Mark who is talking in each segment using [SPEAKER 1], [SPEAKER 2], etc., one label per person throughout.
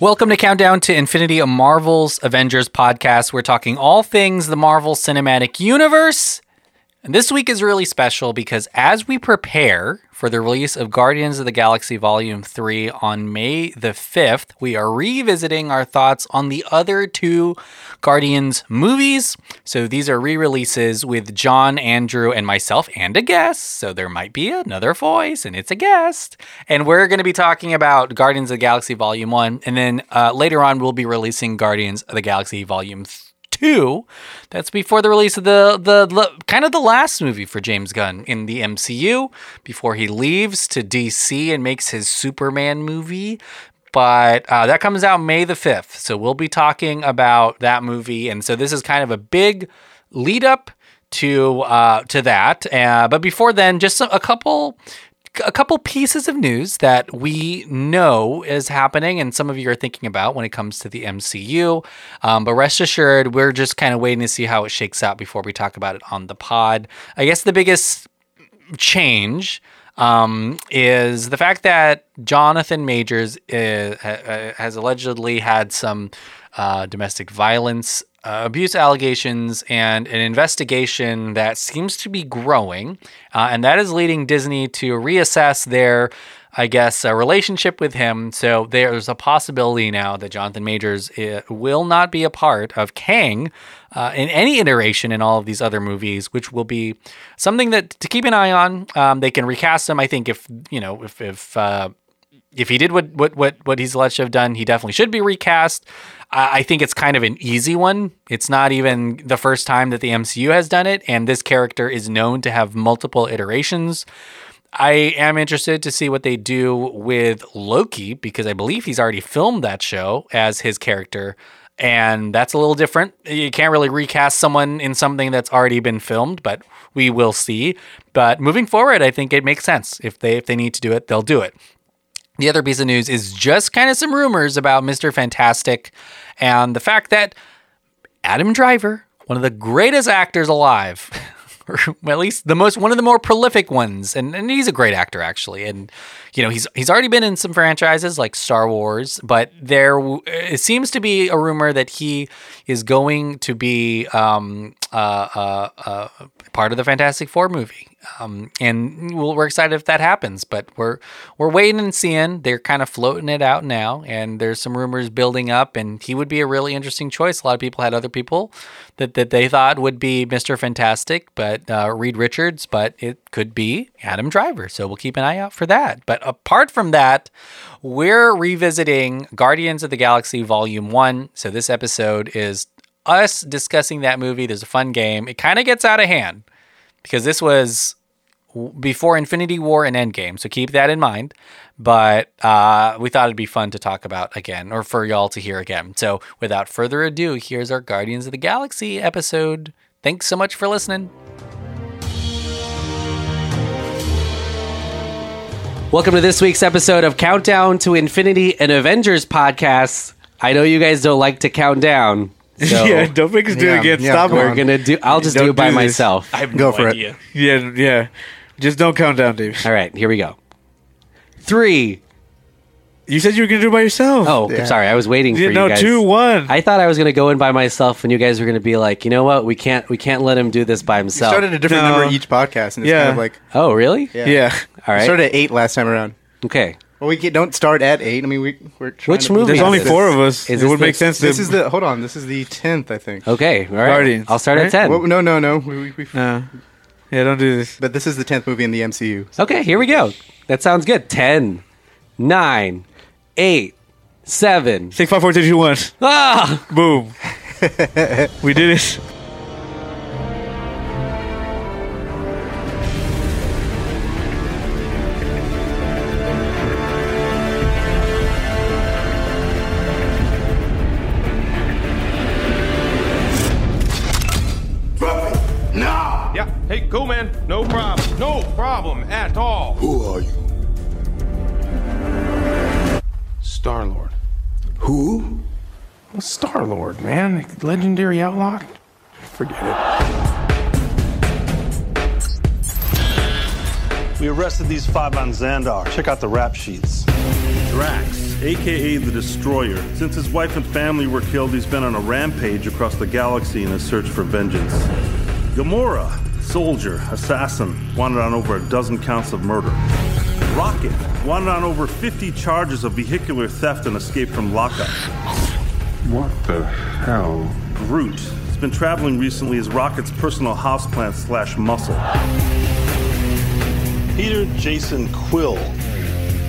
[SPEAKER 1] Welcome to Countdown to Infinity, a Marvel's Avengers podcast. We're talking all things the Marvel Cinematic Universe. And this week is really special because as we prepare for the release of Guardians of the Galaxy Volume 3 on May the 5th, we are revisiting our thoughts on the other two Guardians movies. So these are re releases with John, Andrew, and myself, and a guest. So there might be another voice, and it's a guest. And we're going to be talking about Guardians of the Galaxy Volume 1. And then uh, later on, we'll be releasing Guardians of the Galaxy Volume 3 two. That's before the release of the, the the kind of the last movie for James Gunn in the MCU before he leaves to DC and makes his Superman movie. But uh, that comes out May the fifth, so we'll be talking about that movie. And so this is kind of a big lead up to uh, to that. Uh, but before then, just a, a couple a couple pieces of news that we know is happening and some of you are thinking about when it comes to the MCU. Um, but rest assured, we're just kind of waiting to see how it shakes out before we talk about it on the pod. I guess the biggest change um, is the fact that Jonathan Majors is, ha- ha- has allegedly had some uh, domestic violence uh, abuse allegations and an investigation that seems to be growing. Uh, and that is leading Disney to reassess their, I guess, uh, relationship with him. So there's a possibility now that Jonathan Majors uh, will not be a part of Kang uh, in any iteration in all of these other movies, which will be something that to keep an eye on. Um, they can recast him. I think if, you know, if, if, uh, if he did what what what what he's alleged to have done, he definitely should be recast. I, I think it's kind of an easy one. It's not even the first time that the MCU has done it, and this character is known to have multiple iterations. I am interested to see what they do with Loki because I believe he's already filmed that show as his character, and that's a little different. You can't really recast someone in something that's already been filmed, but we will see. But moving forward, I think it makes sense. If they if they need to do it, they'll do it. The other piece of news is just kind of some rumors about Mr. Fantastic and the fact that Adam Driver, one of the greatest actors alive, or at least the most one of the more prolific ones, and, and he's a great actor actually. And you know he's he's already been in some franchises like Star Wars, but there w- it seems to be a rumor that he is going to be um, uh, uh, uh, part of the Fantastic Four movie. Um, and we'll, we're excited if that happens, but we're we're waiting and seeing. They're kind of floating it out now, and there's some rumors building up. And he would be a really interesting choice. A lot of people had other people that that they thought would be Mister Fantastic, but uh, Reed Richards, but it could be Adam Driver. So we'll keep an eye out for that. But apart from that, we're revisiting Guardians of the Galaxy Volume One. So this episode is us discussing that movie. There's a fun game. It kind of gets out of hand because this was w- before Infinity War and Endgame. So keep that in mind. But uh, we thought it'd be fun to talk about again or for y'all to hear again. So without further ado, here's our Guardians of the Galaxy episode. Thanks so much for listening. Welcome to this week's episode of Countdown to Infinity and Avengers podcast. I know you guys don't like to count down. So
[SPEAKER 2] yeah, don't make us do it
[SPEAKER 3] Yeah,
[SPEAKER 2] again.
[SPEAKER 3] yeah,
[SPEAKER 2] Stop
[SPEAKER 3] come
[SPEAKER 2] it.
[SPEAKER 3] on.
[SPEAKER 2] We're
[SPEAKER 3] We're
[SPEAKER 2] gonna-
[SPEAKER 1] gonna do I'll just
[SPEAKER 2] Don't
[SPEAKER 1] do it by
[SPEAKER 2] do this.
[SPEAKER 1] myself.
[SPEAKER 4] I have
[SPEAKER 3] Go
[SPEAKER 4] no
[SPEAKER 3] for it.
[SPEAKER 4] idea.
[SPEAKER 2] Yeah, yeah. Just don't count down, Dave.
[SPEAKER 1] All right, here we go. Three.
[SPEAKER 2] You said you were gonna do it by yourself.
[SPEAKER 1] Oh,
[SPEAKER 3] Yeah.
[SPEAKER 1] I'm sorry. I was waiting for
[SPEAKER 2] yeah,
[SPEAKER 1] you
[SPEAKER 2] no,
[SPEAKER 1] guys.
[SPEAKER 2] two, one.
[SPEAKER 1] I thought I was going to go in by myself, and you guys were going to be like, you know what? We can't. We can't let him do this by himself.
[SPEAKER 3] started a different
[SPEAKER 2] No.
[SPEAKER 3] number each podcast, and it's
[SPEAKER 2] Yeah.
[SPEAKER 3] kind of like
[SPEAKER 1] oh, really?
[SPEAKER 3] yeah.
[SPEAKER 2] yeah.
[SPEAKER 1] All
[SPEAKER 3] We
[SPEAKER 1] right.
[SPEAKER 3] started at eight last time around.
[SPEAKER 1] okay.
[SPEAKER 3] Well, we get, don't start at eight. I mean, we we're trying
[SPEAKER 1] Which
[SPEAKER 3] to
[SPEAKER 1] movie
[SPEAKER 2] There's
[SPEAKER 1] is
[SPEAKER 2] only
[SPEAKER 1] this?
[SPEAKER 2] four of us.
[SPEAKER 1] Is
[SPEAKER 2] it
[SPEAKER 1] this
[SPEAKER 2] would
[SPEAKER 1] the-
[SPEAKER 2] make sense.
[SPEAKER 3] This
[SPEAKER 2] to,
[SPEAKER 3] is the hold on. This is the tenth, I think.
[SPEAKER 1] Okay. All right.
[SPEAKER 2] Guardians,
[SPEAKER 1] I'll start at
[SPEAKER 2] right?
[SPEAKER 1] ten.
[SPEAKER 3] Well, no, no, no. We, we, we,
[SPEAKER 2] No. yeah, don't do this.
[SPEAKER 3] But this is the tenth movie in the MCU.
[SPEAKER 1] Okay. Here we go. That sounds good. Ten, nine, eight, seven.
[SPEAKER 2] Six, five, four, three, two, one.
[SPEAKER 1] Ah.
[SPEAKER 2] Boom. we did it.
[SPEAKER 5] Now!
[SPEAKER 6] Yeah. Hey, cool, man. No problem. No problem at all.
[SPEAKER 5] Who are you?
[SPEAKER 6] Star Lord.
[SPEAKER 5] Who?
[SPEAKER 6] Well, Star Lord, man. the Legendary outlaw. Forget it.
[SPEAKER 7] We arrested these five on Xandar. Check out the rap sheets.
[SPEAKER 8] Drax,
[SPEAKER 4] aka the Destroyer. Since his wife and family were killed, he's been on a rampage across the galaxy in his search for vengeance. Gamora, soldier, assassin, wanted on over a dozen counts of murder. Rocket, wanted on over 50 charges of vehicular theft and escape from lockup.
[SPEAKER 5] What the hell?
[SPEAKER 4] Groot, has been traveling recently as Rocket's personal houseplant slash muscle. Peter Jason Quill.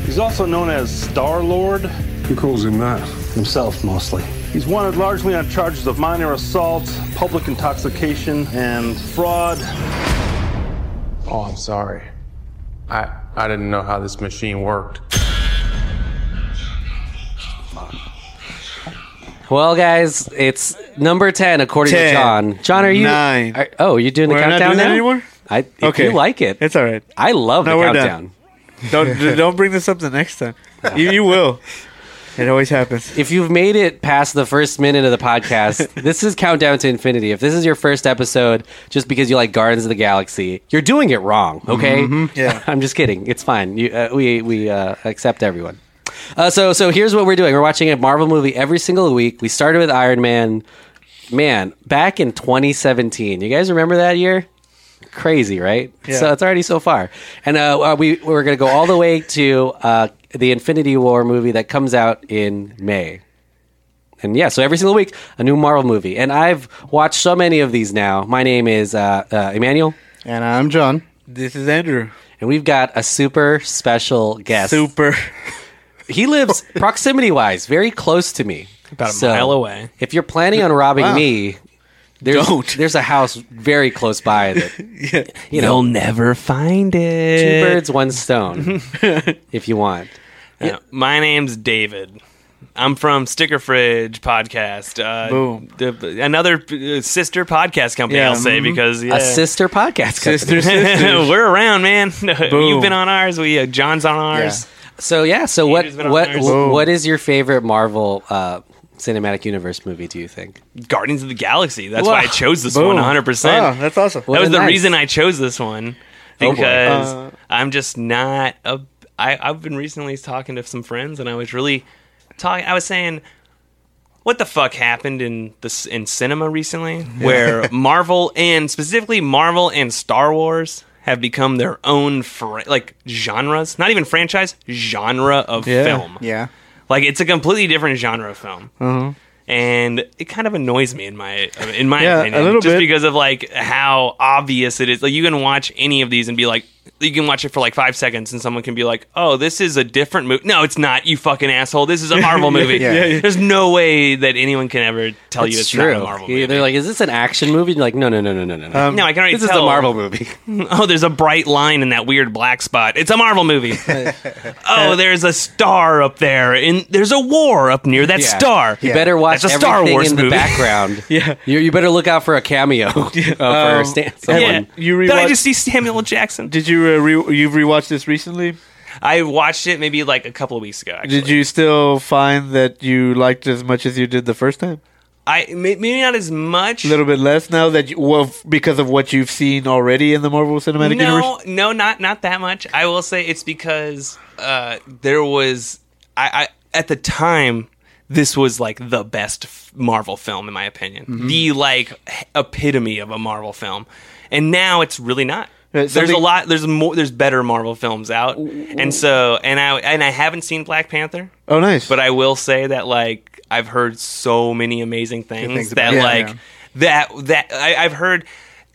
[SPEAKER 4] He's also known as Star Lord.
[SPEAKER 5] Who calls him that?
[SPEAKER 7] himself mostly.
[SPEAKER 4] He's wanted largely on charges of minor assault, public intoxication, and fraud.
[SPEAKER 6] Oh, I'm sorry. I I didn't know how this machine worked.
[SPEAKER 7] Well, guys, it's number ten according to
[SPEAKER 2] Ten,
[SPEAKER 7] John. John, are you?
[SPEAKER 2] nine.
[SPEAKER 7] Are, oh, you're doing
[SPEAKER 2] We're
[SPEAKER 7] the
[SPEAKER 2] not
[SPEAKER 7] countdown
[SPEAKER 2] doing that
[SPEAKER 7] now
[SPEAKER 2] anymore?
[SPEAKER 7] I if
[SPEAKER 2] Okay.
[SPEAKER 7] you like it.
[SPEAKER 2] It's all right.
[SPEAKER 7] I love
[SPEAKER 2] No,
[SPEAKER 7] the
[SPEAKER 2] we're done.
[SPEAKER 7] countdown.
[SPEAKER 2] Don't don't bring this up the next time. You, you will. It always happens.
[SPEAKER 7] If you've made it past the first minute of the podcast, this is countdown to infinity. If this is your first episode, just because you like Gardens of the Galaxy, you're doing it wrong. Okay?
[SPEAKER 2] Yeah.
[SPEAKER 7] I'm just kidding. It's fine. You, uh, we we uh, accept everyone. Uh, so so here's what we're doing. We're watching a Marvel movie every single week. We started with Iron Man. Man, back in 2017, you guys remember that year? Crazy, right? So it's already so far, and uh, uh, we we're gonna go all the way to uh, the Infinity War movie that comes out in May. And yeah, so every single week, a new Marvel movie. And I've watched so many of these now. My name is uh, uh, Emmanuel,
[SPEAKER 3] And I'm John.
[SPEAKER 2] This is Andrew.
[SPEAKER 7] and we've got a super special guest.
[SPEAKER 2] Super.
[SPEAKER 7] He lives proximity wise, very close to me.
[SPEAKER 8] About a mile away.
[SPEAKER 7] If you're planning on robbing me, there's,
[SPEAKER 2] Don't.
[SPEAKER 7] there's a house very close by that, you know,
[SPEAKER 8] You'll never find it.
[SPEAKER 7] two birds, one stone, if you want.
[SPEAKER 8] Yeah. My name's David. I'm from Sticker Fridge podcast. Uh,
[SPEAKER 2] Boom.
[SPEAKER 8] the- another uh, sister podcast company,
[SPEAKER 2] Yeah,
[SPEAKER 8] I'll say,
[SPEAKER 2] mhm.
[SPEAKER 8] because yeah.
[SPEAKER 7] A sister podcast. company.
[SPEAKER 2] Sister, sister.
[SPEAKER 8] We're around, man.
[SPEAKER 2] Boom.
[SPEAKER 8] You've been on ours. We uh, John's on ours.
[SPEAKER 7] So yeah, so what
[SPEAKER 8] Peter's been on
[SPEAKER 7] what
[SPEAKER 8] ours.
[SPEAKER 7] what is your favorite Marvel uh, cinematic universe movie? Do you think?
[SPEAKER 8] Guardians of the Galaxy. That's
[SPEAKER 7] Whoa.
[SPEAKER 8] why I chose this
[SPEAKER 2] Boom.
[SPEAKER 8] one 100.
[SPEAKER 2] Ah,
[SPEAKER 8] percent
[SPEAKER 2] that's awesome.
[SPEAKER 7] What
[SPEAKER 8] that was
[SPEAKER 7] a
[SPEAKER 8] the
[SPEAKER 7] nice- Oh,
[SPEAKER 8] reason I chose this one
[SPEAKER 7] boy.
[SPEAKER 8] because
[SPEAKER 2] Uh,
[SPEAKER 8] I'm just not a. I, I've been recently talking to some friends, and I was really talking. I was saying, "What the fuck happened in this in cinema recently, where Marvel and specifically Marvel and Star Wars." Have become their own fr- like genres, not even franchise genre of
[SPEAKER 2] Yeah.
[SPEAKER 8] film.
[SPEAKER 3] Yeah.
[SPEAKER 8] Like it's a completely different genre of film, and it kind of annoys me in my in my
[SPEAKER 2] Yeah, a
[SPEAKER 8] opinion,
[SPEAKER 2] little
[SPEAKER 8] just
[SPEAKER 2] bit.
[SPEAKER 8] because of like how obvious it is. Like you can watch any of these and be like, you can watch it for like five seconds, and someone can be like, "Oh, this is a different movie." No, it's not. You fucking asshole. This is a Marvel movie.
[SPEAKER 3] Yeah, yeah,
[SPEAKER 8] There's no way that anyone can ever tell you it's not a Marvel movie.
[SPEAKER 7] Yeah, They're like, is this an action movie? And you're like, no, no, no, no, no, no. no.
[SPEAKER 8] no, I can already
[SPEAKER 7] this is
[SPEAKER 8] tell.
[SPEAKER 7] the Marvel movie.
[SPEAKER 8] Oh, there's a bright line in that weird black spot. It's a Marvel movie. oh, there's a star up there, and there's a war up near that
[SPEAKER 7] Yeah.
[SPEAKER 8] star.
[SPEAKER 7] You better watch
[SPEAKER 8] That's a
[SPEAKER 7] everything
[SPEAKER 8] Star Wars
[SPEAKER 7] in the
[SPEAKER 8] movie.
[SPEAKER 7] background.
[SPEAKER 2] Yeah.
[SPEAKER 7] you, you better look out for a cameo uh, for Stan, someone.
[SPEAKER 8] Yeah.
[SPEAKER 2] You
[SPEAKER 8] Did I
[SPEAKER 2] rewatch-
[SPEAKER 8] just see Samuel L. Jackson?
[SPEAKER 2] Did you uh, re- you've rewatched this recently?
[SPEAKER 8] I watched it maybe like a couple of weeks ago. Actually.
[SPEAKER 2] Did you still find that you liked as much as you did the first time?
[SPEAKER 8] I may- maybe not as much.
[SPEAKER 2] A little bit less now that you, well f- because of what you've seen already in the Marvel Cinematic
[SPEAKER 8] no,
[SPEAKER 2] Universe.
[SPEAKER 8] No, not not that much. I will say it's because uh, there was I, I at the time this was like the best f- Marvel film in my opinion.
[SPEAKER 2] Mm-hmm.
[SPEAKER 8] The like h- epitome of a Marvel film. And now it's really not.
[SPEAKER 2] Uh,
[SPEAKER 8] there's a
[SPEAKER 2] something-
[SPEAKER 8] lot there's more there's better Marvel films out. And so and I and I haven't seen Black Panther.
[SPEAKER 2] Oh, nice.
[SPEAKER 8] but I will say that like I've heard so many amazing things,
[SPEAKER 3] things
[SPEAKER 8] that
[SPEAKER 3] about it,
[SPEAKER 8] like
[SPEAKER 3] yeah.
[SPEAKER 8] that that I, I've heard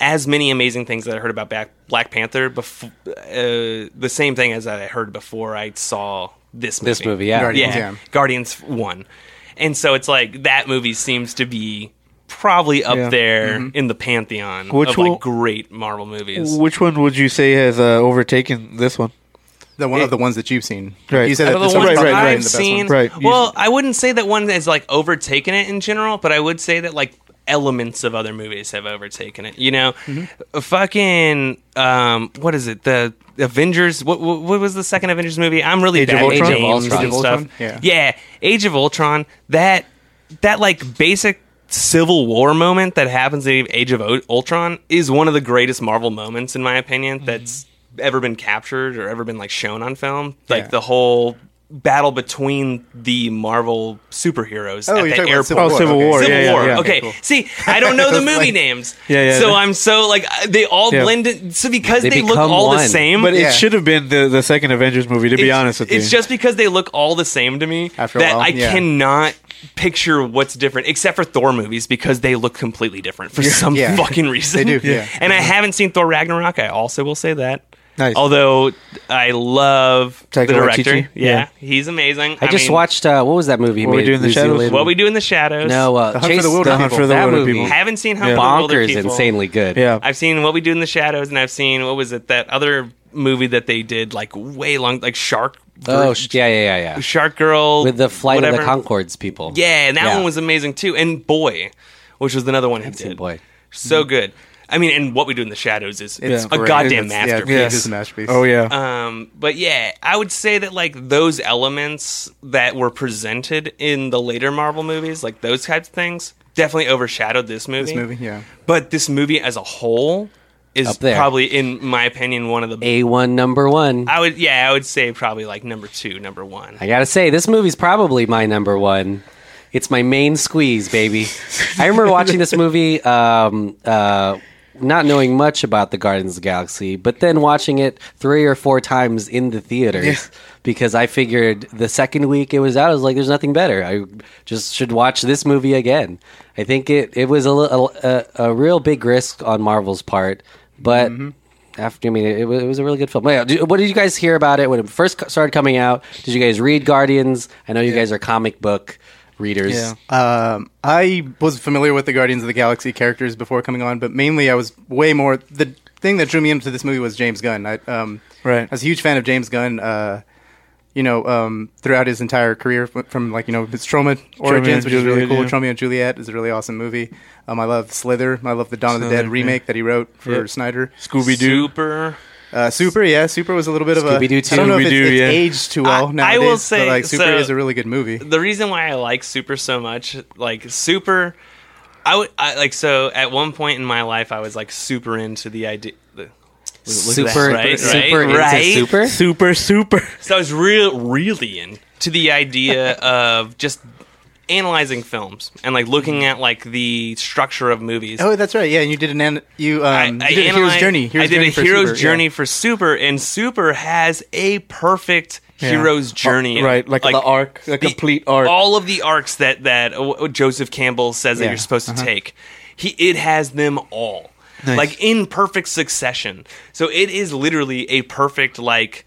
[SPEAKER 8] as many amazing things that I heard about Black, Black Panther before uh, the same thing as I heard before I saw this movie.
[SPEAKER 7] This movie, yeah.
[SPEAKER 3] Guardian.
[SPEAKER 8] yeah,
[SPEAKER 3] Guardians, yeah.
[SPEAKER 8] Guardians one, and so it's like that movie seems to be probably up
[SPEAKER 2] Yeah.
[SPEAKER 8] there in the pantheon
[SPEAKER 2] Which
[SPEAKER 8] of
[SPEAKER 2] will-
[SPEAKER 8] like great Marvel movies.
[SPEAKER 2] Which one would you say has uh, overtaken this one?
[SPEAKER 3] The one of the ones that you've seen.
[SPEAKER 2] Right.
[SPEAKER 3] You said
[SPEAKER 8] Out
[SPEAKER 3] that
[SPEAKER 8] of the
[SPEAKER 3] this one's
[SPEAKER 8] ones
[SPEAKER 2] Right,
[SPEAKER 3] probably
[SPEAKER 8] that
[SPEAKER 2] right,
[SPEAKER 3] been
[SPEAKER 2] right.
[SPEAKER 8] I've
[SPEAKER 3] the best
[SPEAKER 8] seen,
[SPEAKER 3] one. Oh,
[SPEAKER 2] Right.
[SPEAKER 8] well, I wouldn't say that one has like overtaken it in general, but I would say that like elements of other movies have overtaken it. You know, fucking um, what is it? The Avengers. What, what what was the second Avengers movie? I'm really
[SPEAKER 2] Age of
[SPEAKER 8] bad at
[SPEAKER 2] Ultron?
[SPEAKER 8] names
[SPEAKER 7] Age of Ultron.
[SPEAKER 8] and
[SPEAKER 7] Age of
[SPEAKER 8] stuff.
[SPEAKER 3] Ultron? Yeah.
[SPEAKER 8] yeah, Age of Ultron. That that like basic. Civil War moment that happens in Age of Ul- Ultron is one of the greatest Marvel
[SPEAKER 3] Mm-hmm.
[SPEAKER 8] moments, in my opinion, that's ever been captured or ever been like shown on film. Like
[SPEAKER 3] Yeah.
[SPEAKER 8] the whole battle between the Marvel superheroes
[SPEAKER 3] Oh,
[SPEAKER 8] at
[SPEAKER 3] you're
[SPEAKER 8] the
[SPEAKER 3] talking
[SPEAKER 8] airport.
[SPEAKER 3] about Civil
[SPEAKER 2] Oh, Civil War,
[SPEAKER 3] War. okay.
[SPEAKER 8] Civil
[SPEAKER 2] yeah, yeah,
[SPEAKER 8] War.
[SPEAKER 2] yeah.
[SPEAKER 8] Okay.
[SPEAKER 3] Okay, cool.
[SPEAKER 8] See, I don't know
[SPEAKER 3] I
[SPEAKER 8] the
[SPEAKER 3] was
[SPEAKER 8] movie
[SPEAKER 3] like-
[SPEAKER 8] names.
[SPEAKER 2] Yeah, yeah,
[SPEAKER 8] So
[SPEAKER 2] yeah.
[SPEAKER 8] I'm so like I- they all
[SPEAKER 2] Yeah.
[SPEAKER 8] blend in. So because
[SPEAKER 7] They
[SPEAKER 8] they, look
[SPEAKER 7] become
[SPEAKER 8] all the
[SPEAKER 7] one.
[SPEAKER 8] same.
[SPEAKER 2] But it
[SPEAKER 3] Yeah.
[SPEAKER 2] should have been the, the second Avengers movie, to be
[SPEAKER 8] Mm, it's-
[SPEAKER 2] honest with you.
[SPEAKER 8] it's just because they look all the same to me
[SPEAKER 3] After a
[SPEAKER 8] that
[SPEAKER 3] while,
[SPEAKER 8] I
[SPEAKER 3] yeah.
[SPEAKER 8] cannot picture what's different, except for Thor movies because they look completely different for some
[SPEAKER 3] yeah.
[SPEAKER 8] fucking reason.
[SPEAKER 3] They do, yeah.
[SPEAKER 8] And I haven't seen Thor Ragnarok. I also will say that.
[SPEAKER 2] Nice.
[SPEAKER 8] Although I love
[SPEAKER 2] Taika
[SPEAKER 8] the director.
[SPEAKER 2] Waititi?
[SPEAKER 8] Yeah,
[SPEAKER 2] Yeah.
[SPEAKER 8] he's amazing.
[SPEAKER 7] I, just
[SPEAKER 8] mean,
[SPEAKER 7] watched uh, what was that movie? he
[SPEAKER 2] What We
[SPEAKER 7] made?
[SPEAKER 2] Do in the
[SPEAKER 7] New
[SPEAKER 2] Shadows?
[SPEAKER 7] Zealand?
[SPEAKER 8] What We Do in the Shadows.
[SPEAKER 7] No, uh,
[SPEAKER 3] The Hunt for
[SPEAKER 7] Chase
[SPEAKER 3] the Wilder
[SPEAKER 7] that
[SPEAKER 3] People.
[SPEAKER 2] The Hunt for the Wilder
[SPEAKER 7] movie
[SPEAKER 2] People.
[SPEAKER 8] Haven't seen Hunt
[SPEAKER 2] Yeah.
[SPEAKER 8] for the Wilder
[SPEAKER 7] bonkers,
[SPEAKER 8] People.
[SPEAKER 7] insanely good.
[SPEAKER 2] yeah.
[SPEAKER 8] I've seen What We Do in the Shadows, and I've seen what was it that other movie that they did like way long, like Shark.
[SPEAKER 7] Oh, sh- yeah, yeah, yeah, yeah.
[SPEAKER 8] Shark Girl
[SPEAKER 7] With the flight
[SPEAKER 8] whatever.
[SPEAKER 7] of the Concords people.
[SPEAKER 8] Yeah, and that
[SPEAKER 7] Yeah.
[SPEAKER 8] one was amazing too. And Boy, which was another one he
[SPEAKER 7] seen
[SPEAKER 8] did.
[SPEAKER 7] Boy.
[SPEAKER 8] so good. I mean, and what we do in the shadows is
[SPEAKER 3] Mm-hmm. It's
[SPEAKER 8] a
[SPEAKER 3] great.
[SPEAKER 8] goddamn
[SPEAKER 3] It's-
[SPEAKER 8] masterpiece.
[SPEAKER 3] Yeah, it is a masterpiece.
[SPEAKER 2] Oh, yeah.
[SPEAKER 8] Um, but yeah, I would say that like those elements that were presented in the later Marvel movies, like those types of things, definitely overshadowed this movie.
[SPEAKER 3] This movie, yeah.
[SPEAKER 8] But this movie as a whole is
[SPEAKER 7] Up there.
[SPEAKER 8] probably, in my opinion, one of the.
[SPEAKER 7] A one number one.
[SPEAKER 8] I would yeah, I would say probably like number two, number one.
[SPEAKER 7] I gotta say, this movie's probably my number one. It's my main squeeze, baby. I remember watching this movie, um, uh, not knowing much about the Guardians of the Galaxy, but then watching it three or four times in the theaters because I figured the second week it was out, I was like, "There's nothing better. I just should watch this movie again." I think it it was a li- a, a, a real big risk on Marvel's part, but after I mean, it, wa- it was a really good film. Wait, do- what did you guys hear about it when it first co- started coming out? Did you guys read Guardians? I know you guys are comic book readers.
[SPEAKER 2] Yeah.
[SPEAKER 3] Um, I was familiar with the Guardians of the Galaxy characters before coming on, but mainly I was way more. The thing that drew me into this movie was James Gunn. I, um,
[SPEAKER 2] Right.
[SPEAKER 3] I was a huge fan of James Gunn. Uh, you know, um, throughout his entire career, from, from like you know his Troma origins, which is really
[SPEAKER 2] Juliet,
[SPEAKER 3] cool.
[SPEAKER 2] yeah.
[SPEAKER 3] Troma and Juliet is a really awesome movie. Um, I love Slither. I love the Dawn of the
[SPEAKER 2] Slither,
[SPEAKER 3] Dead remake that he wrote for
[SPEAKER 2] Yeah.
[SPEAKER 3] Snyder.
[SPEAKER 2] Scooby Doo.
[SPEAKER 8] Super.
[SPEAKER 3] Uh, Super, yeah, Super was a little bit of a.
[SPEAKER 7] Scooby-Doo
[SPEAKER 3] I don't know if it's,
[SPEAKER 2] Scooby-Doo,
[SPEAKER 3] it's
[SPEAKER 2] yeah.
[SPEAKER 3] aged too
[SPEAKER 8] I-
[SPEAKER 3] well
[SPEAKER 8] I
[SPEAKER 3] nowadays.
[SPEAKER 8] will
[SPEAKER 3] but,
[SPEAKER 8] say,
[SPEAKER 3] like Super
[SPEAKER 8] so-
[SPEAKER 3] is a really good movie.
[SPEAKER 8] the reason why I like Super so much, like Super, I would I, like so at one point in my life I was like super into the idea. The, look at that,
[SPEAKER 7] Super,
[SPEAKER 8] right,
[SPEAKER 7] super
[SPEAKER 8] right,
[SPEAKER 7] into
[SPEAKER 8] right.
[SPEAKER 7] super.
[SPEAKER 2] Super, super.
[SPEAKER 8] So I was real really into the idea of just analyzing films and like looking at like the structure of movies.
[SPEAKER 3] Mm. Oh, that's right. Yeah, and you did an an you
[SPEAKER 8] I,
[SPEAKER 3] um
[SPEAKER 8] I
[SPEAKER 3] you did a hero's
[SPEAKER 8] analyzed-
[SPEAKER 3] journey. Hero's
[SPEAKER 8] I did
[SPEAKER 3] journey
[SPEAKER 8] a
[SPEAKER 3] for
[SPEAKER 8] hero's
[SPEAKER 3] Super, yeah.
[SPEAKER 8] journey for Super, and Super has a perfect hero's
[SPEAKER 3] Oh,
[SPEAKER 8] journey,
[SPEAKER 2] right, like the arc, the complete arc.
[SPEAKER 8] all of the arcs that that uh, w- Joseph Campbell says that
[SPEAKER 3] Yeah,
[SPEAKER 8] you're supposed to take. He it has them all, like in perfect succession. So it is literally a perfect like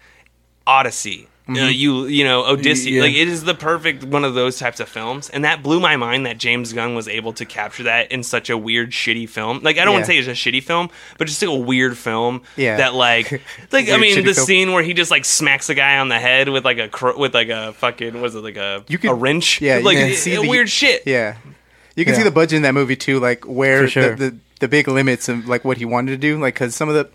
[SPEAKER 8] Odyssey. You, know, you you know Odyssey
[SPEAKER 2] yeah.
[SPEAKER 8] like it is the perfect one of those types of films and that blew my mind that James Gunn was able to capture that in such a weird shitty film like I don't want
[SPEAKER 3] Yeah.
[SPEAKER 8] to say it's a shitty film but just like a weird film
[SPEAKER 3] Yeah.
[SPEAKER 8] that like like I
[SPEAKER 3] Weird,
[SPEAKER 8] mean
[SPEAKER 3] shitty
[SPEAKER 8] the
[SPEAKER 3] film.
[SPEAKER 8] scene where he just like smacks a guy on the head with like a cr- with like a fucking was it like a
[SPEAKER 3] You could-
[SPEAKER 8] a wrench
[SPEAKER 3] Yeah, you
[SPEAKER 8] like
[SPEAKER 3] can
[SPEAKER 8] it-
[SPEAKER 3] see
[SPEAKER 8] it-
[SPEAKER 3] the-
[SPEAKER 8] weird shit
[SPEAKER 3] Yeah, you can see
[SPEAKER 2] Yeah.
[SPEAKER 3] the budget in that movie too, like where
[SPEAKER 2] For sure.
[SPEAKER 3] the, the the big limits of like what he wanted to do, like because some of the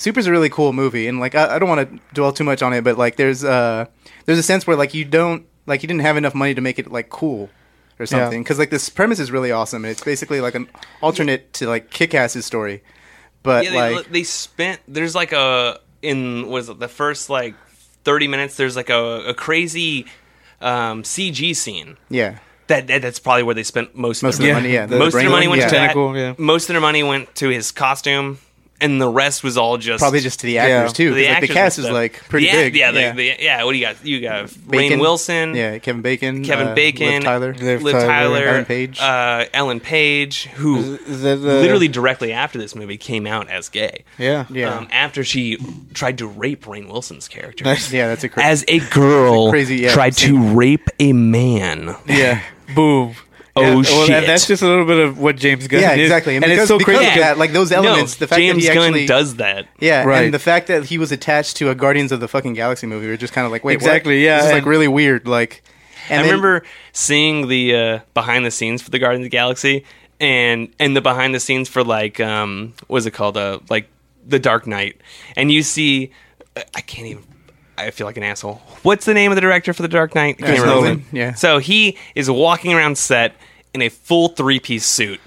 [SPEAKER 3] Super's a really cool movie, and like I, I don't want to dwell too much on it, but like there's uh there's a sense where like you don't like you didn't have enough money to make it like cool or something because like this premise is really awesome, and it's basically like an alternate to like Kick-Ass's story, but
[SPEAKER 8] Yeah, they,
[SPEAKER 3] like
[SPEAKER 8] they spent there's like a in was it the first like 30 minutes there's like a, a crazy um, CG scene
[SPEAKER 3] yeah.
[SPEAKER 8] that, that that's probably where they spent most,
[SPEAKER 3] Most
[SPEAKER 8] of their
[SPEAKER 3] of the money, yeah, the
[SPEAKER 8] most of their
[SPEAKER 3] brain-
[SPEAKER 8] money went
[SPEAKER 3] yeah.
[SPEAKER 8] to that.
[SPEAKER 2] Tentacle, yeah.
[SPEAKER 8] Most of their money went to his costume, and the rest was all just
[SPEAKER 3] Probably just to the actors too. 'cause, like, the
[SPEAKER 8] actors
[SPEAKER 3] cast
[SPEAKER 8] and
[SPEAKER 3] is
[SPEAKER 8] stuff.
[SPEAKER 3] like pretty
[SPEAKER 8] The act-
[SPEAKER 3] big.
[SPEAKER 8] Yeah, yeah. The, yeah. What do you got? You got Rain
[SPEAKER 3] Bacon.
[SPEAKER 8] Wilson.
[SPEAKER 3] Yeah, Kevin Bacon,
[SPEAKER 8] Kevin
[SPEAKER 3] uh,
[SPEAKER 8] Bacon,
[SPEAKER 3] Liv Tyler,
[SPEAKER 8] Liv,
[SPEAKER 2] Liv
[SPEAKER 8] Tyler,
[SPEAKER 2] Tyler,
[SPEAKER 3] Ellen Page.
[SPEAKER 8] uh, Ellen Page, who
[SPEAKER 2] the- the-
[SPEAKER 8] literally directly after this movie came out as gay.
[SPEAKER 2] Yeah.
[SPEAKER 3] Yeah.
[SPEAKER 8] Um, after she tried to rape Rain Wilson's character.
[SPEAKER 3] Yeah, that's a cra-
[SPEAKER 8] As a girl
[SPEAKER 3] crazy, yeah,
[SPEAKER 8] tried to rape a man.
[SPEAKER 2] Yeah. Boom.
[SPEAKER 8] Oh,
[SPEAKER 2] Yeah,
[SPEAKER 8] shit.
[SPEAKER 2] and that's just a little bit of what James Gunn
[SPEAKER 3] Yeah,
[SPEAKER 2] did.
[SPEAKER 3] exactly.
[SPEAKER 2] And,
[SPEAKER 3] And
[SPEAKER 2] it's
[SPEAKER 3] because-
[SPEAKER 2] so
[SPEAKER 3] because
[SPEAKER 2] crazy.
[SPEAKER 3] of that, like, those elements, the fact that
[SPEAKER 8] James
[SPEAKER 3] he
[SPEAKER 8] Gunn
[SPEAKER 3] actually-
[SPEAKER 8] does that.
[SPEAKER 3] Yeah,
[SPEAKER 2] Right.
[SPEAKER 3] and the fact that he was attached to a Guardians of the fucking Galaxy movie, we are just kind of like, wait, what?
[SPEAKER 2] Exactly, yeah,
[SPEAKER 3] this is like
[SPEAKER 2] and-
[SPEAKER 3] really weird. Like, and
[SPEAKER 8] I
[SPEAKER 3] then-
[SPEAKER 8] remember seeing the uh, behind the scenes for the Guardians of the Galaxy and and the behind the scenes for like um what is it called uh like the Dark Knight and you see I I can't even I feel like an asshole. What's the name of the director for the Dark Knight? I can't
[SPEAKER 3] Chris
[SPEAKER 8] remember.
[SPEAKER 3] Nolan, yeah.
[SPEAKER 8] So he is walking around set in a full three piece suit,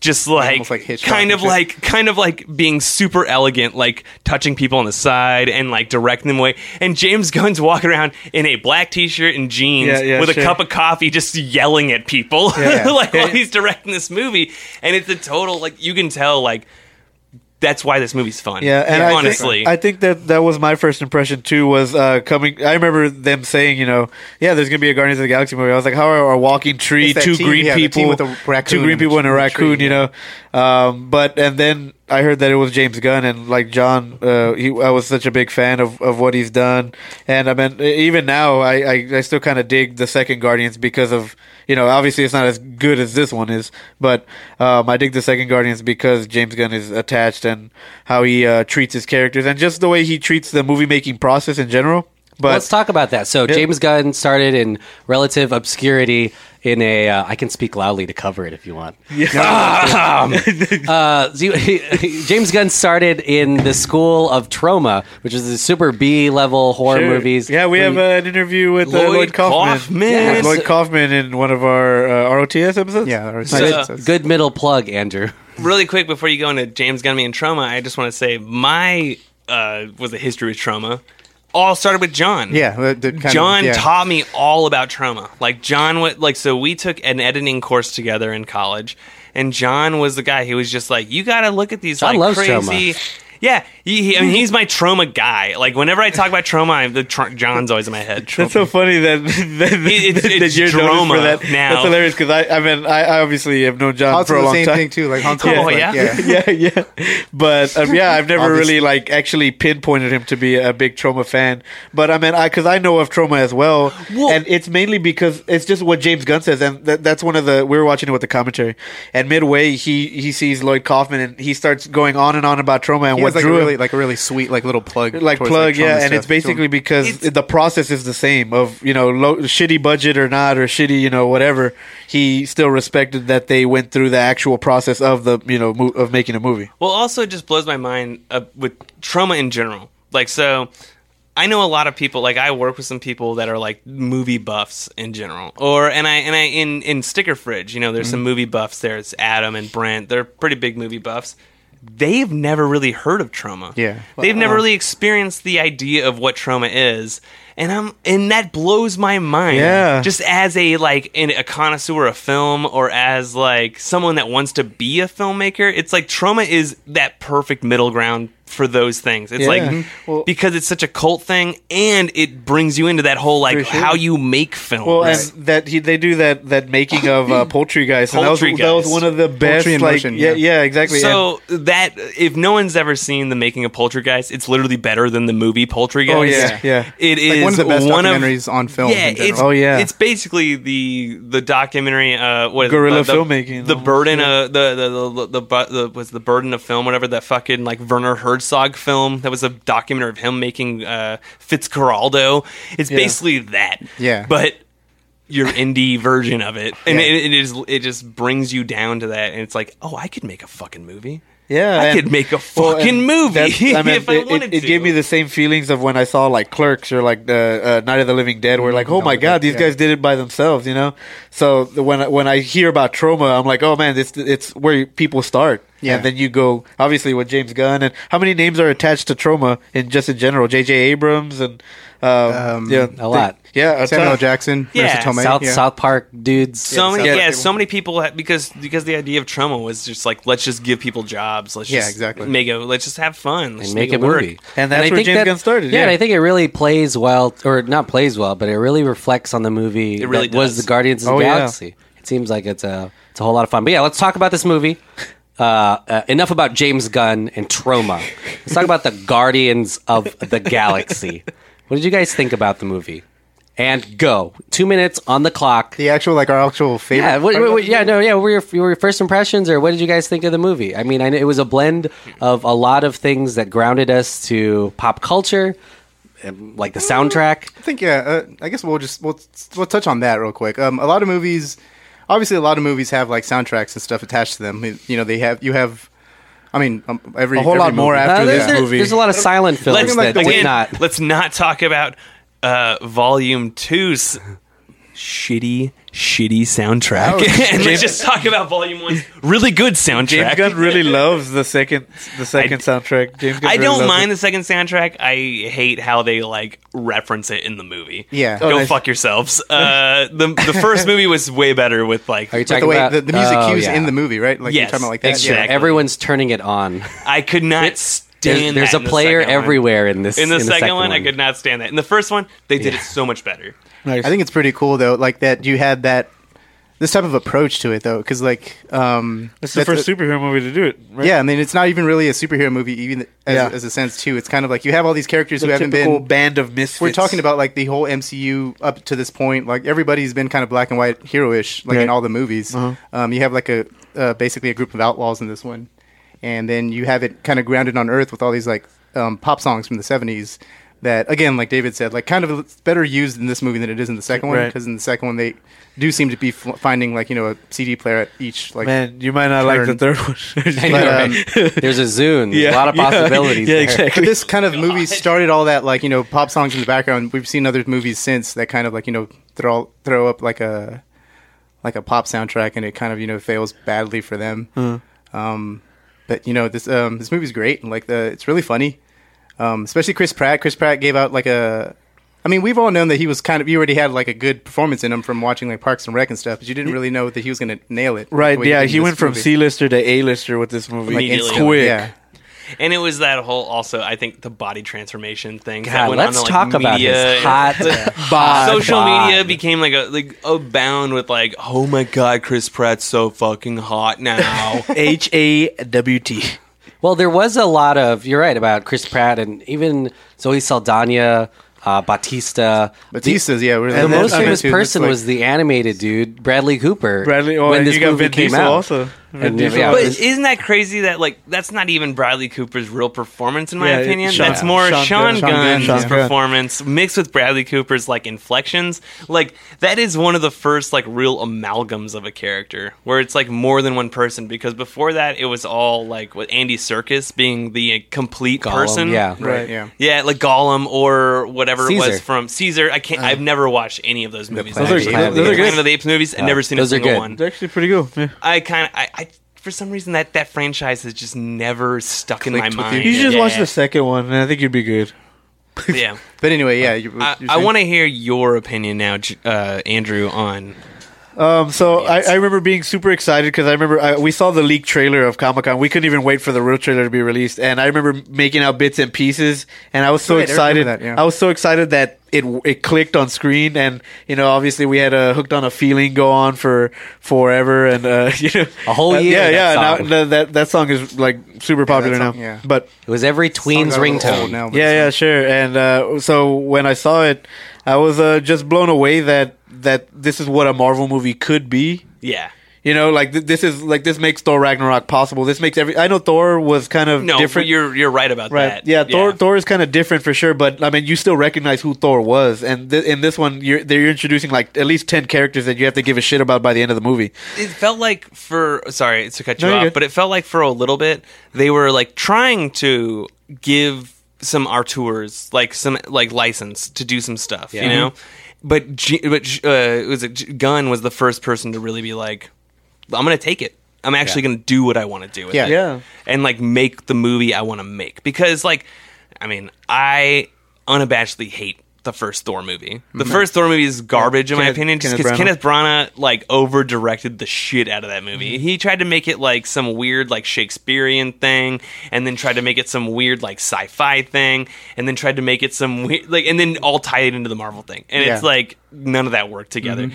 [SPEAKER 8] just like,
[SPEAKER 3] Mm-hmm. almost like Hitchcock
[SPEAKER 8] kind
[SPEAKER 3] and
[SPEAKER 8] of
[SPEAKER 3] shit.
[SPEAKER 8] like kind of like being super elegant, like touching people on the side and like directing them away. And James Gunn's walking around in a black t shirt and jeans
[SPEAKER 2] Yeah, yeah,
[SPEAKER 8] with
[SPEAKER 2] sure.
[SPEAKER 8] a cup of coffee, just yelling at people
[SPEAKER 3] Yeah.
[SPEAKER 8] like while he's directing this movie. And it's a total like you can tell like. That's why this movie's fun.
[SPEAKER 2] Yeah, and I
[SPEAKER 8] honestly,
[SPEAKER 2] think, I think that that was my first impression too. Was uh, coming. I remember them saying, you know, yeah, there's gonna be a Guardians of the Galaxy movie. I was like, how are a walking tree,
[SPEAKER 3] It's that
[SPEAKER 2] two
[SPEAKER 3] team-
[SPEAKER 2] green
[SPEAKER 3] yeah, the
[SPEAKER 2] people,
[SPEAKER 3] team with the raccoon
[SPEAKER 2] two green
[SPEAKER 3] and
[SPEAKER 2] people, and a
[SPEAKER 3] the tree,
[SPEAKER 2] raccoon, you know? Um, but and then I heard that it was James Gunn, and like John, uh, he, I was such a big fan of, of what he's done, and I mean, e, even now, I I, I still kind of dig the second Guardians because of. You know, obviously it's not as good as this one is, but um, I dig the second Guardians because James Gunn is attached and how he uh, treats his characters and just the way he treats the movie making process in general. But
[SPEAKER 7] Let's talk about that. So James Gunn started in relative obscurity in a. Uh, I can speak loudly to cover it if you want. Um, uh, so you- James Gunn started in the school of trauma, which is the super B level horror
[SPEAKER 2] Sure.
[SPEAKER 7] movies.
[SPEAKER 2] Yeah, we
[SPEAKER 7] where
[SPEAKER 2] have
[SPEAKER 7] you-
[SPEAKER 2] uh, an interview with uh, Lloyd,
[SPEAKER 8] Lloyd
[SPEAKER 2] Kaufman.
[SPEAKER 8] Kaufman.
[SPEAKER 2] Yeah,
[SPEAKER 7] Yes.
[SPEAKER 2] Lloyd Kaufman in one of our uh, ROTS episodes.
[SPEAKER 3] Yeah, or-
[SPEAKER 7] good, good middle plug, Andrew.
[SPEAKER 8] really quick before you go into James Gunn and trauma, I just want to say my uh, was a history of trauma. All started with John.
[SPEAKER 3] yeah, the- the kind of-
[SPEAKER 8] John
[SPEAKER 3] yeah.
[SPEAKER 8] taught me all about trauma. Like John, what like so we took an editing course together in college, and John was the guy who was just like, you got to look at these
[SPEAKER 7] John loves
[SPEAKER 8] like crazy. Yeah, he, he, I mean he's my trauma guy. Like whenever I talk about trauma, I, the tr- John's always in my head.
[SPEAKER 2] That's so funny that that,
[SPEAKER 8] it's-
[SPEAKER 2] that
[SPEAKER 8] it's
[SPEAKER 2] you're known
[SPEAKER 8] drama
[SPEAKER 2] for that.
[SPEAKER 8] now.
[SPEAKER 2] That's hilarious because I, I mean, I, I obviously have known John
[SPEAKER 3] Also
[SPEAKER 2] for a
[SPEAKER 3] the
[SPEAKER 2] long
[SPEAKER 3] same
[SPEAKER 2] time.
[SPEAKER 3] thing too, like Han
[SPEAKER 8] Oh,
[SPEAKER 3] Solo. like,
[SPEAKER 8] yeah?
[SPEAKER 3] yeah.
[SPEAKER 2] yeah, yeah. But um, yeah, I've never
[SPEAKER 3] Obviously.
[SPEAKER 2] really like actually pinpointed him to be a big trauma fan. But I mean, I because I know of trauma as well,
[SPEAKER 8] Well-
[SPEAKER 2] and it's mainly because it's just what James Gunn says, and that, that's one of the we were watching it with the commentary, and midway he he sees Lloyd Kaufman and he starts going on and on about trauma and
[SPEAKER 3] He
[SPEAKER 2] what
[SPEAKER 3] has, like a
[SPEAKER 2] drew him
[SPEAKER 3] really like a really sweet like little plug
[SPEAKER 2] like
[SPEAKER 3] towards,
[SPEAKER 2] plug
[SPEAKER 3] trauma
[SPEAKER 2] yeah and
[SPEAKER 3] stuff
[SPEAKER 2] it's basically
[SPEAKER 3] to
[SPEAKER 2] because
[SPEAKER 8] It's-
[SPEAKER 2] the process is the same of you know low, shitty budget or not or shitty you know whatever he still respected that they went through the actual process of the you know mo- of making a movie
[SPEAKER 8] Well, also it just blows my mind uh, with trauma in general. Like, so I know a lot of people. Like, I work with some people that are like movie buffs in general, or and I and I in in sticker fridge. You know, there's some movie buffs there. It's Adam and Brent. They're pretty big movie buffs. They've never really heard of trauma.
[SPEAKER 3] Yeah.
[SPEAKER 8] they've never really experienced the idea of what trauma is, and I'm and that blows my mind.
[SPEAKER 2] Yeah.
[SPEAKER 8] just as a like in a connoisseur of film or as like someone that wants to be a filmmaker it's like trauma is that perfect middle ground for those things it's
[SPEAKER 2] Yeah. Mhm.
[SPEAKER 8] like
[SPEAKER 2] Well-
[SPEAKER 8] because it's such a cult thing and it brings you into that whole like
[SPEAKER 2] sure.
[SPEAKER 8] how you make film
[SPEAKER 2] well and that he, they do that that making of uh, poultry guys and that
[SPEAKER 8] Poultry
[SPEAKER 2] was that was
[SPEAKER 8] Guys.
[SPEAKER 2] one of the best
[SPEAKER 3] in
[SPEAKER 2] like
[SPEAKER 3] Motion,
[SPEAKER 2] yeah. yeah
[SPEAKER 3] yeah.
[SPEAKER 2] exactly and,
[SPEAKER 8] so that if no one's ever seen the making of Poltergeist, it's literally better than the movie Poltergeist.
[SPEAKER 2] oh yeah yeah
[SPEAKER 8] It is
[SPEAKER 3] like one of the best
[SPEAKER 8] one of-
[SPEAKER 3] documentaries on film.
[SPEAKER 8] Yeah,
[SPEAKER 3] in general.
[SPEAKER 8] it's
[SPEAKER 2] Oh, yeah.
[SPEAKER 8] it's basically the the documentary. Uh, what is it?
[SPEAKER 2] Guerrilla
[SPEAKER 8] the, the-
[SPEAKER 2] filmmaking,
[SPEAKER 8] The
[SPEAKER 2] almost,
[SPEAKER 8] burden
[SPEAKER 2] yeah.
[SPEAKER 8] of the the the, the, the, bu- the was the burden of film, whatever that fucking like Werner Herzog film. That was a documentary of him making uh, Fitzcarraldo. It's basically that.
[SPEAKER 3] Yeah.
[SPEAKER 8] but your indie version of it, and
[SPEAKER 3] Yeah.
[SPEAKER 8] it, it is it just brings you down to that, and it's like, oh, I could make a fucking movie.
[SPEAKER 2] Yeah,
[SPEAKER 8] I
[SPEAKER 2] and-
[SPEAKER 8] could make a
[SPEAKER 2] Well, and
[SPEAKER 8] fucking movie
[SPEAKER 2] that's-
[SPEAKER 8] if I
[SPEAKER 2] it, it-
[SPEAKER 8] wanted
[SPEAKER 2] it
[SPEAKER 8] to.
[SPEAKER 2] gave me the same feelings of when I saw like Clerks or like uh, uh, Night of the Living Dead, where like, oh my god, these
[SPEAKER 3] yeah.
[SPEAKER 2] guys did it by themselves, you know. So the- when I- when I hear about trauma, I'm like, oh man, it's it's where people start.
[SPEAKER 3] Yeah.
[SPEAKER 2] And then you go obviously with James Gunn and how many names are attached to trauma in just in general? J.J. Abrams and um,
[SPEAKER 3] Um,
[SPEAKER 2] yeah,
[SPEAKER 7] a lot.
[SPEAKER 2] yeah, a
[SPEAKER 3] Samuel
[SPEAKER 2] ton.
[SPEAKER 3] Jackson,
[SPEAKER 8] Yeah,
[SPEAKER 3] Marissa Tomei,
[SPEAKER 7] South
[SPEAKER 3] yeah.
[SPEAKER 7] South Park dudes.
[SPEAKER 8] so many,
[SPEAKER 3] Yeah,
[SPEAKER 8] yeah,
[SPEAKER 3] people-
[SPEAKER 8] so many people ha- because because the idea of trauma was just like let's just give people jobs, let's
[SPEAKER 3] Yeah,
[SPEAKER 8] just
[SPEAKER 3] exactly.
[SPEAKER 8] make a let's just have fun, let's
[SPEAKER 7] and
[SPEAKER 8] just
[SPEAKER 7] make a
[SPEAKER 8] it work.
[SPEAKER 7] movie.
[SPEAKER 2] And that's
[SPEAKER 7] I
[SPEAKER 2] where
[SPEAKER 7] think
[SPEAKER 2] James Gunn started,
[SPEAKER 7] Yeah,
[SPEAKER 2] yeah.
[SPEAKER 7] and I think it really plays well, or not plays well, but it really reflects on the movie. It
[SPEAKER 8] really
[SPEAKER 7] that was
[SPEAKER 8] does.
[SPEAKER 7] the Guardians of the
[SPEAKER 2] Oh, yeah.
[SPEAKER 7] Galaxy. It seems like it's a it's a whole lot of fun. But yeah, let's talk about this movie. Uh, uh, enough about James Gunn and trauma. Let's talk about the Guardians of the Galaxy. What did you guys think about the movie? And go two minutes on the clock.
[SPEAKER 3] the actual like our actual favorite.
[SPEAKER 7] Yeah, what,
[SPEAKER 3] part
[SPEAKER 7] what-
[SPEAKER 3] of
[SPEAKER 7] what-
[SPEAKER 3] it?
[SPEAKER 7] yeah, no, yeah. What were your, your first impressions, or what did you guys think of the movie? I mean, I know it was a blend of a lot of things that grounded us to pop culture, and, like the soundtrack.
[SPEAKER 3] I think yeah. Uh, I guess we'll just we'll we'll touch on that real quick. Um, a lot of movies, obviously, a lot of movies have like soundtracks and stuff attached to them. You- You know, they have you have. I mean, um, every
[SPEAKER 2] A whole
[SPEAKER 3] every
[SPEAKER 2] lot more
[SPEAKER 3] movie-
[SPEAKER 2] after
[SPEAKER 7] Uh,
[SPEAKER 2] this
[SPEAKER 7] there's, there's-
[SPEAKER 2] movie.
[SPEAKER 7] there's a lot of silent films
[SPEAKER 8] Let's
[SPEAKER 7] that
[SPEAKER 8] again,
[SPEAKER 7] did not.
[SPEAKER 8] let's not talk about uh, Volume Two's shitty, shitty soundtrack. and let's just talk about Volume One's really good
[SPEAKER 2] James
[SPEAKER 8] soundtrack.
[SPEAKER 2] Gunn really loves the second the second soundtrack. James Gunn
[SPEAKER 8] I
[SPEAKER 2] really
[SPEAKER 8] don't
[SPEAKER 2] loves
[SPEAKER 8] mind
[SPEAKER 2] it.
[SPEAKER 8] the second soundtrack. I hate how they like reference it in the movie.
[SPEAKER 3] Yeah.
[SPEAKER 8] go
[SPEAKER 2] Oh, nice.
[SPEAKER 8] fuck yourselves. Uh, the the first movie was way better with like.
[SPEAKER 7] Are you
[SPEAKER 3] Like
[SPEAKER 7] talking
[SPEAKER 3] the way
[SPEAKER 7] about
[SPEAKER 3] the, the music
[SPEAKER 7] oh,
[SPEAKER 3] cues
[SPEAKER 7] yeah.
[SPEAKER 3] in the movie, right? Like
[SPEAKER 8] Yes,
[SPEAKER 3] you're talking about like that.
[SPEAKER 8] exactly.
[SPEAKER 3] Yeah.
[SPEAKER 7] Everyone's turning it on.
[SPEAKER 8] I could not
[SPEAKER 7] There's,
[SPEAKER 8] stand.
[SPEAKER 7] there's
[SPEAKER 8] that
[SPEAKER 7] a
[SPEAKER 8] in the
[SPEAKER 7] player
[SPEAKER 8] second one.
[SPEAKER 7] everywhere in this.
[SPEAKER 8] In the, second, one, I could not stand that. In the first one, they did it so much better.
[SPEAKER 3] I think it's pretty cool though, like that you had that this type of approach to it though, because like um,
[SPEAKER 2] It's the first superhero movie to do it. Right?
[SPEAKER 3] Yeah, I mean, it's not even really a superhero movie, even as,
[SPEAKER 2] Yeah.
[SPEAKER 3] as a sense too. It's kind of like you have all these characters
[SPEAKER 2] the
[SPEAKER 3] who haven't
[SPEAKER 2] typical
[SPEAKER 3] been.
[SPEAKER 2] band of misfits.
[SPEAKER 3] We're talking about like the whole MCU up to this point. Like everybody's been kind of black and white hero-ish, like in
[SPEAKER 2] Right. Uh-huh.
[SPEAKER 3] all the movies. Um, you have like a uh, basically a group of outlaws in this one, and then you have it kind of grounded on Earth with all these like um, pop songs from the '70s. That again, like David said, like kind of better used in this movie than it is in the second one
[SPEAKER 2] Right.
[SPEAKER 3] because in the second one they do seem to be f- finding like you know a CD player at each like
[SPEAKER 2] man. You might not like the third one.
[SPEAKER 3] but, um,
[SPEAKER 7] There's a Zune. There's a lot of
[SPEAKER 2] yeah,
[SPEAKER 7] possibilities.
[SPEAKER 2] Yeah,
[SPEAKER 7] there.
[SPEAKER 2] exactly.
[SPEAKER 3] But this kind of movie started all that like you know pop songs in the background. We've seen other movies since that kind of like you know throw throw up like a like a pop soundtrack, and it kind of you know fails badly for them.
[SPEAKER 2] Hmm.
[SPEAKER 3] Um, but you know this um, this movie's great, and like the it's really funny, um, especially Chris Pratt. Chris Pratt gave out like a. I mean, we've all known that he was kind of. You already had like a good performance in him from watching like Parks and Rec and stuff, but you didn't really know that he was going to nail it.
[SPEAKER 2] Right?
[SPEAKER 3] the way
[SPEAKER 2] Yeah,
[SPEAKER 3] did in
[SPEAKER 2] he
[SPEAKER 3] this
[SPEAKER 2] went from
[SPEAKER 3] movie.
[SPEAKER 2] C-lister to A-lister with this movie.
[SPEAKER 8] Like,
[SPEAKER 2] it's
[SPEAKER 8] instantly.
[SPEAKER 2] quick.
[SPEAKER 3] Yeah.
[SPEAKER 8] And it was that whole also I think the body transformation thing. that
[SPEAKER 7] God,
[SPEAKER 8] went
[SPEAKER 7] let's
[SPEAKER 8] on to,
[SPEAKER 7] talk
[SPEAKER 8] like,
[SPEAKER 7] about
[SPEAKER 8] media
[SPEAKER 7] his
[SPEAKER 8] and-
[SPEAKER 7] hot bod.
[SPEAKER 8] Social
[SPEAKER 7] bod.
[SPEAKER 8] media became like a like abound with like, oh my god, Chris Pratt's so fucking hot now.
[SPEAKER 2] H A W T.
[SPEAKER 7] Well, there was a lot of you're right about Chris Pratt and even Zoe Saldana, uh, Batista.
[SPEAKER 3] Batista's, yeah. we're-
[SPEAKER 7] The
[SPEAKER 2] And then-
[SPEAKER 7] most
[SPEAKER 2] I mean,
[SPEAKER 7] famous
[SPEAKER 3] too, that's
[SPEAKER 7] person
[SPEAKER 3] like-
[SPEAKER 7] was the animated dude Bradley Cooper.
[SPEAKER 2] Bradley. Oh,
[SPEAKER 7] when
[SPEAKER 2] and
[SPEAKER 7] this
[SPEAKER 2] you got
[SPEAKER 7] movie
[SPEAKER 2] Vin
[SPEAKER 7] came
[SPEAKER 2] Diesel
[SPEAKER 7] out.
[SPEAKER 2] also. Vin
[SPEAKER 7] And,
[SPEAKER 2] Diesel.
[SPEAKER 7] yeah,
[SPEAKER 8] But
[SPEAKER 7] this-
[SPEAKER 8] isn't that crazy that like that's not even Bradley Cooper's real performance in my
[SPEAKER 2] Yeah,
[SPEAKER 8] opinion?
[SPEAKER 2] Sean-
[SPEAKER 8] that's more
[SPEAKER 2] Sean
[SPEAKER 8] Sean,
[SPEAKER 2] Gunn. Sean Gunn,
[SPEAKER 8] Gunn's
[SPEAKER 2] Sean Gunn.
[SPEAKER 8] performance mixed with Bradley Cooper's like inflections. Like that is one of the first like real amalgams of a character where it's like more than one person because before that it was all like with Andy Circus being the complete
[SPEAKER 7] Gollum,
[SPEAKER 8] person.
[SPEAKER 7] Yeah.
[SPEAKER 3] Right. Yeah.
[SPEAKER 8] Yeah, like Gollum or whatever it
[SPEAKER 7] Caesar.
[SPEAKER 8] was from Caesar. I can't. I've never watched any of those movies.
[SPEAKER 7] Planet of the Those are- Apes. those are
[SPEAKER 8] The
[SPEAKER 7] good.
[SPEAKER 8] Planet of the Apes movies. I've never seen a
[SPEAKER 7] those are
[SPEAKER 8] single
[SPEAKER 7] good.
[SPEAKER 8] one.
[SPEAKER 2] It's actually pretty cool. Yeah.
[SPEAKER 8] I kind of, I, I, for some reason that that franchise has just never stuck in my
[SPEAKER 3] Clicked with
[SPEAKER 8] mind.
[SPEAKER 3] you.
[SPEAKER 2] You should just
[SPEAKER 8] yeah.
[SPEAKER 2] watch the second one, and I think you'd be good.
[SPEAKER 8] Yeah,
[SPEAKER 3] But anyway, yeah. You,
[SPEAKER 8] I, I want to hear your opinion now, J- uh, Andrew. On
[SPEAKER 2] Um, so I, I remember being super excited because I remember I, we saw the leak trailer of Comic Con. We couldn't even wait for the real trailer to be released, and I remember making out bits and pieces. And I was so
[SPEAKER 3] Right, I remember
[SPEAKER 2] excited.
[SPEAKER 3] that, yeah.
[SPEAKER 2] I was so excited that it it clicked on screen, and you know, obviously we had a hooked on a feeling go on for forever, and uh, you know,
[SPEAKER 7] A whole
[SPEAKER 2] uh,
[SPEAKER 7] year,
[SPEAKER 2] yeah,
[SPEAKER 7] that
[SPEAKER 2] yeah. Now,
[SPEAKER 7] song.
[SPEAKER 2] that, that that song is like super popular
[SPEAKER 3] song-
[SPEAKER 2] now.
[SPEAKER 3] yeah.
[SPEAKER 2] But
[SPEAKER 7] it was every tween's ringtone.
[SPEAKER 3] now. but
[SPEAKER 2] yeah,
[SPEAKER 3] it's-
[SPEAKER 2] yeah, sure. And uh, so when I saw it, I was uh, just blown away that that this is what a Marvel movie could be.
[SPEAKER 8] yeah,
[SPEAKER 2] You know, like th- this is like this makes Thor Ragnarok possible. This makes every. I know Thor was kind of
[SPEAKER 8] no,
[SPEAKER 2] different.
[SPEAKER 8] you're you're right about
[SPEAKER 2] right?
[SPEAKER 8] that.
[SPEAKER 2] Yeah, Thor. Thor is kind of different for sure, but I mean, you still recognize who Thor was, and th- in this one, you're they're introducing like at least ten characters that you have to give a shit about by the end of the movie.
[SPEAKER 8] it felt like for sorry to cut
[SPEAKER 2] No,
[SPEAKER 8] you
[SPEAKER 2] you're
[SPEAKER 8] off,
[SPEAKER 2] good.
[SPEAKER 8] but it felt like for a little bit they were like trying to give some auteurs like some like license to do some stuff, you know. But G, but uh, was it G- Gunn was the first person to really be like, I'm gonna take it. I'm actually gonna do what I want to do. With
[SPEAKER 3] Yeah.
[SPEAKER 8] it.
[SPEAKER 2] Yeah.
[SPEAKER 8] and like make the movie I want to make because like, I mean, I unabashedly hate. The first Thor movie. The
[SPEAKER 2] Mm-hmm.
[SPEAKER 8] first Thor movie is garbage, in my
[SPEAKER 2] Kenneth-
[SPEAKER 8] opinion, just
[SPEAKER 2] Kenneth
[SPEAKER 8] because
[SPEAKER 2] Branagh.
[SPEAKER 8] Kenneth Brana like over directed the shit out of that movie. He tried to make it like some weird like Shakespearean thing, and then tried to make it some weird like sci-fi thing, and then tried to make it some weird like, and then all tie it into the Marvel thing. And it's
[SPEAKER 2] Yeah.
[SPEAKER 8] like none of that worked together.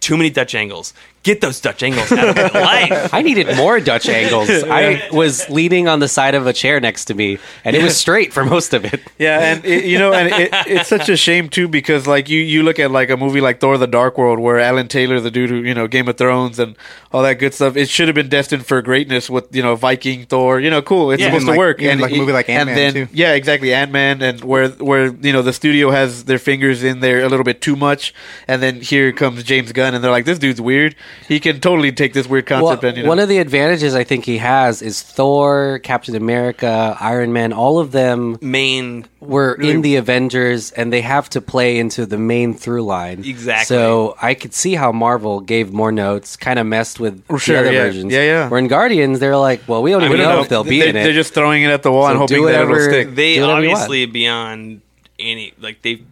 [SPEAKER 8] Too many Dutch angles. Get those Dutch angles out of my life.
[SPEAKER 7] I needed more Dutch angles. I was leaning on the side of a chair next to me, and it was straight for most of it.
[SPEAKER 2] Yeah, and it, you know, and it, it's such a shame too because like you you look at like a movie like Thor: The Dark World, where Alan Taylor, the dude who you know Game of Thrones and all that good stuff, it should have been destined for greatness with you know Viking Thor. You know, cool, it's
[SPEAKER 8] Yeah.
[SPEAKER 2] supposed
[SPEAKER 3] Even
[SPEAKER 2] to
[SPEAKER 3] like-
[SPEAKER 2] work.
[SPEAKER 3] even like a
[SPEAKER 2] it-
[SPEAKER 3] movie like
[SPEAKER 2] and
[SPEAKER 3] Ant-Man,
[SPEAKER 2] then-
[SPEAKER 3] too.
[SPEAKER 2] Yeah, exactly, Ant Man, and where where you know the studio has their fingers in there a little bit too much, and then here comes James Gunn, and they're like, this dude's weird. he can totally take this weird
[SPEAKER 7] Well,
[SPEAKER 2] concept and you know,
[SPEAKER 7] one of the advantages I think he has is Thor, Captain America, Iron Man, all of them
[SPEAKER 8] main
[SPEAKER 7] were in the Avengers and they have to play into the main through line.
[SPEAKER 8] Exactly.
[SPEAKER 7] So I could see how Marvel gave more notes, kind of messed with
[SPEAKER 2] sure,
[SPEAKER 7] the other
[SPEAKER 2] yeah.
[SPEAKER 7] versions.
[SPEAKER 2] Yeah, yeah.
[SPEAKER 7] Where in Guardians, they're like, well, we don't even
[SPEAKER 2] We don't
[SPEAKER 7] know, if they'll be
[SPEAKER 2] They-
[SPEAKER 7] in it.
[SPEAKER 2] They're just throwing it at the wall and
[SPEAKER 7] So do
[SPEAKER 2] hoping that it'll
[SPEAKER 7] whatever-
[SPEAKER 2] stick.
[SPEAKER 8] they
[SPEAKER 7] Do whatever you
[SPEAKER 8] obviously beyond any like they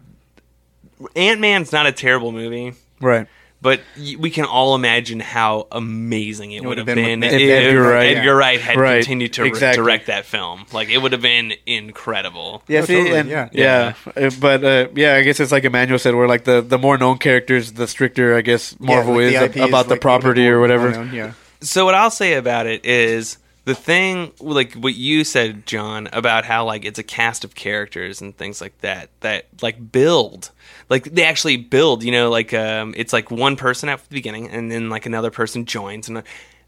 [SPEAKER 8] Ant Man's not a terrible movie,
[SPEAKER 2] right.
[SPEAKER 8] but y- we can all imagine how amazing it, would have
[SPEAKER 3] would've
[SPEAKER 8] been,
[SPEAKER 3] been with
[SPEAKER 8] if,
[SPEAKER 2] Ed- Edgar Wright.
[SPEAKER 8] Edgar Wright had
[SPEAKER 2] Right.
[SPEAKER 8] continued to re-
[SPEAKER 2] Exactly.
[SPEAKER 8] direct that film. Like it would have been incredible.
[SPEAKER 2] Yeah,
[SPEAKER 3] Oh,
[SPEAKER 2] see,
[SPEAKER 3] totally,
[SPEAKER 2] and, yeah,
[SPEAKER 3] yeah.
[SPEAKER 2] Uh, But uh, yeah, I guess it's like Emmanuel said, where like the, the more known characters, the stricter I guess Marvel
[SPEAKER 3] like,
[SPEAKER 2] is
[SPEAKER 3] the
[SPEAKER 2] ab-
[SPEAKER 3] IP is,
[SPEAKER 2] about the
[SPEAKER 3] like, a little
[SPEAKER 2] property
[SPEAKER 3] more
[SPEAKER 2] or whatever.
[SPEAKER 3] well-known, yeah.
[SPEAKER 8] so what I'll say about it is the thing like what you said, John, about how like it's a cast of characters and things like that that like build. Like they actually build, you know, like um it's like one person at the beginning and then like another person joins and uh,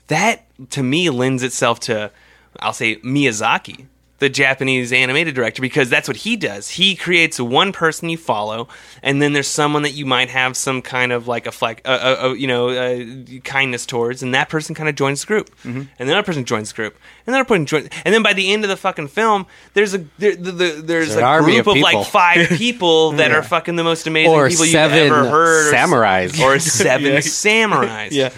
[SPEAKER 8] that to me lends itself to I'll say Miyazaki, the Japanese animated director, because that's what he does. He creates one person you follow, and then there's someone that you might have some kind of like a flag, uh, uh, uh, you know, uh, kindness towards, and that person kind of joins the group,
[SPEAKER 7] Mm-hmm.
[SPEAKER 8] and then another person joins the group, and another person joins, and then by the end of the fucking film, there's a there, the, the, there's
[SPEAKER 7] an
[SPEAKER 8] a
[SPEAKER 7] army
[SPEAKER 8] group
[SPEAKER 7] of
[SPEAKER 8] of, like
[SPEAKER 7] people.
[SPEAKER 8] five people that are fucking the most amazing
[SPEAKER 7] Or
[SPEAKER 8] people
[SPEAKER 7] seven
[SPEAKER 8] you've ever heard, or s-
[SPEAKER 7] samurais.
[SPEAKER 8] or seven samurais, yeah.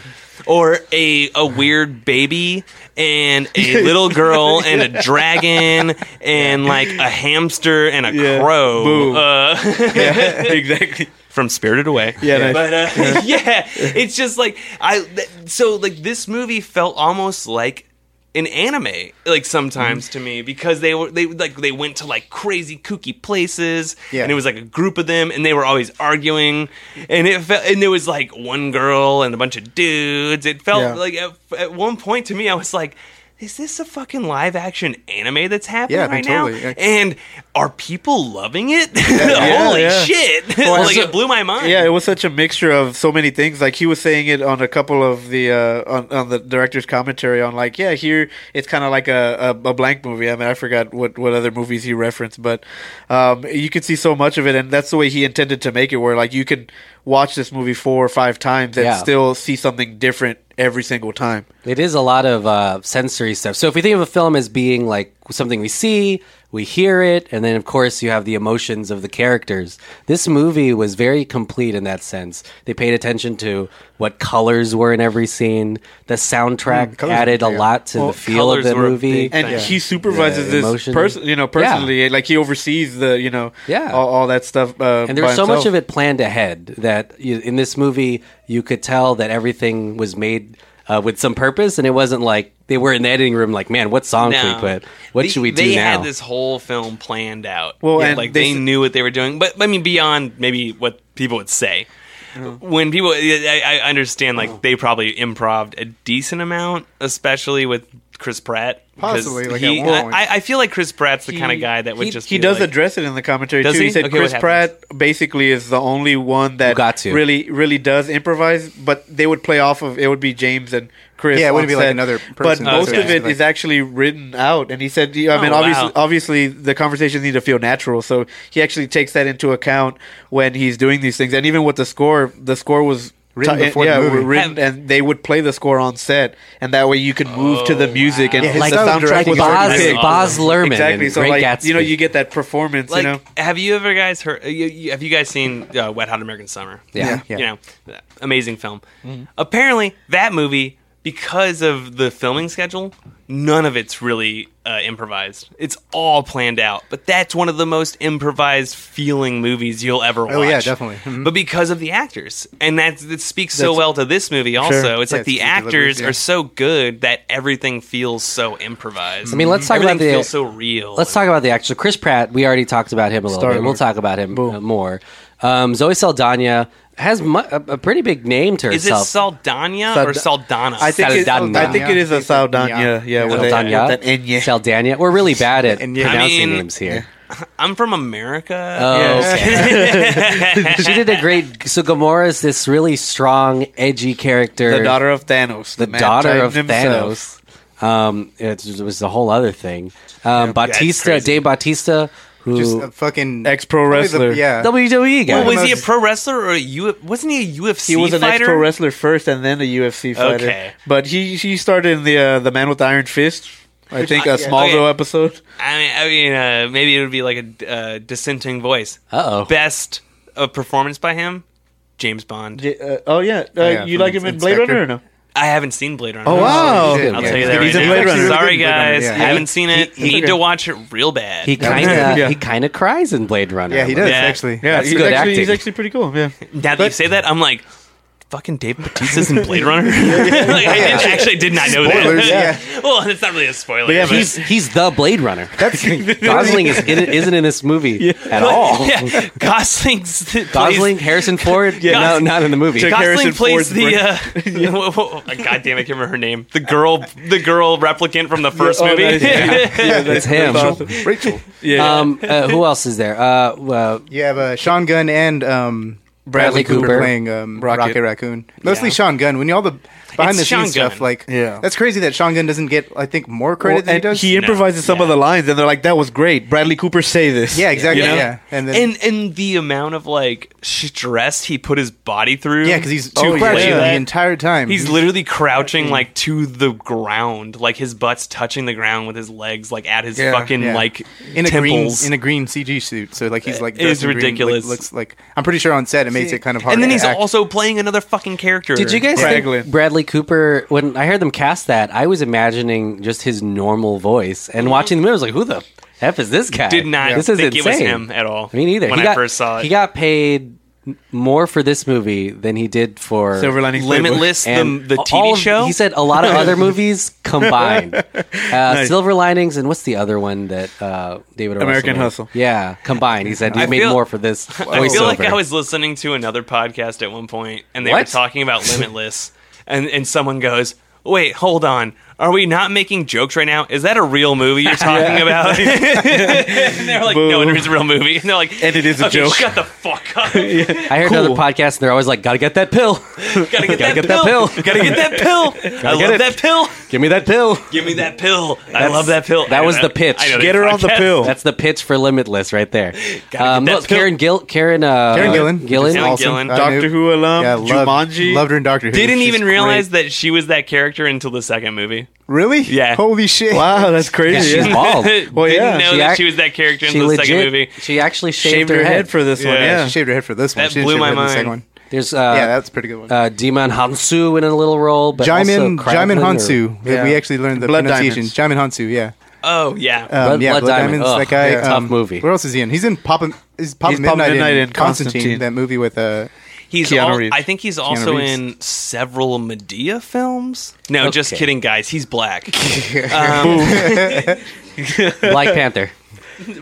[SPEAKER 8] Or a, a weird baby and a little girl and a dragon and like a hamster and a
[SPEAKER 2] Yeah.
[SPEAKER 8] crow
[SPEAKER 2] Boom.
[SPEAKER 8] uh,
[SPEAKER 2] yeah, exactly.
[SPEAKER 8] from Spirited Away.
[SPEAKER 2] Yeah, nice.
[SPEAKER 8] but uh, yeah. it's just like I. Th- so like this movie felt almost like an anime, like sometimes to me because they were they like they went to like crazy kooky places,
[SPEAKER 3] Yeah.
[SPEAKER 8] and it was like a group of them, and they were always arguing, and it felt and there was like one girl and a bunch of dudes. It felt
[SPEAKER 2] Yeah.
[SPEAKER 8] like at, at one point to me, I was like. Is this a fucking live action anime that's happening
[SPEAKER 3] Yeah, I
[SPEAKER 8] right
[SPEAKER 3] think totally,
[SPEAKER 8] now?
[SPEAKER 3] yeah.
[SPEAKER 8] And are people loving it?
[SPEAKER 2] yeah,
[SPEAKER 8] Holy
[SPEAKER 2] yeah.
[SPEAKER 8] shit! like it blew my mind.
[SPEAKER 2] Yeah, it was such a mixture of so many things. Like he was saying it on a couple of the uh, on, on the director's commentary on like, yeah, here it's kind of like a, a, a blank movie. I mean, I forgot what, what other movies he referenced, but um, you could see so much of it, and that's the way he intended to make it, where like you can watch this movie four or five times and
[SPEAKER 7] Yeah.
[SPEAKER 2] still see something different every single time.
[SPEAKER 7] It is a lot of uh, sensory stuff. So if we think of a film as being like something we see, we hear it, and then of course you have the emotions of the characters. This movie was very complete in that sense. They paid attention to what colors were in every scene. The
[SPEAKER 2] Hmm,
[SPEAKER 7] soundtrack
[SPEAKER 3] colors
[SPEAKER 7] added a
[SPEAKER 3] were big.
[SPEAKER 7] lot to the feel of
[SPEAKER 8] colors
[SPEAKER 7] the
[SPEAKER 8] were a
[SPEAKER 7] movie.
[SPEAKER 8] big
[SPEAKER 2] and
[SPEAKER 8] thing.
[SPEAKER 2] he supervises
[SPEAKER 7] The
[SPEAKER 2] this
[SPEAKER 7] emotion.
[SPEAKER 2] person, you know, personally. Like he oversees the, you know,
[SPEAKER 7] Yeah.
[SPEAKER 2] all, all that stuff. Uh,
[SPEAKER 7] And there
[SPEAKER 2] by
[SPEAKER 7] was so
[SPEAKER 2] himself.
[SPEAKER 7] much of it planned ahead that you, in this movie you could tell that everything was made uh, with some purpose, and it wasn't like they were in the editing room like, man, what song should
[SPEAKER 8] No.
[SPEAKER 7] we put? What
[SPEAKER 8] They-
[SPEAKER 7] should we do
[SPEAKER 8] They
[SPEAKER 7] now?
[SPEAKER 8] had this whole film planned out.
[SPEAKER 2] Well,
[SPEAKER 8] Well,
[SPEAKER 2] and
[SPEAKER 8] like
[SPEAKER 2] they s-
[SPEAKER 8] they, knew what they were doing. But I mean, beyond maybe what people would say.
[SPEAKER 2] Oh.
[SPEAKER 8] When people, I, I understand like they probably improved a decent amount, especially with Chris Pratt. 'cause
[SPEAKER 3] Possibly, like,
[SPEAKER 8] he,
[SPEAKER 3] at one point.
[SPEAKER 8] I, I feel like Chris Pratt's the kind of guy that would
[SPEAKER 2] he,
[SPEAKER 8] just
[SPEAKER 2] he
[SPEAKER 8] be
[SPEAKER 2] does
[SPEAKER 8] like,
[SPEAKER 2] address it in the commentary too.
[SPEAKER 8] Does
[SPEAKER 2] He,
[SPEAKER 8] he?
[SPEAKER 2] said
[SPEAKER 8] Okay, what
[SPEAKER 2] Chris
[SPEAKER 8] happens?
[SPEAKER 2] Pratt basically is the only one that
[SPEAKER 7] got to.
[SPEAKER 2] really really does improvise, but they would play off of it would be James and Chris.
[SPEAKER 3] Yeah, it
[SPEAKER 2] on
[SPEAKER 3] wouldn't be like
[SPEAKER 2] set.
[SPEAKER 3] another
[SPEAKER 2] But
[SPEAKER 3] person.
[SPEAKER 2] most
[SPEAKER 8] Okay.
[SPEAKER 2] of it is actually written out, and he said, I mean,
[SPEAKER 8] Oh,
[SPEAKER 2] obviously,
[SPEAKER 8] wow.
[SPEAKER 2] obviously the conversations need to feel natural, so he actually takes that into account when he's doing these things, and even with the score, the score was.
[SPEAKER 3] Written
[SPEAKER 2] ti-
[SPEAKER 3] before the
[SPEAKER 2] yeah,
[SPEAKER 3] movie.
[SPEAKER 2] written, and they would play the score on set, and that way you could move to
[SPEAKER 8] Oh,
[SPEAKER 2] the music and
[SPEAKER 3] Yeah, his
[SPEAKER 2] the
[SPEAKER 3] style of
[SPEAKER 2] soundtrack
[SPEAKER 3] directing
[SPEAKER 2] was
[SPEAKER 3] is
[SPEAKER 2] already
[SPEAKER 7] Boz,
[SPEAKER 2] picked.
[SPEAKER 8] Awesome.
[SPEAKER 7] Boz Lerman
[SPEAKER 2] Exactly.
[SPEAKER 7] in
[SPEAKER 2] So
[SPEAKER 7] Great
[SPEAKER 2] like
[SPEAKER 7] Gatsby.
[SPEAKER 2] you know you get that performance.
[SPEAKER 8] Like,
[SPEAKER 2] you know.
[SPEAKER 8] have you ever guys heard? You, you, have you guys seen uh, Wet Hot American Summer?
[SPEAKER 7] Yeah.
[SPEAKER 3] Yeah.
[SPEAKER 8] you know, th- amazing film. Apparently, that movie because of the filming schedule, none of it's really uh, improvised. It's all planned out. But that's one of the most improvised feeling movies you'll ever watch.
[SPEAKER 3] Oh, yeah, definitely. Mhm.
[SPEAKER 8] But because of the actors, and that that speaks so well to this movie. Also, it's
[SPEAKER 3] Yeah,
[SPEAKER 8] like
[SPEAKER 3] it's
[SPEAKER 8] the
[SPEAKER 3] the deliveries,
[SPEAKER 8] actors
[SPEAKER 3] yeah.
[SPEAKER 8] are so good that everything feels so improvised.
[SPEAKER 7] I mean, let's talk about
[SPEAKER 8] everything
[SPEAKER 7] the-
[SPEAKER 8] feels so real.
[SPEAKER 7] Let's talk about the actual Chris Pratt. We already talked about him a little
[SPEAKER 2] Star
[SPEAKER 7] bit. We'll
[SPEAKER 2] Lord.
[SPEAKER 7] talk about him uh, more. Um, Zoe Saldana has mu- a, a pretty big name to
[SPEAKER 8] Is it
[SPEAKER 7] herself.
[SPEAKER 8] Saldana or Saldana?
[SPEAKER 2] I think it,
[SPEAKER 7] Saldana.
[SPEAKER 2] I think it is a Saldana. Yeah,
[SPEAKER 3] Saldana.
[SPEAKER 2] with, a,
[SPEAKER 7] Saldana?
[SPEAKER 2] with an N.
[SPEAKER 7] Saldana? We're really bad at
[SPEAKER 3] And yeah, I
[SPEAKER 7] pronouncing
[SPEAKER 8] mean-
[SPEAKER 7] names here.
[SPEAKER 8] I'm from America.
[SPEAKER 7] Oh, okay. she did a great. So Gamora is this really strong, edgy character.
[SPEAKER 2] The daughter of Thanos.
[SPEAKER 7] the
[SPEAKER 2] man
[SPEAKER 7] daughter
[SPEAKER 2] Titan
[SPEAKER 7] of
[SPEAKER 2] himself.
[SPEAKER 7] Thanos. Um, it was a whole other thing. Um, Batista,
[SPEAKER 8] crazy.
[SPEAKER 7] Dave Batista who
[SPEAKER 3] Just a fucking
[SPEAKER 2] Ex pro
[SPEAKER 3] probably the-
[SPEAKER 2] wrestler.
[SPEAKER 3] yeah.
[SPEAKER 7] WWE guy.
[SPEAKER 8] Well, Oh, was he a
[SPEAKER 3] most-
[SPEAKER 8] pro wrestler or a U? Wasn't he a UFC
[SPEAKER 2] He was an
[SPEAKER 8] fighter?
[SPEAKER 2] ex pro wrestler first, and then a UFC fighter.
[SPEAKER 8] Okay.
[SPEAKER 2] But he he started in the uh, the Man with the Iron Fist. I think a
[SPEAKER 8] yeah.
[SPEAKER 2] Smallville
[SPEAKER 8] Okay.
[SPEAKER 2] episode.
[SPEAKER 8] I mean, I mean uh, maybe it would be like a uh, dissenting voice.
[SPEAKER 7] Uh-oh.
[SPEAKER 8] Best uh, performance by him, James Bond.
[SPEAKER 2] J- uh, oh yeah, uh,
[SPEAKER 3] Yeah,
[SPEAKER 2] you
[SPEAKER 3] from
[SPEAKER 2] like him in
[SPEAKER 3] Inspector.
[SPEAKER 2] Blade Runner or no?
[SPEAKER 8] I haven't seen Blade Runner.
[SPEAKER 2] wow.
[SPEAKER 3] shit.
[SPEAKER 8] I'll
[SPEAKER 3] Yeah,
[SPEAKER 8] tell you
[SPEAKER 3] he's
[SPEAKER 8] that
[SPEAKER 3] good.
[SPEAKER 8] right
[SPEAKER 3] He's in
[SPEAKER 8] now.
[SPEAKER 3] Blade Runner.
[SPEAKER 8] Sorry
[SPEAKER 3] He's good in Blade Runner,
[SPEAKER 8] guys,
[SPEAKER 3] yeah.
[SPEAKER 8] I haven't seen it.
[SPEAKER 7] he-
[SPEAKER 8] Need to watch it real bad.
[SPEAKER 7] he kind of
[SPEAKER 2] Yeah.
[SPEAKER 7] he kind of cries in Blade Runner.
[SPEAKER 3] Yeah, he does
[SPEAKER 8] Yeah.
[SPEAKER 3] actually.
[SPEAKER 2] Yeah,
[SPEAKER 7] That's
[SPEAKER 2] he's
[SPEAKER 7] good
[SPEAKER 2] actually he's
[SPEAKER 7] acting.
[SPEAKER 2] actually pretty cool. Yeah.
[SPEAKER 8] now that you say that, I'm like, fucking Dave Bautista's in Blade Runner. like, I did, actually did not know
[SPEAKER 3] Spoilers,
[SPEAKER 8] that.
[SPEAKER 3] yeah.
[SPEAKER 8] well, it's not really a spoiler.
[SPEAKER 2] yeah,
[SPEAKER 8] but-
[SPEAKER 7] He's he's the Blade Runner. That's Gosling is in, isn't in this movie at all.
[SPEAKER 8] yeah, Gosling's
[SPEAKER 7] Gosling, Harrison Ford, yeah, no,
[SPEAKER 8] Gosling-
[SPEAKER 7] not in the movie.
[SPEAKER 2] Took
[SPEAKER 8] Gosling
[SPEAKER 2] Harrison
[SPEAKER 8] plays
[SPEAKER 2] Ford's
[SPEAKER 8] the uh, whoa, whoa, whoa, God damn, I can't remember her name. The girl, the girl replicant from the first
[SPEAKER 2] Oh,
[SPEAKER 8] movie.
[SPEAKER 2] that is- yeah. Yeah,
[SPEAKER 7] It's
[SPEAKER 2] that's-
[SPEAKER 7] him.
[SPEAKER 2] that's awesome.
[SPEAKER 3] Rachel.
[SPEAKER 2] Yeah.
[SPEAKER 7] Um, uh, who else is there? Uh, uh,
[SPEAKER 3] You have uh, Sean Gunn and um,
[SPEAKER 7] Bradley
[SPEAKER 3] Bradley, Cooper,
[SPEAKER 7] Cooper.
[SPEAKER 3] playing um,
[SPEAKER 2] Rocket.
[SPEAKER 3] Rocket. Raccoon. Mostly Sean Gunn. When you all the behind the
[SPEAKER 8] It's Sean
[SPEAKER 3] scenes stuff,
[SPEAKER 8] Gunn.
[SPEAKER 3] like
[SPEAKER 2] Yeah.
[SPEAKER 3] that's crazy that Sean Gunn doesn't get I think more
[SPEAKER 2] Well,
[SPEAKER 3] credit than he
[SPEAKER 2] and
[SPEAKER 3] does.
[SPEAKER 2] he improvises some of the lines, and they're like, "That was great." Bradley Cooper say this.
[SPEAKER 3] yeah, exactly.
[SPEAKER 2] You know?
[SPEAKER 3] Yeah, and then,
[SPEAKER 8] and and the amount of like stress he put his body through.
[SPEAKER 3] yeah, because he's
[SPEAKER 8] to
[SPEAKER 3] too
[SPEAKER 8] play
[SPEAKER 3] crouchy
[SPEAKER 8] that.
[SPEAKER 3] the entire time.
[SPEAKER 8] He's literally crouching like to the ground, like his butt's touching the ground with his legs, like at his
[SPEAKER 2] Yeah,
[SPEAKER 8] fucking
[SPEAKER 3] yeah.
[SPEAKER 8] like
[SPEAKER 3] in a green
[SPEAKER 8] temples.
[SPEAKER 3] in a green CG suit. So like he's like
[SPEAKER 8] It is
[SPEAKER 3] dressed in green,
[SPEAKER 8] ridiculous.
[SPEAKER 3] like, looks like I'm pretty sure on set it makes it kind of hard.
[SPEAKER 8] and then
[SPEAKER 3] to
[SPEAKER 8] he's
[SPEAKER 3] act.
[SPEAKER 8] also playing another fucking character.
[SPEAKER 7] did you guys
[SPEAKER 2] Franklin.
[SPEAKER 7] think Bradley Cooper? When I heard them cast that, I was imagining just his normal voice, and
[SPEAKER 2] Mm-hmm.
[SPEAKER 7] watching the movie, I was like, "Who the f is this guy?"
[SPEAKER 8] Did not
[SPEAKER 7] This
[SPEAKER 8] think
[SPEAKER 7] is
[SPEAKER 8] it was
[SPEAKER 7] insane.
[SPEAKER 8] him at all.
[SPEAKER 7] I mean, either
[SPEAKER 8] when
[SPEAKER 7] he
[SPEAKER 8] I
[SPEAKER 7] got,
[SPEAKER 8] first saw it.
[SPEAKER 7] he got paid m- more for this movie than he did for
[SPEAKER 2] Silver Linings Playbook.
[SPEAKER 8] Limitless,
[SPEAKER 7] and
[SPEAKER 8] the, the
[SPEAKER 7] all
[SPEAKER 8] TV
[SPEAKER 7] of-
[SPEAKER 8] show.
[SPEAKER 7] He said a lot of other movies combined. Uh, Silver Linings and what's the other one that uh, David O.
[SPEAKER 2] American
[SPEAKER 7] Russell
[SPEAKER 2] Hustle.
[SPEAKER 7] did? Yeah, combined. He said he
[SPEAKER 8] I
[SPEAKER 7] made
[SPEAKER 8] feel-
[SPEAKER 7] more for this.
[SPEAKER 8] I feel like
[SPEAKER 7] voiceover.
[SPEAKER 8] I was listening to another podcast at one point, and they were
[SPEAKER 7] What?
[SPEAKER 8] talking about Limitless, and and someone goes, "Wait, hold on, are we not making jokes right now? Is that a real movie you're talking about?" and they're like, "No, it is a real movie." And they're like,
[SPEAKER 2] And it is a
[SPEAKER 8] "Okay,
[SPEAKER 2] joke."
[SPEAKER 8] Shut the fuck up!
[SPEAKER 7] I heard another podcast, and they're always like, "Gotta get that pill.
[SPEAKER 8] Gotta get, that,
[SPEAKER 7] get that
[SPEAKER 8] pill.
[SPEAKER 7] pill.
[SPEAKER 8] Gotta get that pill. I
[SPEAKER 7] get
[SPEAKER 8] love
[SPEAKER 7] it.
[SPEAKER 8] that pill.
[SPEAKER 7] Give me that pill."
[SPEAKER 8] Give me that pill. I love that pill."
[SPEAKER 7] that
[SPEAKER 8] I
[SPEAKER 7] was
[SPEAKER 8] know
[SPEAKER 7] the pitch.
[SPEAKER 8] I know
[SPEAKER 2] Get
[SPEAKER 8] that
[SPEAKER 2] her on the
[SPEAKER 8] podcast.
[SPEAKER 2] pill.
[SPEAKER 7] That's the pitch for Limitless right there.
[SPEAKER 8] Gotta
[SPEAKER 7] Um,
[SPEAKER 8] get that
[SPEAKER 7] look,
[SPEAKER 8] pill.
[SPEAKER 7] Karen Gill, Karen, uh,
[SPEAKER 3] Karen Gillan,
[SPEAKER 7] Gillan,
[SPEAKER 3] which is
[SPEAKER 8] Karen
[SPEAKER 3] awesome.
[SPEAKER 8] Gillan.
[SPEAKER 3] I
[SPEAKER 2] Doctor
[SPEAKER 3] knew-
[SPEAKER 2] Who alum,
[SPEAKER 3] Yeah, loved,
[SPEAKER 2] Jumanji.
[SPEAKER 3] loved her in Doctor Who.
[SPEAKER 8] Didn't
[SPEAKER 3] She's
[SPEAKER 8] even
[SPEAKER 3] great.
[SPEAKER 8] realize that she was that character until the second movie.
[SPEAKER 3] Really?
[SPEAKER 8] Yeah.
[SPEAKER 3] Holy shit!
[SPEAKER 2] Wow, Ah, that's crazy.
[SPEAKER 7] she's
[SPEAKER 2] yeah.
[SPEAKER 7] bald.
[SPEAKER 8] Didn't
[SPEAKER 2] Well, yeah.
[SPEAKER 8] know
[SPEAKER 7] She
[SPEAKER 8] that
[SPEAKER 7] act-
[SPEAKER 8] she was that character
[SPEAKER 7] She
[SPEAKER 8] in the second movie.
[SPEAKER 7] legit. She actually shaved,
[SPEAKER 2] Shaved her head for this one.
[SPEAKER 8] Yeah.
[SPEAKER 2] Yeah.
[SPEAKER 3] She shaved her head for this one.
[SPEAKER 8] That
[SPEAKER 3] she didn't
[SPEAKER 8] blew
[SPEAKER 3] shave her head for
[SPEAKER 8] my
[SPEAKER 3] The
[SPEAKER 8] mind.
[SPEAKER 3] second one.
[SPEAKER 7] There's uh,
[SPEAKER 3] Yeah, that's a pretty good one.
[SPEAKER 7] uh, Demon Hansu in a little role, but
[SPEAKER 3] Jaimin
[SPEAKER 7] also Kraglin
[SPEAKER 3] Jaimin
[SPEAKER 7] or-
[SPEAKER 3] Hansu.
[SPEAKER 2] Yeah.
[SPEAKER 3] We actually learned the
[SPEAKER 2] Blood
[SPEAKER 3] pronunciation. Jaimin Hansu. Yeah.
[SPEAKER 8] Oh yeah.
[SPEAKER 3] Um,
[SPEAKER 7] Blood-
[SPEAKER 3] yeah,
[SPEAKER 7] Blood Diamond. Ugh,
[SPEAKER 3] that guy.
[SPEAKER 7] yeah. Tough
[SPEAKER 3] um,
[SPEAKER 7] movie.
[SPEAKER 3] Where else is he in? He's in Papa. Is Papa
[SPEAKER 2] He's Papa
[SPEAKER 3] Midnight,
[SPEAKER 2] Midnight
[SPEAKER 3] in
[SPEAKER 2] in
[SPEAKER 3] Constantine,
[SPEAKER 2] Constantine.
[SPEAKER 3] That movie with uh,
[SPEAKER 8] He's
[SPEAKER 2] Keanu
[SPEAKER 8] al-
[SPEAKER 2] Reeves.
[SPEAKER 8] I think he's also
[SPEAKER 3] Reeves.
[SPEAKER 8] in several Medea films. No, just
[SPEAKER 7] Okay.
[SPEAKER 8] kidding, guys. He's black.
[SPEAKER 7] Black Panther.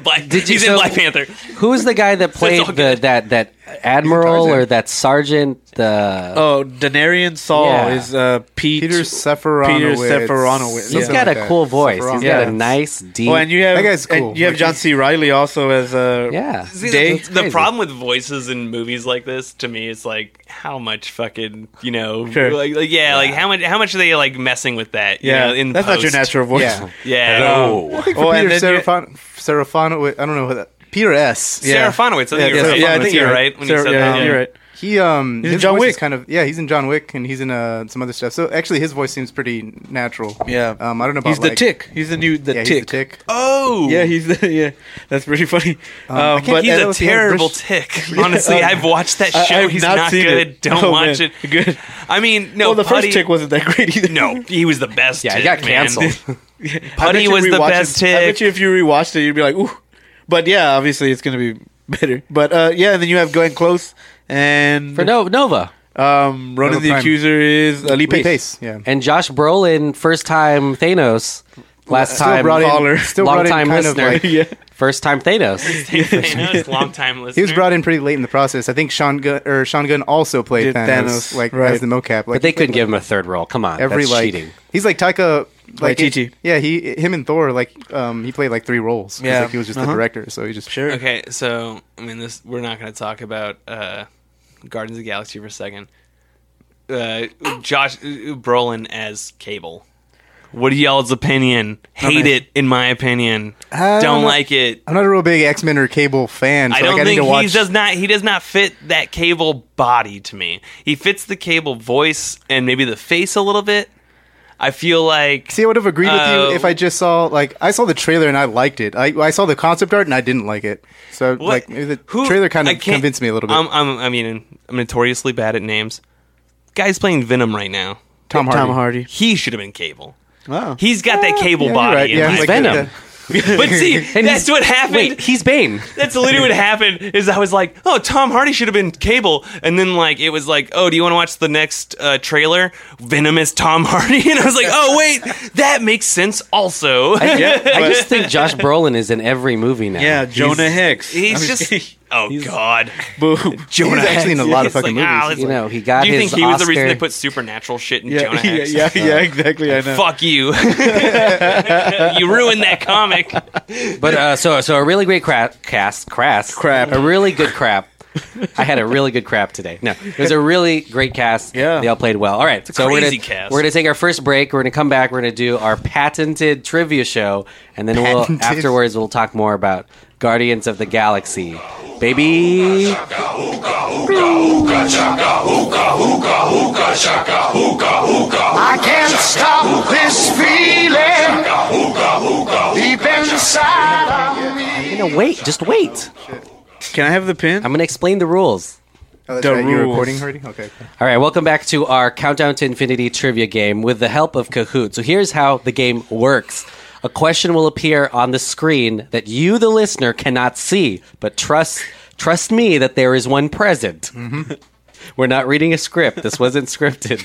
[SPEAKER 8] black.
[SPEAKER 7] you-
[SPEAKER 8] he's in
[SPEAKER 7] so-
[SPEAKER 8] Black Panther.
[SPEAKER 7] Who is the guy that played
[SPEAKER 8] all
[SPEAKER 7] the
[SPEAKER 8] good.
[SPEAKER 7] that that admiral
[SPEAKER 3] Tarzan.
[SPEAKER 7] or that sergeant? The
[SPEAKER 2] Oh, Denarian Saul
[SPEAKER 7] Yeah.
[SPEAKER 2] is uh, Pete.
[SPEAKER 3] Peter Sefferonowitz.
[SPEAKER 2] Peter Sefferonowitz.
[SPEAKER 7] he's
[SPEAKER 2] yeah.
[SPEAKER 3] something
[SPEAKER 7] got
[SPEAKER 3] like
[SPEAKER 7] a
[SPEAKER 3] that.
[SPEAKER 7] cool voice. He's got a
[SPEAKER 2] Yeah.
[SPEAKER 7] nice deep.
[SPEAKER 2] Oh, and you have
[SPEAKER 3] That guy's
[SPEAKER 2] and
[SPEAKER 3] cool.
[SPEAKER 2] you have
[SPEAKER 3] Like,
[SPEAKER 2] John C. Riley also as uh,
[SPEAKER 7] yeah.
[SPEAKER 8] See,
[SPEAKER 2] Day.
[SPEAKER 8] the- the
[SPEAKER 7] crazy.
[SPEAKER 8] problem with voices in movies like this, to me, is like how much fucking you know,
[SPEAKER 2] Sure.
[SPEAKER 8] like, like, yeah, like how much how much are they like messing with that? you
[SPEAKER 2] Yeah,
[SPEAKER 8] know, in
[SPEAKER 2] that's not your
[SPEAKER 8] post?
[SPEAKER 2] natural voice.
[SPEAKER 3] Yeah.
[SPEAKER 8] Yeah,
[SPEAKER 2] Hello.
[SPEAKER 3] I think for
[SPEAKER 2] Oh, and
[SPEAKER 3] Peter
[SPEAKER 2] then you-
[SPEAKER 3] Serafon- Serafonowitz. I don't know what that. Peter S.
[SPEAKER 8] Sarah Fonowitz. I think
[SPEAKER 2] Yeah,
[SPEAKER 8] you're right.
[SPEAKER 2] yeah, I think you're right.
[SPEAKER 8] when you
[SPEAKER 2] Sarah-
[SPEAKER 8] said
[SPEAKER 2] yeah,
[SPEAKER 8] that. yeah.
[SPEAKER 2] you're right.
[SPEAKER 3] He um.
[SPEAKER 2] He's in
[SPEAKER 3] his
[SPEAKER 2] John
[SPEAKER 3] voice
[SPEAKER 2] Wick.
[SPEAKER 3] Is kind of yeah. He's in John Wick and he's in uh some other stuff. So actually, his voice seems pretty natural.
[SPEAKER 2] Yeah.
[SPEAKER 3] Um. I don't know about
[SPEAKER 2] Uh, He's the
[SPEAKER 3] like-
[SPEAKER 2] tick. He's the new the
[SPEAKER 3] Yeah.
[SPEAKER 2] tick.
[SPEAKER 3] He's the tick.
[SPEAKER 8] Oh,
[SPEAKER 2] Yeah, he's the, yeah. That's pretty funny. Um,
[SPEAKER 3] I can't-
[SPEAKER 2] but
[SPEAKER 8] He's
[SPEAKER 3] and
[SPEAKER 8] a
[SPEAKER 3] also he had
[SPEAKER 8] terrible
[SPEAKER 3] British-
[SPEAKER 8] tick. Honestly, I've watched that
[SPEAKER 2] I-
[SPEAKER 8] show.
[SPEAKER 2] I've
[SPEAKER 8] He's not,
[SPEAKER 2] not seen
[SPEAKER 8] good.
[SPEAKER 2] it.
[SPEAKER 8] Don't
[SPEAKER 2] Oh,
[SPEAKER 8] watch
[SPEAKER 2] man.
[SPEAKER 8] it.
[SPEAKER 2] Good.
[SPEAKER 8] I mean, no.
[SPEAKER 2] well, the first
[SPEAKER 8] Putty-
[SPEAKER 2] tick wasn't that great either.
[SPEAKER 8] No, he was the best.
[SPEAKER 7] yeah,
[SPEAKER 8] tick,
[SPEAKER 7] he got
[SPEAKER 8] man.
[SPEAKER 7] canceled.
[SPEAKER 2] I bet
[SPEAKER 8] Putty
[SPEAKER 2] you
[SPEAKER 8] was the
[SPEAKER 2] rewatch
[SPEAKER 8] best
[SPEAKER 2] it- I bet
[SPEAKER 8] tick.
[SPEAKER 2] you if you rewatched it, you'd be like, ooh. But yeah, obviously it's gonna be better. But uh, yeah, and then you have Glenn Close and
[SPEAKER 7] For no, Nova
[SPEAKER 2] um, Ronan
[SPEAKER 3] Nova
[SPEAKER 2] the
[SPEAKER 3] Prime.
[SPEAKER 2] Accuser is uh, Lee Pace.
[SPEAKER 3] Pace. Yeah.
[SPEAKER 7] and Josh Brolin, first time Thanos, last
[SPEAKER 3] Still
[SPEAKER 7] time
[SPEAKER 3] brought in-
[SPEAKER 2] Caller.
[SPEAKER 3] Still
[SPEAKER 7] long
[SPEAKER 3] brought in
[SPEAKER 7] time
[SPEAKER 3] kind of
[SPEAKER 7] listener,
[SPEAKER 3] like
[SPEAKER 2] Yeah.
[SPEAKER 7] first time Thanos.
[SPEAKER 8] long time
[SPEAKER 3] He
[SPEAKER 8] listener.
[SPEAKER 3] was brought in pretty late in the process. I think Sean Gunn or Sean Gunn also played
[SPEAKER 2] Did
[SPEAKER 3] Thanos,
[SPEAKER 2] Thanos,
[SPEAKER 3] like
[SPEAKER 2] right.
[SPEAKER 3] as the mocap. Like
[SPEAKER 7] But they couldn't give him a third role. Come on,
[SPEAKER 3] every
[SPEAKER 7] that's
[SPEAKER 3] like
[SPEAKER 7] cheating.
[SPEAKER 3] he's like Taika like
[SPEAKER 2] Waititi.
[SPEAKER 3] it- yeah, he him and Thor like um he played like three roles. 'cause,
[SPEAKER 2] Yeah.
[SPEAKER 3] like, he was just
[SPEAKER 2] Uh-huh.
[SPEAKER 3] the director, so he just
[SPEAKER 2] Sure.
[SPEAKER 8] Okay, so I mean, this we're not going to talk about uh, Guardians of the Galaxy for a second. Uh, Josh uh, Brolin as Cable. What do y'all's opinion? Hate it, in my opinion.
[SPEAKER 3] I
[SPEAKER 8] don't
[SPEAKER 3] don't know.
[SPEAKER 8] like it.
[SPEAKER 3] I'm not a real big X Men or Cable fan. So
[SPEAKER 8] I don't
[SPEAKER 3] like, I need
[SPEAKER 8] think
[SPEAKER 3] to watch.
[SPEAKER 8] he does not. He does not fit that cable body to me. He fits the cable voice and maybe the face a little bit. I feel like
[SPEAKER 3] See, I would have agreed with
[SPEAKER 8] Uh,
[SPEAKER 3] you if I just saw like I saw the trailer and I liked it. I, I saw the concept art and I didn't like it. So
[SPEAKER 8] What-
[SPEAKER 3] like maybe the
[SPEAKER 8] who-
[SPEAKER 3] trailer kind
[SPEAKER 8] I
[SPEAKER 3] of
[SPEAKER 8] can't-
[SPEAKER 3] convinced me a little bit. Oh,
[SPEAKER 8] I'm, I'm, I mean, I'm notoriously bad at names. Guy's playing Venom right now.
[SPEAKER 3] Tom Hardy.
[SPEAKER 2] Tom Hardy.
[SPEAKER 8] He should have been Cable.
[SPEAKER 2] Wow.
[SPEAKER 8] He's got that cable
[SPEAKER 3] Yeah, you're
[SPEAKER 8] body.
[SPEAKER 3] right.
[SPEAKER 8] in
[SPEAKER 3] Yeah,
[SPEAKER 8] my
[SPEAKER 3] like,
[SPEAKER 7] Venom.
[SPEAKER 3] uh,
[SPEAKER 8] But see, that's
[SPEAKER 7] he's-
[SPEAKER 8] what happened.
[SPEAKER 7] Wait, he's Bane.
[SPEAKER 8] that's literally what happened. Is I was like, oh, Tom Hardy should have been Cable, and then like it was like, oh, do you want to watch the next uh, trailer? Venom is Tom Hardy, and I was like, oh wait, that makes sense. Also,
[SPEAKER 7] I just think Josh Brolin is in every movie now.
[SPEAKER 2] Yeah, Jonah Hicks.
[SPEAKER 8] he's just oh god.
[SPEAKER 3] oh,
[SPEAKER 2] Boom.
[SPEAKER 3] He's actually in a lot of
[SPEAKER 8] It's like,
[SPEAKER 3] fucking
[SPEAKER 8] ah,
[SPEAKER 3] movies.
[SPEAKER 8] it's-
[SPEAKER 7] You know, he got
[SPEAKER 8] Do you
[SPEAKER 7] his
[SPEAKER 8] think he was the reason
[SPEAKER 7] Oscar.
[SPEAKER 8] they put supernatural shit in
[SPEAKER 2] Yeah,
[SPEAKER 8] Jonah
[SPEAKER 2] yeah,
[SPEAKER 8] Hex?
[SPEAKER 2] yeah, yeah, exactly. I know.
[SPEAKER 8] Fuck you! you ruined that comic.
[SPEAKER 7] But uh, so so a really great crap cast crass
[SPEAKER 2] Crap.
[SPEAKER 7] a really good crap. I had a really good crap today. No, it was a really great cast.
[SPEAKER 2] Yeah.
[SPEAKER 7] they all played well. All right, so we're
[SPEAKER 8] crazy
[SPEAKER 7] gonna
[SPEAKER 8] cast.
[SPEAKER 7] we're gonna take our first break. We're gonna come back. We're gonna do our patented trivia show, and then
[SPEAKER 3] Patented.
[SPEAKER 7] we'll afterwards we'll talk more about Guardians of the Galaxy, baby.
[SPEAKER 9] I can't stop this feeling deep inside of me.
[SPEAKER 7] You know, wait, just wait.
[SPEAKER 2] Can I have the pin?
[SPEAKER 7] I'm gonna explain the rules.
[SPEAKER 3] Oh, that's
[SPEAKER 2] The
[SPEAKER 3] right. You're
[SPEAKER 2] rules.
[SPEAKER 3] recording already? Okay.
[SPEAKER 7] All right, welcome back to our Countdown to Infinity trivia game with the help of Kahoot. So here's how the game works. A question will appear on the screen that you the listener cannot see, but trust trust me that there is one present.
[SPEAKER 8] Mm-hmm.
[SPEAKER 7] We're not reading a script. This wasn't scripted.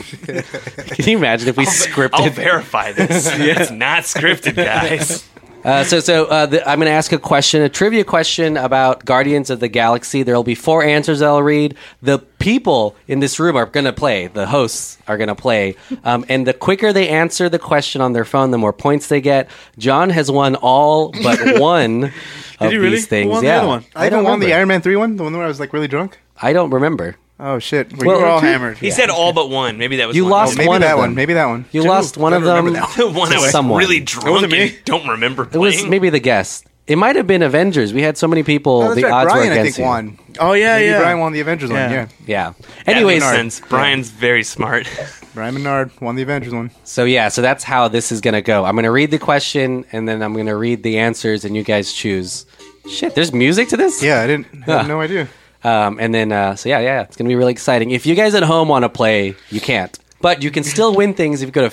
[SPEAKER 7] Can you imagine if we
[SPEAKER 8] I'll
[SPEAKER 7] scripted?
[SPEAKER 8] verify this. It's not scripted, guys.
[SPEAKER 7] Uh, so, so uh, the, I'm going to ask a question, a trivia question about Guardians of the Galaxy. There will be four answers I'll read. The people in this room are going to play. The hosts are going to play. Um, and the quicker they answer the question on their phone, the more points they get. John has won all but one of
[SPEAKER 2] he really?
[SPEAKER 7] these things.
[SPEAKER 2] Who won the
[SPEAKER 7] yeah,
[SPEAKER 2] other one?
[SPEAKER 3] I, even
[SPEAKER 7] don't
[SPEAKER 3] won the
[SPEAKER 7] remember.
[SPEAKER 3] Iron Man three one, the one where I was like really drunk.
[SPEAKER 7] I don't remember.
[SPEAKER 3] Oh shit! Were
[SPEAKER 7] Well,
[SPEAKER 3] you- Oh,
[SPEAKER 2] We're all
[SPEAKER 7] two-
[SPEAKER 2] hammered.
[SPEAKER 8] He said all but one. Maybe that was
[SPEAKER 7] You
[SPEAKER 8] one.
[SPEAKER 7] lost
[SPEAKER 3] maybe
[SPEAKER 7] one of
[SPEAKER 3] that one.
[SPEAKER 7] them.
[SPEAKER 3] Maybe that one.
[SPEAKER 7] You lost one
[SPEAKER 3] I
[SPEAKER 7] of
[SPEAKER 3] don't
[SPEAKER 7] them.
[SPEAKER 3] remember that
[SPEAKER 8] the one I
[SPEAKER 7] to
[SPEAKER 8] was
[SPEAKER 7] someone.
[SPEAKER 8] really drunk
[SPEAKER 2] wasn't me.
[SPEAKER 8] and don't remember
[SPEAKER 7] It was
[SPEAKER 8] playing.
[SPEAKER 7] maybe the guest. It might have been Avengers. We had so many people.
[SPEAKER 3] Oh, that's
[SPEAKER 7] the
[SPEAKER 3] right.
[SPEAKER 7] odds
[SPEAKER 3] Brian,
[SPEAKER 7] were
[SPEAKER 3] I
[SPEAKER 7] against
[SPEAKER 3] think
[SPEAKER 7] you.
[SPEAKER 3] won.
[SPEAKER 2] Oh yeah,
[SPEAKER 3] Maybe
[SPEAKER 2] yeah.
[SPEAKER 3] Brian won the Avengers one.
[SPEAKER 2] Yeah.
[SPEAKER 3] Yeah,
[SPEAKER 7] Yeah.
[SPEAKER 8] That
[SPEAKER 7] Anyways,
[SPEAKER 8] makes sense. Brian's very smart.
[SPEAKER 3] Brian Menard won the Avengers one.
[SPEAKER 7] So yeah, so that's how this is gonna go. I'm gonna read the question and then I'm gonna read the answers, and you guys choose. Shit, there's music to this.
[SPEAKER 3] Yeah, I didn't. I
[SPEAKER 7] Huh.
[SPEAKER 3] had no idea.
[SPEAKER 7] Um, and then uh, so yeah, yeah, it's gonna be really exciting. If you guys at home want to play, you can't, but you can still win things if you go to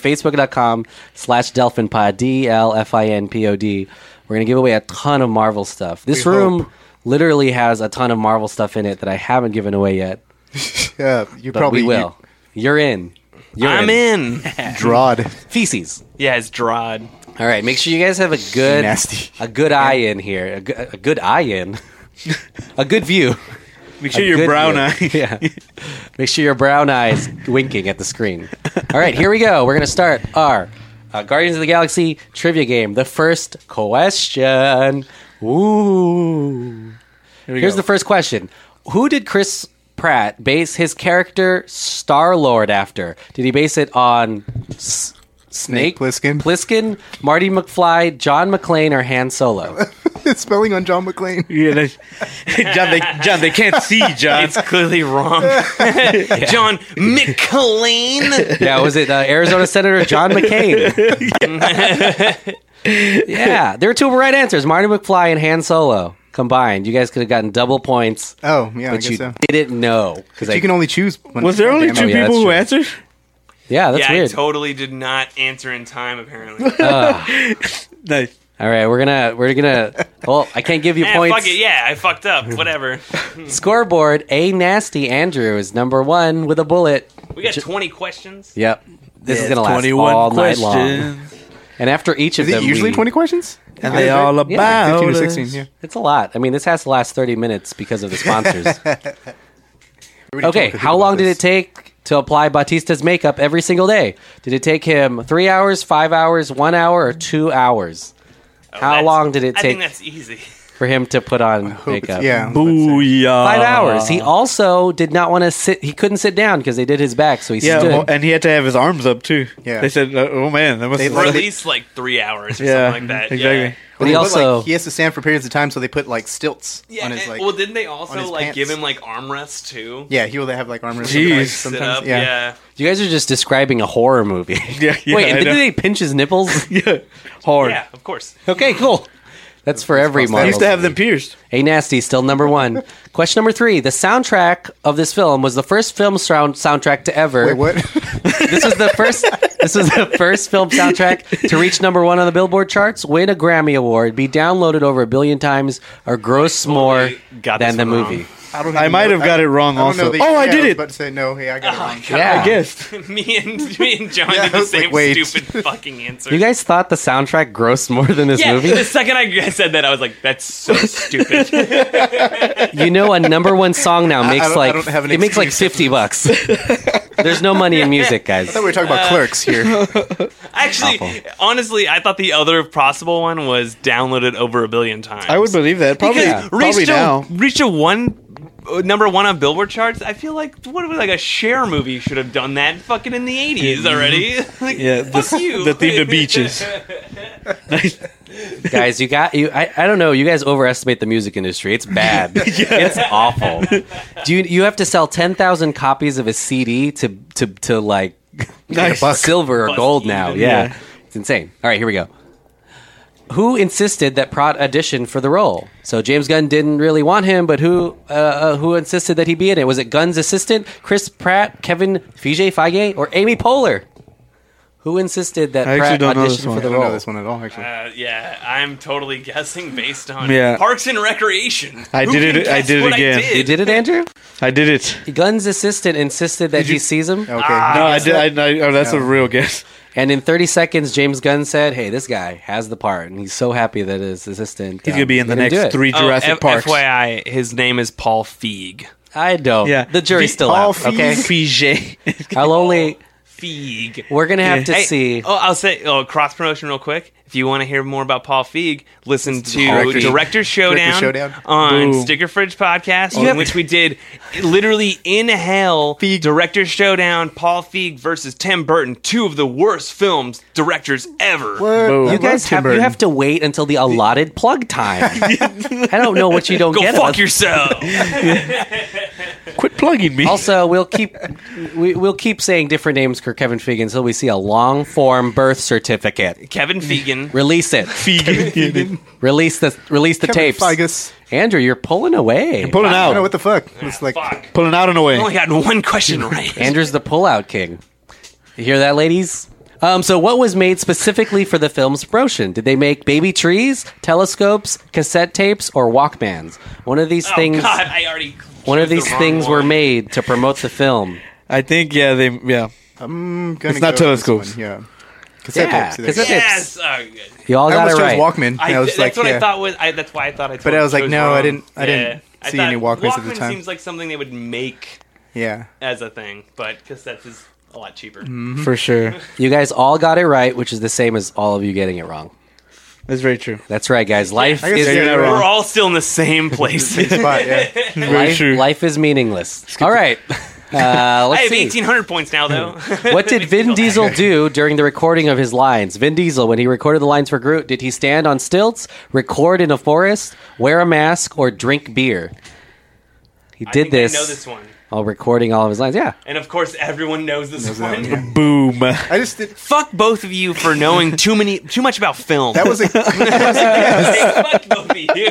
[SPEAKER 7] facebook.com/slash delphinpod. D E L F I N P O D. We're gonna give away a ton of Marvel stuff. This
[SPEAKER 3] We
[SPEAKER 7] room
[SPEAKER 3] hope.
[SPEAKER 7] literally has a ton of Marvel stuff in it that I haven't given away yet,
[SPEAKER 3] Yeah, you
[SPEAKER 7] but
[SPEAKER 3] probably
[SPEAKER 7] we will. You're in. You're
[SPEAKER 8] I'm in.
[SPEAKER 3] You drawed.
[SPEAKER 7] Feces.
[SPEAKER 8] Yeah, it's Drod.
[SPEAKER 7] All right, make sure you guys have a good
[SPEAKER 3] Nasty.
[SPEAKER 7] a good eye in here, a, good- a good eye in, a good view.
[SPEAKER 2] Make sure
[SPEAKER 7] A
[SPEAKER 2] you're
[SPEAKER 7] good
[SPEAKER 2] brown
[SPEAKER 7] view.
[SPEAKER 2] eye.
[SPEAKER 7] yeah. Make sure your brown eye is winking at the screen. All right, here we go. We're gonna start our uh, Guardians of the Galaxy trivia game. The first question. Ooh. Here's the first question. Who did Chris Pratt base his character Star Lord after? Did he base it on S- Snake
[SPEAKER 3] Plissken.
[SPEAKER 7] Pliskin, Marty McFly, John McClane, or Han Solo?
[SPEAKER 3] It's spelling on John McClane.
[SPEAKER 2] yeah, that's- John, they, John, they can't see John.
[SPEAKER 8] It's clearly wrong. John McClain.
[SPEAKER 7] yeah, was it uh, Arizona Senator John McCain? yeah, there are two right answers: Marty McFly and Han Solo combined. You guys could have gotten double points,
[SPEAKER 3] Oh yeah, I
[SPEAKER 7] but
[SPEAKER 3] guess
[SPEAKER 7] you
[SPEAKER 3] so.
[SPEAKER 7] didn't know because
[SPEAKER 3] You can only choose. One.
[SPEAKER 2] Was there
[SPEAKER 3] God
[SPEAKER 2] only two
[SPEAKER 3] damn
[SPEAKER 7] Oh,
[SPEAKER 3] it.
[SPEAKER 7] yeah,
[SPEAKER 2] people who
[SPEAKER 7] that's
[SPEAKER 2] answered?
[SPEAKER 7] yeah, that's
[SPEAKER 8] yeah, I
[SPEAKER 7] weird.
[SPEAKER 8] totally did not answer in time, apparently.
[SPEAKER 2] Nice.
[SPEAKER 7] All right, we're gonna we're gonna. Well, I can't give you
[SPEAKER 8] Eh,
[SPEAKER 7] points.
[SPEAKER 8] fuck it. Yeah, I fucked up. Whatever.
[SPEAKER 7] Scoreboard: A nasty Andrew is number one with a bullet.
[SPEAKER 8] We got 20 questions.
[SPEAKER 7] Yep, this is gonna last all night long. And after each of
[SPEAKER 3] Is it
[SPEAKER 7] them,
[SPEAKER 3] usually
[SPEAKER 7] we-
[SPEAKER 3] twenty questions?
[SPEAKER 2] and they all about
[SPEAKER 7] Yeah,
[SPEAKER 3] Fifteen or
[SPEAKER 2] us.
[SPEAKER 3] sixteen. Yeah.
[SPEAKER 7] It's a lot. I mean, this has to last 30 minutes because of the sponsors.
[SPEAKER 3] We already
[SPEAKER 7] okay,
[SPEAKER 3] talked
[SPEAKER 7] how
[SPEAKER 3] about
[SPEAKER 7] long did
[SPEAKER 3] this.
[SPEAKER 7] it take to apply Batista's makeup every single day? Did it take him three hours, five hours, one hour, or two hours? how
[SPEAKER 8] Oh, That's-
[SPEAKER 7] long did it
[SPEAKER 8] I think
[SPEAKER 7] take?
[SPEAKER 8] that's easy.
[SPEAKER 7] for him to put on makeup.
[SPEAKER 3] yeah.
[SPEAKER 4] Booyah.
[SPEAKER 2] Uh,
[SPEAKER 7] Five hours. He also did not want to sit. He couldn't sit down because they did his back, so he
[SPEAKER 2] Yeah,
[SPEAKER 7] stood.
[SPEAKER 2] well, and he had to have his arms up too.
[SPEAKER 3] Yeah.
[SPEAKER 2] they said, uh, "Oh man, that must."
[SPEAKER 3] They
[SPEAKER 8] Or at
[SPEAKER 3] Like-
[SPEAKER 8] least like three hours or
[SPEAKER 2] yeah,
[SPEAKER 8] something like that.
[SPEAKER 2] exactly.
[SPEAKER 8] Yeah.
[SPEAKER 7] but he
[SPEAKER 3] They put,
[SPEAKER 7] also
[SPEAKER 3] like, he has to stand for periods of time, so they put like stilts
[SPEAKER 8] Yeah,
[SPEAKER 3] on his
[SPEAKER 8] and-
[SPEAKER 3] like.
[SPEAKER 8] well, didn't they
[SPEAKER 3] on
[SPEAKER 8] also
[SPEAKER 3] his
[SPEAKER 8] like give
[SPEAKER 3] pants.
[SPEAKER 8] him like armrests too?
[SPEAKER 3] yeah, he will have like armor.
[SPEAKER 2] Jeez.
[SPEAKER 8] Sit
[SPEAKER 3] sometimes.
[SPEAKER 8] up, yeah.
[SPEAKER 7] you guys are just describing a horror movie.
[SPEAKER 2] Yeah, yeah,
[SPEAKER 7] Wait,
[SPEAKER 2] I
[SPEAKER 7] did
[SPEAKER 2] know.
[SPEAKER 7] they pinch his nipples?
[SPEAKER 2] yeah, hard.
[SPEAKER 8] Yeah, of course.
[SPEAKER 7] Okay, cool. That's for every
[SPEAKER 2] I
[SPEAKER 7] Marvel.
[SPEAKER 2] used to have them pierced.
[SPEAKER 7] A Nasty, still number one. Question number three. The soundtrack of this film was the first film sound- soundtrack to ever.
[SPEAKER 3] Wait, what?
[SPEAKER 7] This was the first. this was the first film soundtrack to reach number one on the Billboard charts, win a Grammy award, be downloaded over a billion times, or gross more
[SPEAKER 8] got
[SPEAKER 7] than
[SPEAKER 8] this
[SPEAKER 7] the
[SPEAKER 8] one wrong.
[SPEAKER 7] movie.
[SPEAKER 3] I don't.
[SPEAKER 2] I
[SPEAKER 3] even
[SPEAKER 2] might
[SPEAKER 3] know-
[SPEAKER 2] have got it wrong
[SPEAKER 3] I don't know
[SPEAKER 2] also.
[SPEAKER 3] the-
[SPEAKER 2] Oh, I
[SPEAKER 3] yeah,
[SPEAKER 2] did
[SPEAKER 3] was
[SPEAKER 2] it.
[SPEAKER 3] About to say no. Hey, I
[SPEAKER 7] Oh,
[SPEAKER 3] got it wrong.
[SPEAKER 7] Yeah.
[SPEAKER 2] I guessed.
[SPEAKER 8] me and me and John
[SPEAKER 3] Yeah,
[SPEAKER 8] did
[SPEAKER 3] I
[SPEAKER 8] the
[SPEAKER 3] was like,
[SPEAKER 8] same
[SPEAKER 3] wait.
[SPEAKER 8] stupid fucking answer.
[SPEAKER 7] You guys thought the soundtrack grossed more than this
[SPEAKER 8] yeah,
[SPEAKER 7] movie?
[SPEAKER 8] the second I said that, I was like, "That's so stupid."
[SPEAKER 7] You know, a number one song now makes
[SPEAKER 3] don't- I
[SPEAKER 7] like
[SPEAKER 3] don't have an
[SPEAKER 7] it makes like
[SPEAKER 3] excuse.
[SPEAKER 7] fifty bucks. There's no money in music, guys.
[SPEAKER 3] We were talking about clerks here.
[SPEAKER 8] Actually, honestly, I thought the other possible one was downloaded over a billion times.
[SPEAKER 2] I would believe that. Probably,
[SPEAKER 8] Because
[SPEAKER 2] probably
[SPEAKER 8] reached a,
[SPEAKER 2] now.
[SPEAKER 8] reached a one uh, number one on Billboard charts. I feel like what was like a share movie should have done that fucking in the eighties already. like,
[SPEAKER 2] Mm-hmm. Yeah,
[SPEAKER 8] fuck
[SPEAKER 2] the,
[SPEAKER 8] you.
[SPEAKER 2] the theme to beaches.
[SPEAKER 7] guys, you got you. I, I don't know. You guys overestimate the music industry. It's bad. It's awful. Do you you have to sell ten thousand copies of a CD to to to like
[SPEAKER 2] Nice.
[SPEAKER 7] buck silver or
[SPEAKER 8] Buck
[SPEAKER 7] gold
[SPEAKER 8] even,
[SPEAKER 7] now?
[SPEAKER 2] yeah.
[SPEAKER 7] Yeah. it's insane. All right, here we go. Who insisted that Pratt auditioned for the role? So James Gunn didn't really want him, but who uh, uh, who insisted that he be in it? Was it Gunn's assistant, Chris Pratt, Kevin Feige, Feige, or Amy Poehler? Who insisted that
[SPEAKER 2] I
[SPEAKER 7] Pratt
[SPEAKER 2] actually don't know this
[SPEAKER 7] auditioned
[SPEAKER 2] one.
[SPEAKER 7] for the
[SPEAKER 3] I don't know
[SPEAKER 7] role?
[SPEAKER 3] this one at all. Actually,
[SPEAKER 8] Uh, yeah, I'm totally guessing based on
[SPEAKER 2] Yeah.
[SPEAKER 8] Parks and Recreation.
[SPEAKER 2] I
[SPEAKER 8] Who
[SPEAKER 2] did
[SPEAKER 8] can
[SPEAKER 2] it- I
[SPEAKER 8] guess
[SPEAKER 2] did it
[SPEAKER 8] what
[SPEAKER 2] again.
[SPEAKER 7] You did it, Andrew.
[SPEAKER 2] I did it.
[SPEAKER 7] Gunn's assistant insisted that he sees him,
[SPEAKER 3] okay.
[SPEAKER 2] No, I did. I, I, oh, that's a real guess.
[SPEAKER 7] and in 30 seconds, James Gunn said, "Hey, this guy has the part," and he's so happy that his assistant. um,
[SPEAKER 2] He's gonna be in the next three
[SPEAKER 8] Oh,
[SPEAKER 2] Jurassic
[SPEAKER 8] F-
[SPEAKER 2] Parks.
[SPEAKER 8] FYI, his name is Paul Feig.
[SPEAKER 7] I don't.
[SPEAKER 2] Yeah.
[SPEAKER 7] the jury's still
[SPEAKER 2] All
[SPEAKER 7] out. Okay,
[SPEAKER 2] Fige.
[SPEAKER 7] I'll only.
[SPEAKER 8] Feig.
[SPEAKER 7] We're gonna have to
[SPEAKER 8] Hey,
[SPEAKER 7] see.
[SPEAKER 8] Oh, I'll say oh, cross promotion real quick. If you want to hear more about Paul Feig, listen to
[SPEAKER 3] Director-
[SPEAKER 8] Director, Showdown,
[SPEAKER 3] Showdown.
[SPEAKER 8] on
[SPEAKER 2] Boom.
[SPEAKER 8] Sticker Fridge Podcast,
[SPEAKER 7] have
[SPEAKER 8] in which we did literally in hell Director Showdown, Paul Feig versus Tim Burton, two of the worst films directors ever.
[SPEAKER 7] You guys have you have to wait until the allotted plug time. I don't know what you don't
[SPEAKER 8] Go
[SPEAKER 7] get.
[SPEAKER 8] fuck
[SPEAKER 7] us.
[SPEAKER 8] yourself.
[SPEAKER 2] Quit plugging me.
[SPEAKER 7] Also, we'll keep we, we'll keep saying different names for Kevin Feige until we see a long form birth certificate.
[SPEAKER 8] Kevin Feegan.
[SPEAKER 7] Release it.
[SPEAKER 2] Fegan.
[SPEAKER 7] Release the release the
[SPEAKER 3] Kevin
[SPEAKER 7] tapes.
[SPEAKER 3] Feige.
[SPEAKER 7] Andrew, you're pulling away.
[SPEAKER 2] pulling
[SPEAKER 3] I don't know what
[SPEAKER 2] out.
[SPEAKER 3] the fuck. It's like
[SPEAKER 8] Fuck.
[SPEAKER 2] Pulling out and
[SPEAKER 8] I only
[SPEAKER 2] away.
[SPEAKER 8] got one question right.
[SPEAKER 7] Andrew's the pullout king. You hear that, ladies? Um, so, what was made specifically for the film's promotion? Did they make baby trees, telescopes, cassette tapes, or Walkmans? One of these
[SPEAKER 8] oh,
[SPEAKER 7] things.
[SPEAKER 8] God, I already.
[SPEAKER 7] One of
[SPEAKER 8] chose the
[SPEAKER 7] these
[SPEAKER 8] wrong
[SPEAKER 7] things were
[SPEAKER 8] one.
[SPEAKER 7] made to promote the film.
[SPEAKER 2] I think. Yeah. They. Yeah.
[SPEAKER 3] I'm gonna
[SPEAKER 2] It's not
[SPEAKER 3] go with this
[SPEAKER 2] telescopes.
[SPEAKER 3] one, Yeah. Cassette
[SPEAKER 7] Yeah,
[SPEAKER 3] tapes.
[SPEAKER 7] cassette
[SPEAKER 3] yeah.
[SPEAKER 8] Yes. Oh, good.
[SPEAKER 7] You all
[SPEAKER 3] I
[SPEAKER 7] got it
[SPEAKER 3] almost chose
[SPEAKER 7] right.
[SPEAKER 3] Walkman.
[SPEAKER 8] I,
[SPEAKER 3] I, was
[SPEAKER 8] that's
[SPEAKER 3] like,
[SPEAKER 8] what
[SPEAKER 3] yeah.
[SPEAKER 8] I thought was. I, that's why I thought I.
[SPEAKER 3] But I was like,
[SPEAKER 8] chose
[SPEAKER 3] no, I
[SPEAKER 8] wrong.
[SPEAKER 3] didn't- I didn't
[SPEAKER 8] I
[SPEAKER 3] see any
[SPEAKER 8] thought
[SPEAKER 3] Walkmans at the
[SPEAKER 8] Walkman
[SPEAKER 3] time.
[SPEAKER 8] seems like something they would make
[SPEAKER 3] Yeah.
[SPEAKER 8] as a thing, but cassettes is a lot cheaper.
[SPEAKER 3] Mm.
[SPEAKER 7] Mm-hmm.
[SPEAKER 2] For sure.
[SPEAKER 7] You guys all got it right, which is the same as all of you getting it wrong.
[SPEAKER 2] That's very true.
[SPEAKER 7] That's right, guys. Life
[SPEAKER 3] I guess
[SPEAKER 7] is
[SPEAKER 3] you're
[SPEAKER 2] not wrong.
[SPEAKER 8] We're all still in the same place. I
[SPEAKER 3] But, yeah.
[SPEAKER 2] Very
[SPEAKER 7] life,
[SPEAKER 2] true.
[SPEAKER 7] life is meaningless. All right. Uh, let's
[SPEAKER 8] have
[SPEAKER 7] see.
[SPEAKER 8] eighteen hundred points now, though.
[SPEAKER 7] What did Vin Diesel do during the recording of his lines? Vin Diesel, when he recorded the lines for Groot, did he stand on stilts, record in a forest, wear a mask, or drink beer? He
[SPEAKER 8] I
[SPEAKER 7] did
[SPEAKER 8] think
[SPEAKER 7] this,
[SPEAKER 8] I know this one,
[SPEAKER 7] while recording all of his lines. Yeah.
[SPEAKER 8] and of course, everyone knows this one.
[SPEAKER 2] Boom.
[SPEAKER 3] I just did.
[SPEAKER 8] Fuck both of you for knowing too many, too much about film.
[SPEAKER 3] That was a.
[SPEAKER 8] Fuck both of you.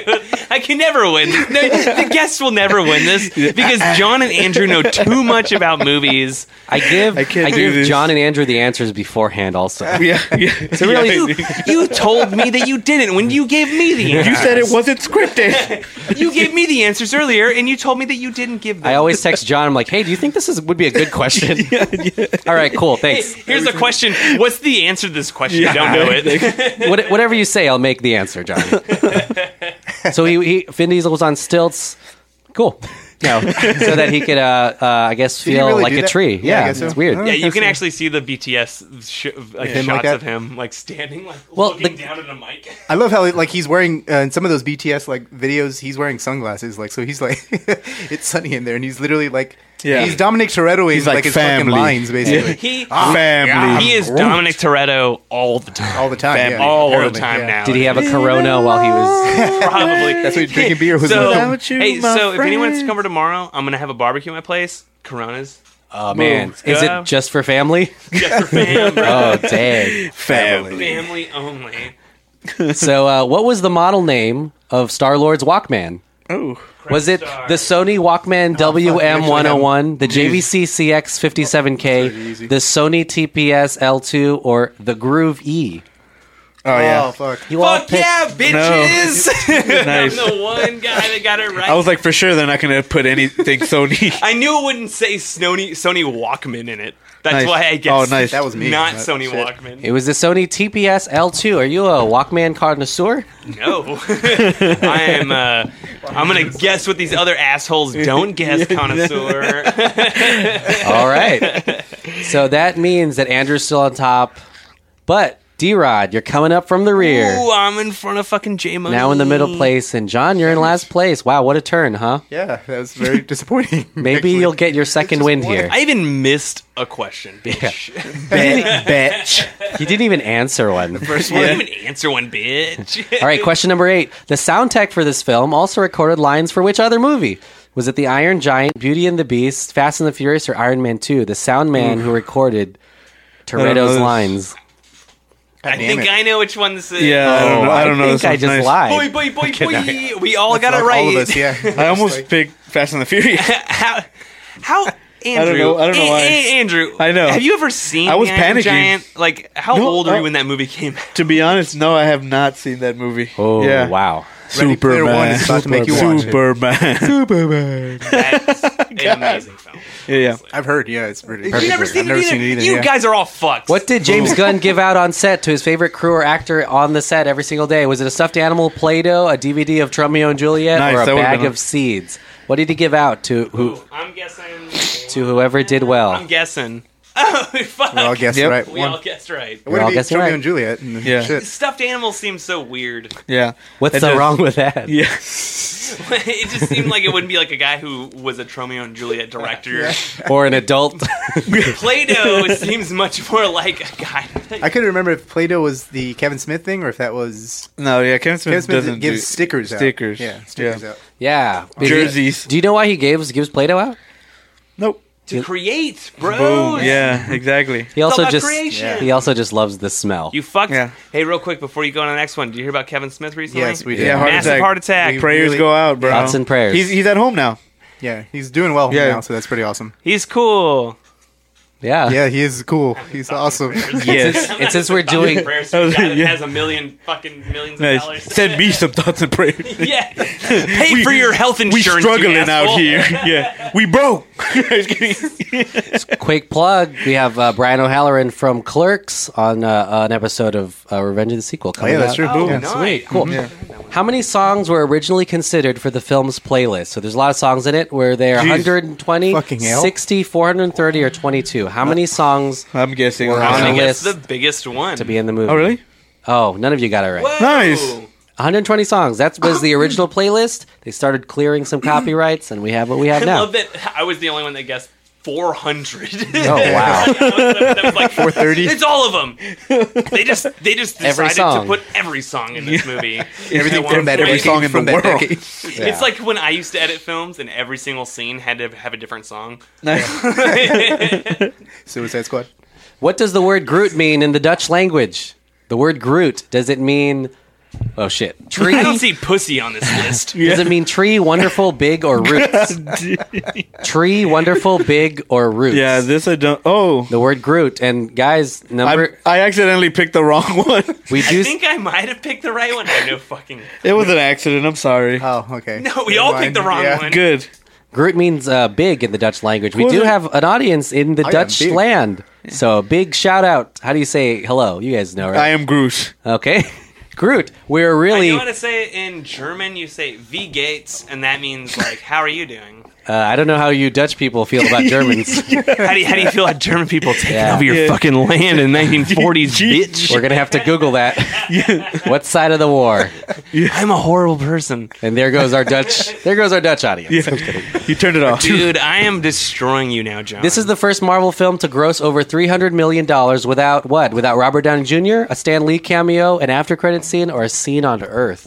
[SPEAKER 8] I can never win. No, the guests will never win this because John and Andrew know too much about movies.
[SPEAKER 7] I give I,
[SPEAKER 2] can't do
[SPEAKER 7] give
[SPEAKER 2] this.
[SPEAKER 7] John and Andrew the answers beforehand also.
[SPEAKER 2] Yeah. yeah.
[SPEAKER 7] So really
[SPEAKER 8] You, you told me that you didn't when you gave me the answers.
[SPEAKER 2] You said it wasn't scripted.
[SPEAKER 8] You gave me the answers earlier, and you told me that you didn't give them.
[SPEAKER 7] I always text John, I'm like, hey, do you think this is would be a good question? All right, cool, thanks.
[SPEAKER 8] Here's the question: What's the answer to this question? I don't know it.
[SPEAKER 7] what, whatever you say, I'll make the answer, Johnny. so he, he Vin Diesel was on stilts. Cool. No, so that he could, uh, uh, I guess,
[SPEAKER 3] he
[SPEAKER 7] feel
[SPEAKER 3] really
[SPEAKER 7] like
[SPEAKER 3] do
[SPEAKER 7] a
[SPEAKER 3] that?
[SPEAKER 7] tree.
[SPEAKER 3] Yeah, I
[SPEAKER 7] Yeah,
[SPEAKER 3] guess so.
[SPEAKER 7] it's weird.
[SPEAKER 3] Huh?
[SPEAKER 8] Yeah, you
[SPEAKER 3] That's
[SPEAKER 8] can
[SPEAKER 3] a-
[SPEAKER 8] actually see the BTS sh- like
[SPEAKER 3] Him
[SPEAKER 8] shots
[SPEAKER 3] like that?
[SPEAKER 8] of him like standing like
[SPEAKER 7] Well,
[SPEAKER 8] looking
[SPEAKER 7] the-
[SPEAKER 8] down at a mic.
[SPEAKER 3] I love how like he's wearing uh, in some of those BTS like videos. He's wearing sunglasses, like so he's like it's sunny in there, and he's literally like
[SPEAKER 2] Yeah.
[SPEAKER 3] he's Dominic Toretto. He's like,
[SPEAKER 2] like
[SPEAKER 3] his fucking
[SPEAKER 2] family.
[SPEAKER 3] lines basically Ah,
[SPEAKER 8] He
[SPEAKER 2] Family.
[SPEAKER 8] he is Dominic Toretto all the time,
[SPEAKER 3] all the time, yeah,
[SPEAKER 8] all the
[SPEAKER 3] apparently,
[SPEAKER 8] time
[SPEAKER 3] yeah.
[SPEAKER 8] now.
[SPEAKER 7] Did he have a corona while he was?
[SPEAKER 8] probably?
[SPEAKER 3] That's what he's drinking beer with.
[SPEAKER 8] so,
[SPEAKER 3] him.
[SPEAKER 2] with you,
[SPEAKER 8] hey,
[SPEAKER 2] my
[SPEAKER 8] so if anyone's
[SPEAKER 2] friend.
[SPEAKER 8] coming tomorrow, I'm gonna have a barbecue at my place. Coronas,
[SPEAKER 7] Oh man, is
[SPEAKER 8] Yeah.
[SPEAKER 7] it just for family?
[SPEAKER 8] just for fam, bro.
[SPEAKER 7] Oh dang!
[SPEAKER 2] Family.
[SPEAKER 8] family only.
[SPEAKER 7] So, uh, what was the model name of Star Lord's Walkman?
[SPEAKER 2] Oh,
[SPEAKER 7] Was it
[SPEAKER 8] Star.
[SPEAKER 7] the Sony
[SPEAKER 3] Oh,
[SPEAKER 7] Walkman WM101, the JVC CX57K, the Sony TPS L2, or the Groove E?
[SPEAKER 2] oh
[SPEAKER 3] Oh
[SPEAKER 2] yeah.
[SPEAKER 3] fuck!
[SPEAKER 7] You all
[SPEAKER 8] Fuck
[SPEAKER 7] picked-
[SPEAKER 8] yeah, bitches!
[SPEAKER 2] Nice.
[SPEAKER 8] I'm the one guy that got it right.
[SPEAKER 2] I was like, for sure, they're not gonna put anything Sony.
[SPEAKER 8] I knew it wouldn't say Sony Sony Walkman in it. That's
[SPEAKER 2] Nice.
[SPEAKER 8] why I guessed.
[SPEAKER 2] Oh, nice.
[SPEAKER 3] That was me.
[SPEAKER 8] Not
[SPEAKER 3] That-
[SPEAKER 8] Sony
[SPEAKER 3] shit.
[SPEAKER 8] Walkman.
[SPEAKER 7] It was the Sony TPS L2. Are you a Walkman connoisseur?
[SPEAKER 8] No, I am. Uh, I'm gonna guess what these other assholes don't guess, connoisseur.
[SPEAKER 7] All right. so that means that Andrew's still on top. But D Rod, you're coming up from the rear.
[SPEAKER 8] Ooh, I'm in front of fucking J Money.
[SPEAKER 7] Now in the middle place, and John, you're in last place. Wow, what a turn, huh?
[SPEAKER 3] Yeah, that was very disappointing.
[SPEAKER 7] Maybe
[SPEAKER 3] actually.
[SPEAKER 7] you'll get your second win here.
[SPEAKER 8] I even missed a question. Bitch.
[SPEAKER 2] Bitch.
[SPEAKER 7] He didn't even answer one.
[SPEAKER 8] First one, I didn't even answer one, bitch.
[SPEAKER 7] All right, question number eight. The sound tech for this film also recorded lines for which other movie? Was it The Iron Giant, Beauty and the Beast, Fast and the Furious, or Iron Man 2? The sound man who recorded Toretto's
[SPEAKER 2] this.
[SPEAKER 7] lines.
[SPEAKER 8] I think
[SPEAKER 3] it.
[SPEAKER 8] I know which one this is.
[SPEAKER 2] Yeah, I don't know. I don't know.
[SPEAKER 7] think
[SPEAKER 2] This
[SPEAKER 7] I
[SPEAKER 2] one's
[SPEAKER 7] just
[SPEAKER 2] nice.
[SPEAKER 8] Boy,
[SPEAKER 7] lied.
[SPEAKER 8] boy, boy, boy. We all got
[SPEAKER 3] Like,
[SPEAKER 8] it right.
[SPEAKER 3] All of us, yeah.
[SPEAKER 2] I almost picked Fast and the Furious.
[SPEAKER 8] how how Andrew?
[SPEAKER 2] know- I don't know
[SPEAKER 8] A-
[SPEAKER 2] why.
[SPEAKER 8] A- Andrew,
[SPEAKER 2] I know.
[SPEAKER 8] Have you ever seen?
[SPEAKER 2] I was
[SPEAKER 8] The Iron
[SPEAKER 2] panicking.
[SPEAKER 8] Giant? Like, how
[SPEAKER 2] No, uh,
[SPEAKER 8] old were you
[SPEAKER 2] I-
[SPEAKER 8] when that movie came? out?
[SPEAKER 2] to be honest, no, I have not seen that movie.
[SPEAKER 7] Oh,
[SPEAKER 2] yeah.
[SPEAKER 7] wow.
[SPEAKER 3] Ready Player
[SPEAKER 2] Superman.
[SPEAKER 3] One is about to make you watch it.
[SPEAKER 2] Superman. Superman.
[SPEAKER 8] That's an amazing film.
[SPEAKER 2] yeah, yeah.
[SPEAKER 3] I've heard. Yeah, it's pretty.
[SPEAKER 8] You never
[SPEAKER 3] I've
[SPEAKER 8] seen,
[SPEAKER 3] never
[SPEAKER 8] it, either?
[SPEAKER 3] seen it either.
[SPEAKER 8] You
[SPEAKER 3] yeah.
[SPEAKER 8] guys are all fucked.
[SPEAKER 7] What did
[SPEAKER 2] Oh.
[SPEAKER 7] James Gunn give out on set to his favorite crew or actor on the set every single day? Was it a stuffed animal, Play Doh, a DVD of Romeo and Juliet,
[SPEAKER 2] Nice,
[SPEAKER 7] or a
[SPEAKER 2] that would've
[SPEAKER 7] bag
[SPEAKER 2] been
[SPEAKER 7] of seeds? What did he give out to who,
[SPEAKER 8] I'm guessing.
[SPEAKER 7] to whoever did well?
[SPEAKER 8] I'm guessing. Oh fuck!
[SPEAKER 3] We're all guessed
[SPEAKER 2] Yep.
[SPEAKER 3] right.
[SPEAKER 8] We
[SPEAKER 3] One-
[SPEAKER 8] all guessed right.
[SPEAKER 3] What
[SPEAKER 7] all
[SPEAKER 3] if it's
[SPEAKER 7] guessing
[SPEAKER 3] Romeo
[SPEAKER 7] right.
[SPEAKER 3] and Juliet? and
[SPEAKER 2] Yeah.
[SPEAKER 3] shit?
[SPEAKER 8] Stuffed animals seem so weird.
[SPEAKER 2] yeah.
[SPEAKER 7] What's
[SPEAKER 2] It
[SPEAKER 7] so
[SPEAKER 2] just-
[SPEAKER 7] wrong with that?
[SPEAKER 2] Yeah.
[SPEAKER 8] it just seemed like it wouldn't be like a guy who was a Romeo and Juliet director.
[SPEAKER 7] Or an adult?
[SPEAKER 8] Play-Doh seems much more like a guy.
[SPEAKER 3] I couldn't remember if Play-Doh was the Kevin Smith thing or if that was
[SPEAKER 2] No, yeah, Kevin Smith,
[SPEAKER 3] Kevin Smith
[SPEAKER 2] doesn't
[SPEAKER 3] gives
[SPEAKER 2] do
[SPEAKER 3] stickers out.
[SPEAKER 2] Stickers.
[SPEAKER 3] Yeah, stickers out.
[SPEAKER 7] yeah.
[SPEAKER 2] Jerseys.
[SPEAKER 7] Do you know why he gives gives Play-Doh out?
[SPEAKER 2] Nope.
[SPEAKER 8] to create, bro.
[SPEAKER 2] Boom. Yeah, exactly.
[SPEAKER 7] He also
[SPEAKER 8] about
[SPEAKER 7] just
[SPEAKER 8] creation. Yeah.
[SPEAKER 7] he also just loves the smell.
[SPEAKER 8] You fucked.
[SPEAKER 2] Yeah.
[SPEAKER 8] Hey, real quick before you go on to the next one, did you hear about Kevin Smith recently?
[SPEAKER 3] Yes, we did.
[SPEAKER 2] Yeah, heart
[SPEAKER 8] Massive
[SPEAKER 2] attack.
[SPEAKER 8] heart attack.
[SPEAKER 3] We-
[SPEAKER 2] Prayers
[SPEAKER 3] Really?
[SPEAKER 2] go out, bro.
[SPEAKER 7] Thoughts and prayers.
[SPEAKER 2] He's, he's at home now.
[SPEAKER 3] Yeah, he's doing well
[SPEAKER 2] Yeah.
[SPEAKER 3] now, so that's pretty awesome.
[SPEAKER 8] He's cool.
[SPEAKER 7] yeah.
[SPEAKER 3] Yeah, he is cool. He's awesome.
[SPEAKER 2] Yes.
[SPEAKER 7] And since we're doing
[SPEAKER 8] Prayers
[SPEAKER 2] That
[SPEAKER 8] to
[SPEAKER 2] was-
[SPEAKER 8] God that
[SPEAKER 2] yeah.
[SPEAKER 8] has a million fucking millions of
[SPEAKER 2] Nice.
[SPEAKER 8] dollars.
[SPEAKER 2] Send me some thoughts and prayers.
[SPEAKER 8] yeah. Pay
[SPEAKER 2] We-
[SPEAKER 8] for your health
[SPEAKER 2] We
[SPEAKER 8] insurance. you
[SPEAKER 2] struggling out
[SPEAKER 8] asshole.
[SPEAKER 2] here. Yeah, we broke. Just kidding.
[SPEAKER 7] quick plug, we have uh, Brian O'Halloran from Clerks on uh, an episode of uh, Revenge of the Sequel coming
[SPEAKER 3] yeah, that's
[SPEAKER 7] out.
[SPEAKER 3] true.
[SPEAKER 8] Oh,
[SPEAKER 3] Yeah.
[SPEAKER 8] nice.
[SPEAKER 7] Cool. How many songs were originally considered for the film's playlist? So there's a lot of songs in it. Were there 120,
[SPEAKER 3] Fucking hell.
[SPEAKER 7] 60, 430, or 22? How many songs
[SPEAKER 2] I'm guessing.
[SPEAKER 7] We're
[SPEAKER 8] I'm
[SPEAKER 7] on
[SPEAKER 8] gonna
[SPEAKER 7] a
[SPEAKER 8] guess
[SPEAKER 7] list.
[SPEAKER 8] the biggest one.
[SPEAKER 7] to be in the movie?
[SPEAKER 2] Oh, really?
[SPEAKER 7] Oh, none of you got it right.
[SPEAKER 8] Whoa.
[SPEAKER 2] Nice.
[SPEAKER 7] 120 songs. That was the original playlist. They started clearing some copyrights, and we have what we have
[SPEAKER 8] I
[SPEAKER 7] now.
[SPEAKER 8] love that. I was the only one that guessed. 400
[SPEAKER 7] Oh wow!
[SPEAKER 8] That was like
[SPEAKER 3] 430.
[SPEAKER 8] it's all of them they just they just
[SPEAKER 7] Every
[SPEAKER 8] decided to
[SPEAKER 7] song.
[SPEAKER 8] put every song in this movie
[SPEAKER 2] Everything
[SPEAKER 8] from that every
[SPEAKER 2] song in
[SPEAKER 3] from
[SPEAKER 2] the
[SPEAKER 3] that
[SPEAKER 2] world.
[SPEAKER 3] decade.
[SPEAKER 8] It's like when I used to edit films, and every single scene had to have a different song.
[SPEAKER 3] Suicide Squad.
[SPEAKER 7] What does the word Groot mean in the Dutch language? The word Groot does it mean? Oh shit! Tree?
[SPEAKER 8] I don't see pussy on this list.
[SPEAKER 7] Does it mean tree, wonderful, big, or roots? tree, wonderful, big, or roots?
[SPEAKER 2] Yeah, this I don't. Oh,
[SPEAKER 7] the word Groot and guys
[SPEAKER 2] I,
[SPEAKER 7] number
[SPEAKER 2] I accidentally picked the wrong one.
[SPEAKER 7] we
[SPEAKER 8] I
[SPEAKER 7] do.
[SPEAKER 8] think I might have picked the right one. I know fucking.
[SPEAKER 2] It was an accident. I'm sorry.
[SPEAKER 8] Uh,
[SPEAKER 3] Oh, okay.
[SPEAKER 8] No, we
[SPEAKER 3] Never
[SPEAKER 8] all
[SPEAKER 3] mind.
[SPEAKER 8] picked the wrong
[SPEAKER 3] Yeah.
[SPEAKER 8] one.
[SPEAKER 2] Good.
[SPEAKER 7] Groot means uh, big in the Dutch language. We
[SPEAKER 2] Well,
[SPEAKER 7] do
[SPEAKER 2] then-
[SPEAKER 7] have an audience in the
[SPEAKER 3] am
[SPEAKER 7] Dutch
[SPEAKER 3] big.
[SPEAKER 7] land, so a big shout out. How do you say hello? You guys know,
[SPEAKER 2] I
[SPEAKER 7] right?
[SPEAKER 2] am Groot.
[SPEAKER 7] okay, Groot. We're
[SPEAKER 8] I
[SPEAKER 7] really
[SPEAKER 8] know how to say it in German. You say "Wie geht's," and that means like, "How are you doing?"
[SPEAKER 7] Uh, I don't know how you Dutch people feel about Germans.
[SPEAKER 8] How do you, how do you feel like German people taking
[SPEAKER 7] Yeah.
[SPEAKER 8] over your fucking land in 1940s, bitch?
[SPEAKER 7] We're gonna have to Google that. what side of the war?
[SPEAKER 8] I'm a horrible person,
[SPEAKER 7] And there goes our Dutch. There goes our Dutch audience.
[SPEAKER 2] You turned it off.
[SPEAKER 8] dude. I am destroying you now, John.
[SPEAKER 7] This is the first Marvel film to gross over three hundred million dollars without what? Without Robert Downey Jr., a Stan Lee cameo, an after credit scene, or a scene on Earth.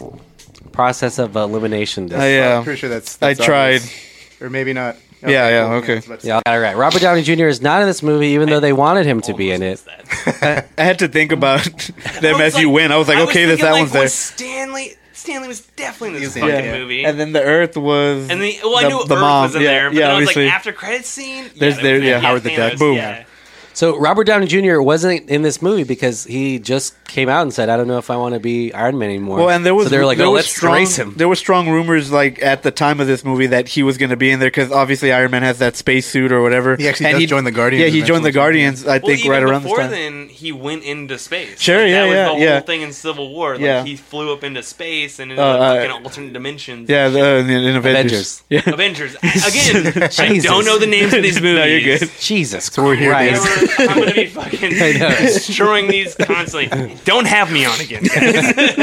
[SPEAKER 7] Process of elimination. This.
[SPEAKER 2] I,
[SPEAKER 3] I'm
[SPEAKER 2] uh,
[SPEAKER 3] pretty sure that's.
[SPEAKER 2] I
[SPEAKER 3] that's
[SPEAKER 2] tried.
[SPEAKER 3] obvious. or maybe not.
[SPEAKER 2] Yeah, yeah,
[SPEAKER 3] cool.
[SPEAKER 2] okay.
[SPEAKER 3] I was about to
[SPEAKER 7] yeah, all right. Robert Downey Jr. is not in this movie, even though they wanted him to be in it.
[SPEAKER 2] I had to think about them
[SPEAKER 8] I was
[SPEAKER 2] as you
[SPEAKER 8] like-
[SPEAKER 2] went. I was like, okay, that
[SPEAKER 8] thinking,
[SPEAKER 2] that
[SPEAKER 8] like,
[SPEAKER 2] one's there.
[SPEAKER 8] Was Stanley Stanley was definitely in this fucking
[SPEAKER 2] Yeah.
[SPEAKER 8] movie.
[SPEAKER 2] And then the Earth was.
[SPEAKER 8] And the, well, I knew Earth was in
[SPEAKER 2] yeah,
[SPEAKER 8] there, but
[SPEAKER 2] yeah,
[SPEAKER 8] then I was
[SPEAKER 2] obviously.
[SPEAKER 8] like, after credit scene.
[SPEAKER 2] There's-
[SPEAKER 8] that
[SPEAKER 2] there-
[SPEAKER 8] was
[SPEAKER 2] yeah,
[SPEAKER 8] it.
[SPEAKER 2] Howard the
[SPEAKER 8] Thanos,
[SPEAKER 2] Duck. Boom.
[SPEAKER 8] yeah.
[SPEAKER 7] So Robert Downey Jr. wasn't in this movie because he just came out and said, "I don't know if I want to be Iron Man anymore."
[SPEAKER 2] well, and there was
[SPEAKER 7] so they were like,
[SPEAKER 2] there
[SPEAKER 7] "Oh,
[SPEAKER 2] was
[SPEAKER 7] let's
[SPEAKER 2] strong,
[SPEAKER 7] erase him."
[SPEAKER 2] There were strong rumors like at the time of this movie that he was going to be in there because obviously Iron Man has that space suit or whatever.
[SPEAKER 3] He actually
[SPEAKER 2] and
[SPEAKER 3] does join the Guardians
[SPEAKER 2] Yeah, he joined the
[SPEAKER 3] eventually.
[SPEAKER 2] Guardians. I
[SPEAKER 8] Well,
[SPEAKER 2] think
[SPEAKER 8] even
[SPEAKER 2] right around this
[SPEAKER 8] before
[SPEAKER 2] time.
[SPEAKER 8] then, he went into space.
[SPEAKER 2] Sure,
[SPEAKER 8] Like,
[SPEAKER 2] yeah,
[SPEAKER 8] that
[SPEAKER 2] yeah,
[SPEAKER 8] was the
[SPEAKER 2] yeah.
[SPEAKER 8] whole thing in Civil War. Like,
[SPEAKER 2] Yeah.
[SPEAKER 8] he flew up into space and into
[SPEAKER 2] Uh, uh,
[SPEAKER 8] fucking alternate dimensions.
[SPEAKER 2] Yeah, the, uh, in, in
[SPEAKER 7] Avengers.
[SPEAKER 2] Avengers. Yeah.
[SPEAKER 8] Avengers. Again, I
[SPEAKER 7] Jesus.
[SPEAKER 8] don't know the names of these movies.
[SPEAKER 2] No, you're good.
[SPEAKER 7] Jesus
[SPEAKER 8] They
[SPEAKER 7] Christ!
[SPEAKER 8] were- I'm gonna be fucking
[SPEAKER 7] know.
[SPEAKER 8] destroying these constantly. Don't have me on again. guys.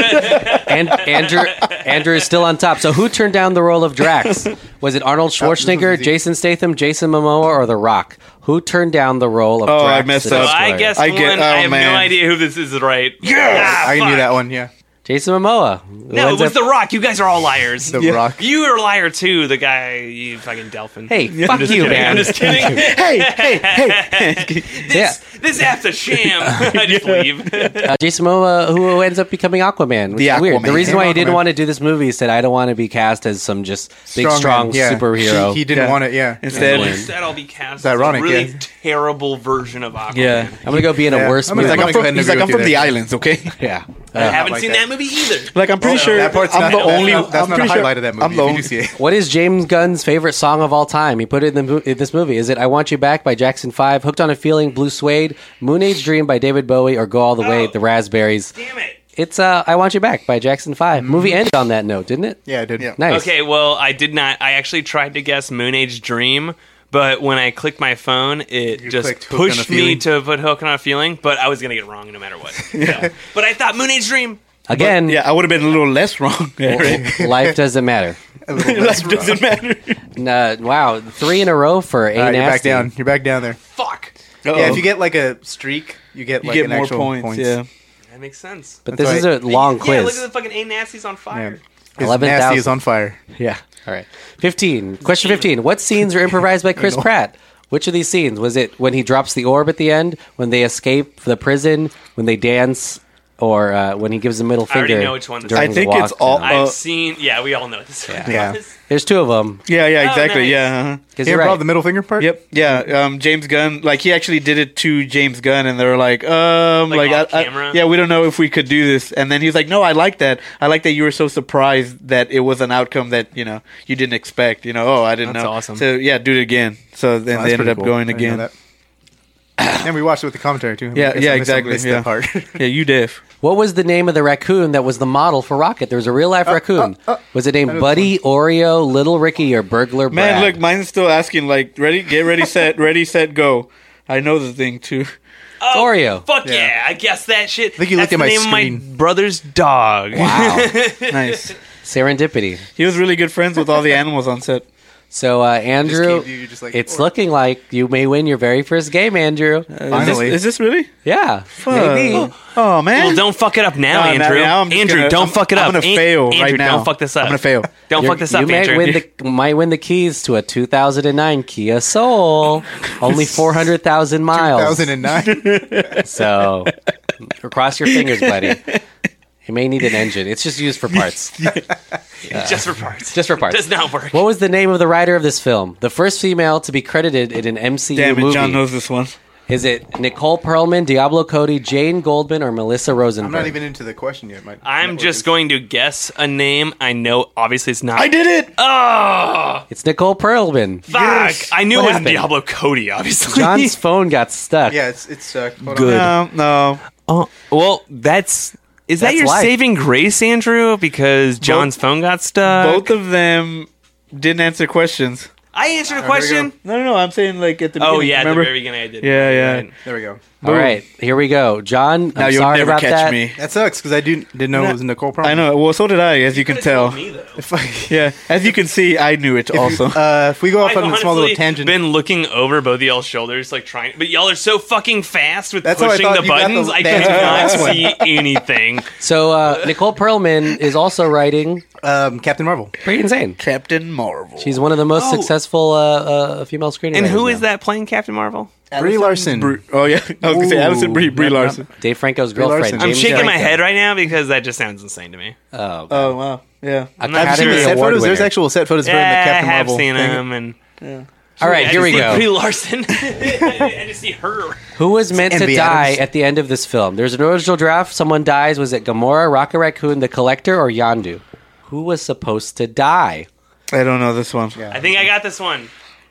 [SPEAKER 7] And Andrew Andrew is still on top. So who turned down the role of Drax? Was it Arnold Schwarzenegger,
[SPEAKER 3] easy.
[SPEAKER 7] Jason Statham, Jason Momoa, or The Rock? Who turned down the role of
[SPEAKER 2] Oh, I
[SPEAKER 7] Drax?
[SPEAKER 2] messed
[SPEAKER 7] the
[SPEAKER 2] up.
[SPEAKER 8] So I
[SPEAKER 7] Destroyer?
[SPEAKER 8] guess
[SPEAKER 2] I
[SPEAKER 8] I
[SPEAKER 2] get-
[SPEAKER 8] one.
[SPEAKER 2] oh,
[SPEAKER 8] I have
[SPEAKER 2] man.
[SPEAKER 8] no idea who this is. Right?
[SPEAKER 3] say.
[SPEAKER 8] Yeah,
[SPEAKER 3] I knew that one. Yeah,
[SPEAKER 7] Jason Momoa.
[SPEAKER 8] No, it
[SPEAKER 7] Ends
[SPEAKER 8] was
[SPEAKER 7] up-
[SPEAKER 8] The Rock. You guys are all liars.
[SPEAKER 3] the Rock.
[SPEAKER 8] You are a liar too. The guy, you fucking dolphin.
[SPEAKER 7] Hey, fuck you,
[SPEAKER 8] kidding.
[SPEAKER 7] man.
[SPEAKER 8] I'm just kidding.
[SPEAKER 2] hey, hey, hey!
[SPEAKER 7] Yeah.
[SPEAKER 8] this this app's a sham. I just leave.
[SPEAKER 7] Uh, Jason Momoa, who ends up becoming Aquaman, which
[SPEAKER 2] The
[SPEAKER 7] is weird.
[SPEAKER 2] Aquaman.
[SPEAKER 7] The reason why he didn't
[SPEAKER 3] Aquaman.
[SPEAKER 7] want to do this movie is that I don't want to be cast as some just big,
[SPEAKER 3] Strongman,
[SPEAKER 7] strong
[SPEAKER 3] yeah.
[SPEAKER 7] superhero.
[SPEAKER 3] He, he didn't
[SPEAKER 2] Yeah.
[SPEAKER 3] want it. Yeah.
[SPEAKER 2] Instead,
[SPEAKER 8] Instead, I'll be cast. as
[SPEAKER 3] ironic,
[SPEAKER 8] A really
[SPEAKER 3] yeah.
[SPEAKER 8] terrible version of Aquaman.
[SPEAKER 2] yeah.
[SPEAKER 7] I'm gonna go be in a
[SPEAKER 3] Yeah.
[SPEAKER 7] worse
[SPEAKER 3] I'm
[SPEAKER 7] movie.
[SPEAKER 3] gonna-
[SPEAKER 2] He's like,
[SPEAKER 3] go
[SPEAKER 2] I'm
[SPEAKER 3] ahead
[SPEAKER 2] from,
[SPEAKER 3] and
[SPEAKER 2] he's like,
[SPEAKER 3] agree
[SPEAKER 2] I'm
[SPEAKER 3] with
[SPEAKER 2] from
[SPEAKER 3] you
[SPEAKER 2] the
[SPEAKER 3] there.
[SPEAKER 2] islands, okay?
[SPEAKER 7] yeah.
[SPEAKER 8] I
[SPEAKER 7] Uh,
[SPEAKER 8] haven't
[SPEAKER 3] like
[SPEAKER 8] seen
[SPEAKER 3] that.
[SPEAKER 8] that. movie either.
[SPEAKER 2] Like I'm pretty
[SPEAKER 8] Well,
[SPEAKER 2] sure
[SPEAKER 3] that part's
[SPEAKER 2] I'm
[SPEAKER 3] not-
[SPEAKER 2] the
[SPEAKER 3] that's
[SPEAKER 2] only.
[SPEAKER 3] not- that's
[SPEAKER 2] I'm
[SPEAKER 3] not a
[SPEAKER 2] pretty sure
[SPEAKER 3] highlight of that movie,
[SPEAKER 2] I'm
[SPEAKER 3] if
[SPEAKER 2] the
[SPEAKER 3] you
[SPEAKER 2] only.
[SPEAKER 3] do see it.
[SPEAKER 7] what is James Gunn's favorite song of all time? He put it in, the, mo- in this movie. Is it "I Want You Back" by Jackson Five, "Hooked on a Feeling," "Blue Suede," "Moon Age Dream" by David Bowie, or "Go All the Way"
[SPEAKER 8] Oh.
[SPEAKER 7] the Raspberries?
[SPEAKER 8] Damn it.
[SPEAKER 7] It's uh, "I Want You Back" by Jackson 5 Movie ended on that note, didn't it?
[SPEAKER 3] Mm-hmm. Yeah, I did.
[SPEAKER 7] Nice.
[SPEAKER 8] Okay, well, I did not. I actually tried to guess Moon Age Dream, but when I clicked my phone, it just
[SPEAKER 3] clicked Hook on a
[SPEAKER 8] pushed me
[SPEAKER 3] Feeling.
[SPEAKER 8] to put Hook on a Feeling, but I was going to get it wrong no matter what. So, But I thought Moon Age Dream.
[SPEAKER 7] Again,
[SPEAKER 2] Yeah, I would have been a little less wrong. Eric.
[SPEAKER 7] life doesn't matter.
[SPEAKER 2] Life doesn't matter.
[SPEAKER 7] Uh, wow, three in a row for a
[SPEAKER 3] All right, you're back
[SPEAKER 7] nasty.
[SPEAKER 3] down. You're back down there.
[SPEAKER 8] Fuck.
[SPEAKER 3] Yeah, if you get like a streak, you get
[SPEAKER 2] You
[SPEAKER 3] like
[SPEAKER 2] get
[SPEAKER 3] an
[SPEAKER 2] more
[SPEAKER 3] actual
[SPEAKER 2] points, yeah.
[SPEAKER 8] That makes sense.
[SPEAKER 7] But this
[SPEAKER 3] That's
[SPEAKER 7] is
[SPEAKER 3] right.
[SPEAKER 7] a long
[SPEAKER 8] yeah,
[SPEAKER 7] quiz.
[SPEAKER 8] look at the fucking A Nasty's on fire.
[SPEAKER 3] His
[SPEAKER 7] 11,000.
[SPEAKER 3] nasty is on fire.
[SPEAKER 7] Yeah. All right. 15. Question 15. What scenes were improvised by Chris Pratt? Which of these scenes? Was it when he drops the orb at the end, when they escape the prison, when they dance, or uh, when he gives the middle
[SPEAKER 8] I already
[SPEAKER 7] finger?
[SPEAKER 8] know which one this
[SPEAKER 7] during
[SPEAKER 8] is.
[SPEAKER 7] the
[SPEAKER 2] I think it's
[SPEAKER 7] walkdown?
[SPEAKER 2] all- Uh,
[SPEAKER 8] I've seen. Yeah, we all know this.
[SPEAKER 3] Yeah.
[SPEAKER 7] There's two of them.
[SPEAKER 2] Yeah, yeah,
[SPEAKER 8] Oh,
[SPEAKER 2] exactly.
[SPEAKER 8] nice.
[SPEAKER 2] Yeah. uh-huh.
[SPEAKER 7] Because
[SPEAKER 3] He
[SPEAKER 7] you're
[SPEAKER 3] brought
[SPEAKER 7] right.
[SPEAKER 3] the middle finger part.
[SPEAKER 2] Yep. Yeah. Um, James Gunn, like he actually did it to James Gunn, and they were like, um,
[SPEAKER 8] Like,
[SPEAKER 2] like,
[SPEAKER 8] off
[SPEAKER 2] I- I-
[SPEAKER 8] camera?
[SPEAKER 2] yeah, we don't know if we could do this. And then he's like, no, I like that. I like that you were so surprised that it was an outcome that you know you didn't expect. You know, oh, I didn't
[SPEAKER 8] That's
[SPEAKER 2] know.
[SPEAKER 8] awesome.
[SPEAKER 2] So yeah, do it again. So then
[SPEAKER 3] Oh, that's
[SPEAKER 2] they ended
[SPEAKER 3] pretty
[SPEAKER 2] up
[SPEAKER 3] cool.
[SPEAKER 2] going
[SPEAKER 3] I didn't know
[SPEAKER 2] again.
[SPEAKER 3] that. and we watched it with the commentary too.
[SPEAKER 2] Yeah,
[SPEAKER 3] I guess
[SPEAKER 2] yeah,
[SPEAKER 3] I missed- I
[SPEAKER 2] exactly,
[SPEAKER 3] missed that
[SPEAKER 2] yeah.
[SPEAKER 3] part.
[SPEAKER 2] Yeah, you diff.
[SPEAKER 7] What was the name of the raccoon that was the model for Rocket? There was a real life
[SPEAKER 8] Uh,
[SPEAKER 7] raccoon. was it named Buddy, Oreo, Little Ricky, or Burglar
[SPEAKER 2] Man,
[SPEAKER 7] Brad?
[SPEAKER 2] look, mine's still asking like, ready, get ready, set, ready, set, go. I know the thing too.
[SPEAKER 7] It's
[SPEAKER 1] Oh,
[SPEAKER 7] Oreo.
[SPEAKER 8] Fuck yeah.
[SPEAKER 3] Yeah.
[SPEAKER 8] I guess that shit. I
[SPEAKER 3] think you
[SPEAKER 8] That's
[SPEAKER 3] looked at
[SPEAKER 8] the
[SPEAKER 3] my
[SPEAKER 8] name of my
[SPEAKER 3] screen.
[SPEAKER 8] brother's dog.
[SPEAKER 7] Wow.
[SPEAKER 2] Nice.
[SPEAKER 7] Serendipity.
[SPEAKER 2] he was really good friends with all the animals on set.
[SPEAKER 7] So, uh, Andrew,
[SPEAKER 3] gave you- you just like,
[SPEAKER 7] it's
[SPEAKER 3] "Oreo."
[SPEAKER 7] looking like you may win your very first game, Andrew.
[SPEAKER 2] Uh, Is this,
[SPEAKER 3] Finally.
[SPEAKER 2] is this really?
[SPEAKER 7] Yeah, maybe.
[SPEAKER 2] Uh, oh man.
[SPEAKER 8] Well, don't fuck it up now,
[SPEAKER 2] No, no,
[SPEAKER 8] Andrew.
[SPEAKER 2] now I'm just
[SPEAKER 8] Andrew,
[SPEAKER 2] gonna-
[SPEAKER 8] don't
[SPEAKER 2] I'm-
[SPEAKER 8] fuck it up.
[SPEAKER 2] I'm gonna
[SPEAKER 8] An-
[SPEAKER 2] fail
[SPEAKER 8] Andrew,
[SPEAKER 2] right now.
[SPEAKER 8] Don't fuck this up.
[SPEAKER 2] Oh, I'm gonna fail.
[SPEAKER 8] Don't
[SPEAKER 7] You're-
[SPEAKER 8] fuck this
[SPEAKER 7] you
[SPEAKER 8] up,
[SPEAKER 7] might
[SPEAKER 8] Andrew.
[SPEAKER 7] Win the, might win the keys to a 2009 Kia Soul, only 400,000 miles.
[SPEAKER 3] 2009.
[SPEAKER 7] So, cross your fingers, buddy. You may need an engine. It's just used for parts.
[SPEAKER 8] just for parts.
[SPEAKER 7] Just for parts.
[SPEAKER 8] Does not work.
[SPEAKER 7] What was the name of the writer of this film? The first female to be credited in an MCU
[SPEAKER 2] Damn it,
[SPEAKER 7] movie.
[SPEAKER 2] John knows this one.
[SPEAKER 7] Is it Nicole Perlman, Diablo Cody, Jane Goldman, or Melissa Rosenberg?
[SPEAKER 3] I'm not even into the question yet. My
[SPEAKER 8] I'm
[SPEAKER 3] network
[SPEAKER 8] just
[SPEAKER 3] is-
[SPEAKER 8] going to guess a name. I know, obviously, it's not.
[SPEAKER 2] I did it.
[SPEAKER 8] Oh,
[SPEAKER 7] It's Nicole Perlman.
[SPEAKER 8] fuck! I knew
[SPEAKER 7] What
[SPEAKER 8] it was
[SPEAKER 7] happened?
[SPEAKER 8] Diablo Cody. Obviously,
[SPEAKER 7] John's phone got stuck.
[SPEAKER 3] Yeah, it's it's uh, hold on.
[SPEAKER 8] Good.
[SPEAKER 2] No, no.
[SPEAKER 8] Oh, well, that's is that
[SPEAKER 7] That's
[SPEAKER 8] your
[SPEAKER 7] life.
[SPEAKER 8] saving grace, Andrew? Because John's phone got stuck.
[SPEAKER 2] Both of them didn't Uh, answer questions.
[SPEAKER 8] I answered a question.
[SPEAKER 2] No, no, no. I'm saying like at the
[SPEAKER 8] Oh
[SPEAKER 2] beginning,
[SPEAKER 8] yeah, at the
[SPEAKER 2] remember?
[SPEAKER 8] very beginning I did.
[SPEAKER 2] Yeah, yeah.
[SPEAKER 8] Right.
[SPEAKER 3] There we go.
[SPEAKER 7] All right, here we go, John. I'm
[SPEAKER 2] Now you'll
[SPEAKER 7] sorry
[SPEAKER 2] never
[SPEAKER 7] about
[SPEAKER 2] catch
[SPEAKER 7] that.
[SPEAKER 2] me.
[SPEAKER 3] That sucks because I do, didn't know it was a Nicole problem.
[SPEAKER 2] I know. Well, so did I, as you can
[SPEAKER 8] Could've told
[SPEAKER 2] tell.
[SPEAKER 8] me, though.
[SPEAKER 2] Yeah, as you can see, I knew it also.
[SPEAKER 3] Uh, if we go off
[SPEAKER 8] I've
[SPEAKER 3] on a small little
[SPEAKER 8] honestly
[SPEAKER 3] tangent,
[SPEAKER 8] been looking over both of y'all's shoulders, like trying. But y'all are so fucking fast with
[SPEAKER 3] That's how I
[SPEAKER 8] pushing
[SPEAKER 3] thought
[SPEAKER 8] the
[SPEAKER 3] you got the-
[SPEAKER 8] buttons. I
[SPEAKER 3] that's the
[SPEAKER 8] cannot
[SPEAKER 3] last one.
[SPEAKER 8] see anything.
[SPEAKER 7] So uh, Nicole Perlman is also writing
[SPEAKER 3] um, Captain Marvel.
[SPEAKER 7] pretty insane.
[SPEAKER 2] Captain Marvel.
[SPEAKER 7] She's one of the most
[SPEAKER 8] Oh.
[SPEAKER 7] successful uh, uh, female screenwriters.
[SPEAKER 8] And who is
[SPEAKER 7] now.
[SPEAKER 8] that playing Captain Marvel?
[SPEAKER 3] Brie Larson.
[SPEAKER 2] Bru- oh yeah, I was gonna say Alison Brie, Brie
[SPEAKER 3] Yep, yep.
[SPEAKER 2] Larson.
[SPEAKER 7] Dave Franco's
[SPEAKER 3] Brie
[SPEAKER 7] girlfriend.
[SPEAKER 3] Larson.
[SPEAKER 8] I'm
[SPEAKER 7] James
[SPEAKER 8] shaking my
[SPEAKER 7] Franco.
[SPEAKER 8] head right now because that just sounds insane to me.
[SPEAKER 7] Oh, God.
[SPEAKER 2] Oh wow, yeah.
[SPEAKER 8] I'm
[SPEAKER 7] I've
[SPEAKER 8] not
[SPEAKER 7] seen
[SPEAKER 8] sure.
[SPEAKER 7] the
[SPEAKER 3] Set
[SPEAKER 7] award
[SPEAKER 3] photos. There's
[SPEAKER 7] winner.
[SPEAKER 3] actual set photos
[SPEAKER 8] yeah,
[SPEAKER 3] from the Captain
[SPEAKER 8] I have
[SPEAKER 3] Marvel
[SPEAKER 8] seen
[SPEAKER 3] thing.
[SPEAKER 8] him. And
[SPEAKER 7] All right,
[SPEAKER 8] I
[SPEAKER 7] here
[SPEAKER 8] just
[SPEAKER 7] we
[SPEAKER 8] see
[SPEAKER 7] go.
[SPEAKER 8] Brie Larson. I just see her.
[SPEAKER 7] Who was meant to
[SPEAKER 3] Envy
[SPEAKER 7] die
[SPEAKER 3] Adams.
[SPEAKER 7] at the end of this film? There's an original draft. Someone dies. Was it Gamora, Rocket Raccoon, The Collector, or Yandu? Who was supposed to die?
[SPEAKER 2] I don't know this one.
[SPEAKER 8] I think I got this one.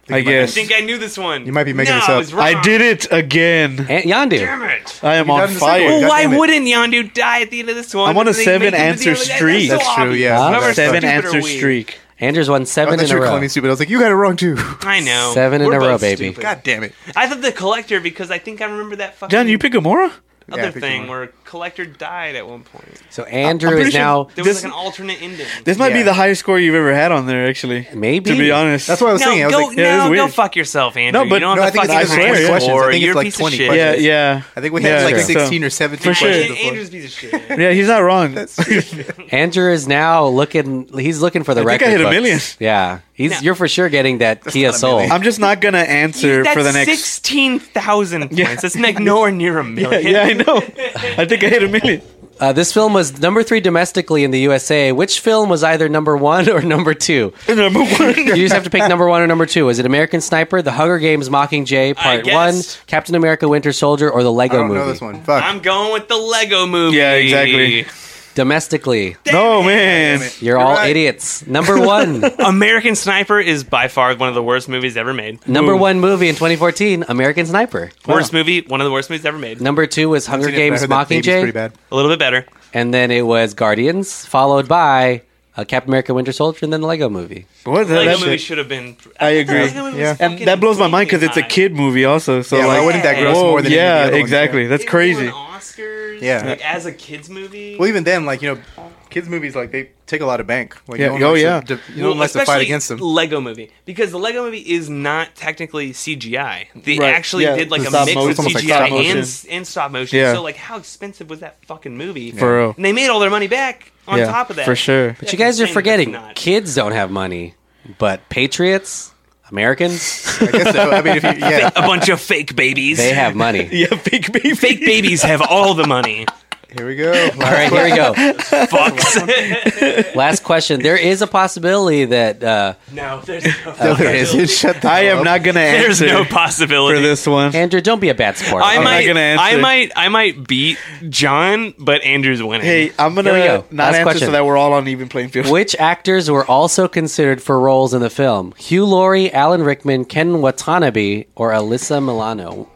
[SPEAKER 2] I
[SPEAKER 8] I
[SPEAKER 2] guess
[SPEAKER 8] think I knew this one. You
[SPEAKER 3] might be making
[SPEAKER 8] no,
[SPEAKER 3] this
[SPEAKER 8] I
[SPEAKER 3] up.
[SPEAKER 8] was wrong.
[SPEAKER 2] I did it again.
[SPEAKER 7] And Yandu.
[SPEAKER 8] Damn it.
[SPEAKER 2] I am
[SPEAKER 3] got
[SPEAKER 2] on
[SPEAKER 3] it in the
[SPEAKER 2] fire.
[SPEAKER 3] second
[SPEAKER 8] Well,
[SPEAKER 3] God
[SPEAKER 8] why
[SPEAKER 3] damn it.
[SPEAKER 8] wouldn't Yondu die at the end of this one?
[SPEAKER 2] I'm on a
[SPEAKER 8] They make
[SPEAKER 2] seven
[SPEAKER 8] him the
[SPEAKER 2] answer
[SPEAKER 8] other guy.
[SPEAKER 2] streak.
[SPEAKER 8] so
[SPEAKER 3] That's true,
[SPEAKER 8] obvious.
[SPEAKER 3] yeah.
[SPEAKER 8] However
[SPEAKER 3] That's
[SPEAKER 2] Seven
[SPEAKER 8] stupid are
[SPEAKER 2] answer
[SPEAKER 8] we?
[SPEAKER 2] streak.
[SPEAKER 7] Andrew's won
[SPEAKER 3] Oh, I
[SPEAKER 7] seven
[SPEAKER 3] thought
[SPEAKER 7] in
[SPEAKER 3] you
[SPEAKER 7] a
[SPEAKER 3] were calling
[SPEAKER 7] row.
[SPEAKER 3] me stupid. I was like, you got it wrong too.
[SPEAKER 8] I know.
[SPEAKER 7] Seven in
[SPEAKER 8] We're
[SPEAKER 7] a row,
[SPEAKER 8] both
[SPEAKER 7] baby.
[SPEAKER 8] stupid.
[SPEAKER 3] God damn it.
[SPEAKER 8] I thought the collector because I think I remember that fucking
[SPEAKER 2] John, you pick Gamora?
[SPEAKER 8] other
[SPEAKER 3] Yeah, I picked
[SPEAKER 8] thing
[SPEAKER 3] one.
[SPEAKER 8] where collector died at one point.
[SPEAKER 7] So Andrew
[SPEAKER 2] pretty
[SPEAKER 7] is
[SPEAKER 2] sure-
[SPEAKER 7] now
[SPEAKER 8] There was
[SPEAKER 2] This-
[SPEAKER 8] like an alternate ending.
[SPEAKER 2] This might be
[SPEAKER 3] Yeah.
[SPEAKER 2] the highest score you've ever had on there, actually.
[SPEAKER 7] Maybe.
[SPEAKER 2] To be honest,
[SPEAKER 3] That's what I was
[SPEAKER 8] no,
[SPEAKER 3] saying. I was
[SPEAKER 8] go,
[SPEAKER 3] like,
[SPEAKER 2] yeah, this is
[SPEAKER 8] no, go
[SPEAKER 2] weird.
[SPEAKER 8] fuck yourself, Andrew.
[SPEAKER 2] No, but-
[SPEAKER 8] you don't
[SPEAKER 3] no,
[SPEAKER 8] have
[SPEAKER 3] I
[SPEAKER 8] the
[SPEAKER 3] think it's
[SPEAKER 8] fucking
[SPEAKER 2] like 20
[SPEAKER 8] answer
[SPEAKER 2] questions.
[SPEAKER 8] for
[SPEAKER 3] I
[SPEAKER 8] it.
[SPEAKER 3] think
[SPEAKER 8] You're
[SPEAKER 3] it's
[SPEAKER 8] a
[SPEAKER 3] like
[SPEAKER 8] piece of
[SPEAKER 3] 20
[SPEAKER 8] shit.
[SPEAKER 2] Yeah, yeah,
[SPEAKER 3] I think we had
[SPEAKER 2] Yeah,
[SPEAKER 3] like
[SPEAKER 2] sure.
[SPEAKER 3] 16 or 17
[SPEAKER 2] For sure.
[SPEAKER 3] questions
[SPEAKER 8] And
[SPEAKER 3] before.
[SPEAKER 8] Andrew's piece of shit.
[SPEAKER 2] yeah. He's not wrong.
[SPEAKER 7] Andrew is now looking. He's looking for the
[SPEAKER 2] I think
[SPEAKER 7] record.
[SPEAKER 2] I hit a
[SPEAKER 7] books.
[SPEAKER 2] million.
[SPEAKER 7] Yeah, he's.
[SPEAKER 8] No.
[SPEAKER 7] You're for sure getting that Kia
[SPEAKER 3] not a
[SPEAKER 7] Soul.
[SPEAKER 3] million.
[SPEAKER 2] I'm just not gonna answer
[SPEAKER 8] That's
[SPEAKER 2] for the next.
[SPEAKER 8] sixteen thousand points. That's like nowhere near a million.
[SPEAKER 2] Yeah, I know. I think I hit a million.
[SPEAKER 7] Uh, this film was number three domestically in the USA. Which film was either number one or number two?
[SPEAKER 2] Number
[SPEAKER 7] You
[SPEAKER 2] one.
[SPEAKER 7] just have to pick number one or number two. Is it American Sniper, The Hunger Games, Mockingjay Part One,
[SPEAKER 8] guessed.
[SPEAKER 7] Captain America: Winter Soldier, or the
[SPEAKER 3] I
[SPEAKER 7] Lego
[SPEAKER 3] don't
[SPEAKER 7] Movie?
[SPEAKER 3] know this one. Fuck.
[SPEAKER 8] I'm going with the Lego movie.
[SPEAKER 2] Yeah, exactly.
[SPEAKER 7] Domestically,
[SPEAKER 2] No man.
[SPEAKER 7] you're, all
[SPEAKER 3] right.
[SPEAKER 7] idiots. Number one,
[SPEAKER 8] American Sniper is by far one of the worst movies ever made.
[SPEAKER 7] number one movie in 2014, American Sniper.
[SPEAKER 8] Worst movie, one of the worst movies ever made.
[SPEAKER 7] Number two was
[SPEAKER 3] I've
[SPEAKER 7] Hunger
[SPEAKER 3] seen it, but I
[SPEAKER 7] Games,
[SPEAKER 3] heard that baby's Pretty
[SPEAKER 7] Mockingjay,
[SPEAKER 3] bad.
[SPEAKER 8] A little bit better.
[SPEAKER 7] and then it was Guardians, followed by uh, Captain America: Winter Soldier, and then the Lego Movie.
[SPEAKER 2] What the
[SPEAKER 8] Lego
[SPEAKER 2] that
[SPEAKER 8] movie
[SPEAKER 2] shit-
[SPEAKER 8] should have been.
[SPEAKER 2] I agree.
[SPEAKER 8] Lego movie was
[SPEAKER 3] Yeah.
[SPEAKER 2] And
[SPEAKER 8] fucking
[SPEAKER 2] that blows my mind because it's a
[SPEAKER 8] high.
[SPEAKER 2] kid movie also. So
[SPEAKER 3] Yeah, why
[SPEAKER 2] like,
[SPEAKER 3] wouldn't that gross
[SPEAKER 2] whoa,
[SPEAKER 3] more than any of the
[SPEAKER 2] yeah,
[SPEAKER 3] other ones?
[SPEAKER 2] exactly. That's
[SPEAKER 8] It
[SPEAKER 2] crazy.
[SPEAKER 8] won Oscars.
[SPEAKER 3] Yeah.
[SPEAKER 8] Like, as a kids movie.
[SPEAKER 3] Well, even then, like you know, kids' movies like they take a lot of bank. Like,
[SPEAKER 2] Yeah,
[SPEAKER 3] no one
[SPEAKER 2] oh,
[SPEAKER 3] likes
[SPEAKER 2] yeah.
[SPEAKER 3] To, de- you
[SPEAKER 8] Well,
[SPEAKER 3] don't like to fight
[SPEAKER 8] especially
[SPEAKER 3] against them.
[SPEAKER 8] Lego movie because the Lego movie is not technically CGI. They
[SPEAKER 2] Right,
[SPEAKER 8] actually
[SPEAKER 2] yeah,
[SPEAKER 8] did like
[SPEAKER 2] the
[SPEAKER 8] a
[SPEAKER 2] stop
[SPEAKER 8] mix
[SPEAKER 2] motion.
[SPEAKER 8] of
[SPEAKER 2] It's almost
[SPEAKER 8] CGI
[SPEAKER 2] like stop motion.
[SPEAKER 8] and, and stop motion.
[SPEAKER 2] Yeah.
[SPEAKER 8] So like, how expensive was that fucking movie?
[SPEAKER 2] For real.
[SPEAKER 8] And they made all their money back on
[SPEAKER 2] Yeah,
[SPEAKER 8] top of that
[SPEAKER 2] for sure.
[SPEAKER 7] But you guys are forgetting
[SPEAKER 8] Not.
[SPEAKER 7] kids don't have money, but patriots, Americans,
[SPEAKER 3] I guess so. I mean, if you, yeah,
[SPEAKER 8] a bunch of fake babies.
[SPEAKER 7] they have money.
[SPEAKER 2] Yeah, big baby.
[SPEAKER 8] fake babies have all the money.
[SPEAKER 3] here we go. All
[SPEAKER 7] All right, here we go.
[SPEAKER 8] Fucks.
[SPEAKER 7] Last question. There is a possibility that uh,
[SPEAKER 8] no, there's no.
[SPEAKER 3] there it is. Shut the
[SPEAKER 2] I
[SPEAKER 3] hell
[SPEAKER 2] am
[SPEAKER 3] up.
[SPEAKER 2] not gonna
[SPEAKER 8] There's
[SPEAKER 2] answer
[SPEAKER 8] no
[SPEAKER 2] for
[SPEAKER 8] possibility.
[SPEAKER 2] this one.
[SPEAKER 7] Andrew, don't be a bad sport.
[SPEAKER 8] I
[SPEAKER 2] not
[SPEAKER 8] might,
[SPEAKER 2] gonna answer.
[SPEAKER 8] I might, I might beat John, but Andrew's winning.
[SPEAKER 2] Hey, I'm gonna
[SPEAKER 7] Here we go.
[SPEAKER 2] not
[SPEAKER 7] Last
[SPEAKER 2] answer
[SPEAKER 7] question.
[SPEAKER 2] so that we're all on even playing field.
[SPEAKER 7] Which actors were also considered for roles in the film? Hugh Laurie, Alan Rickman, Ken Watanabe, or Alyssa Milano?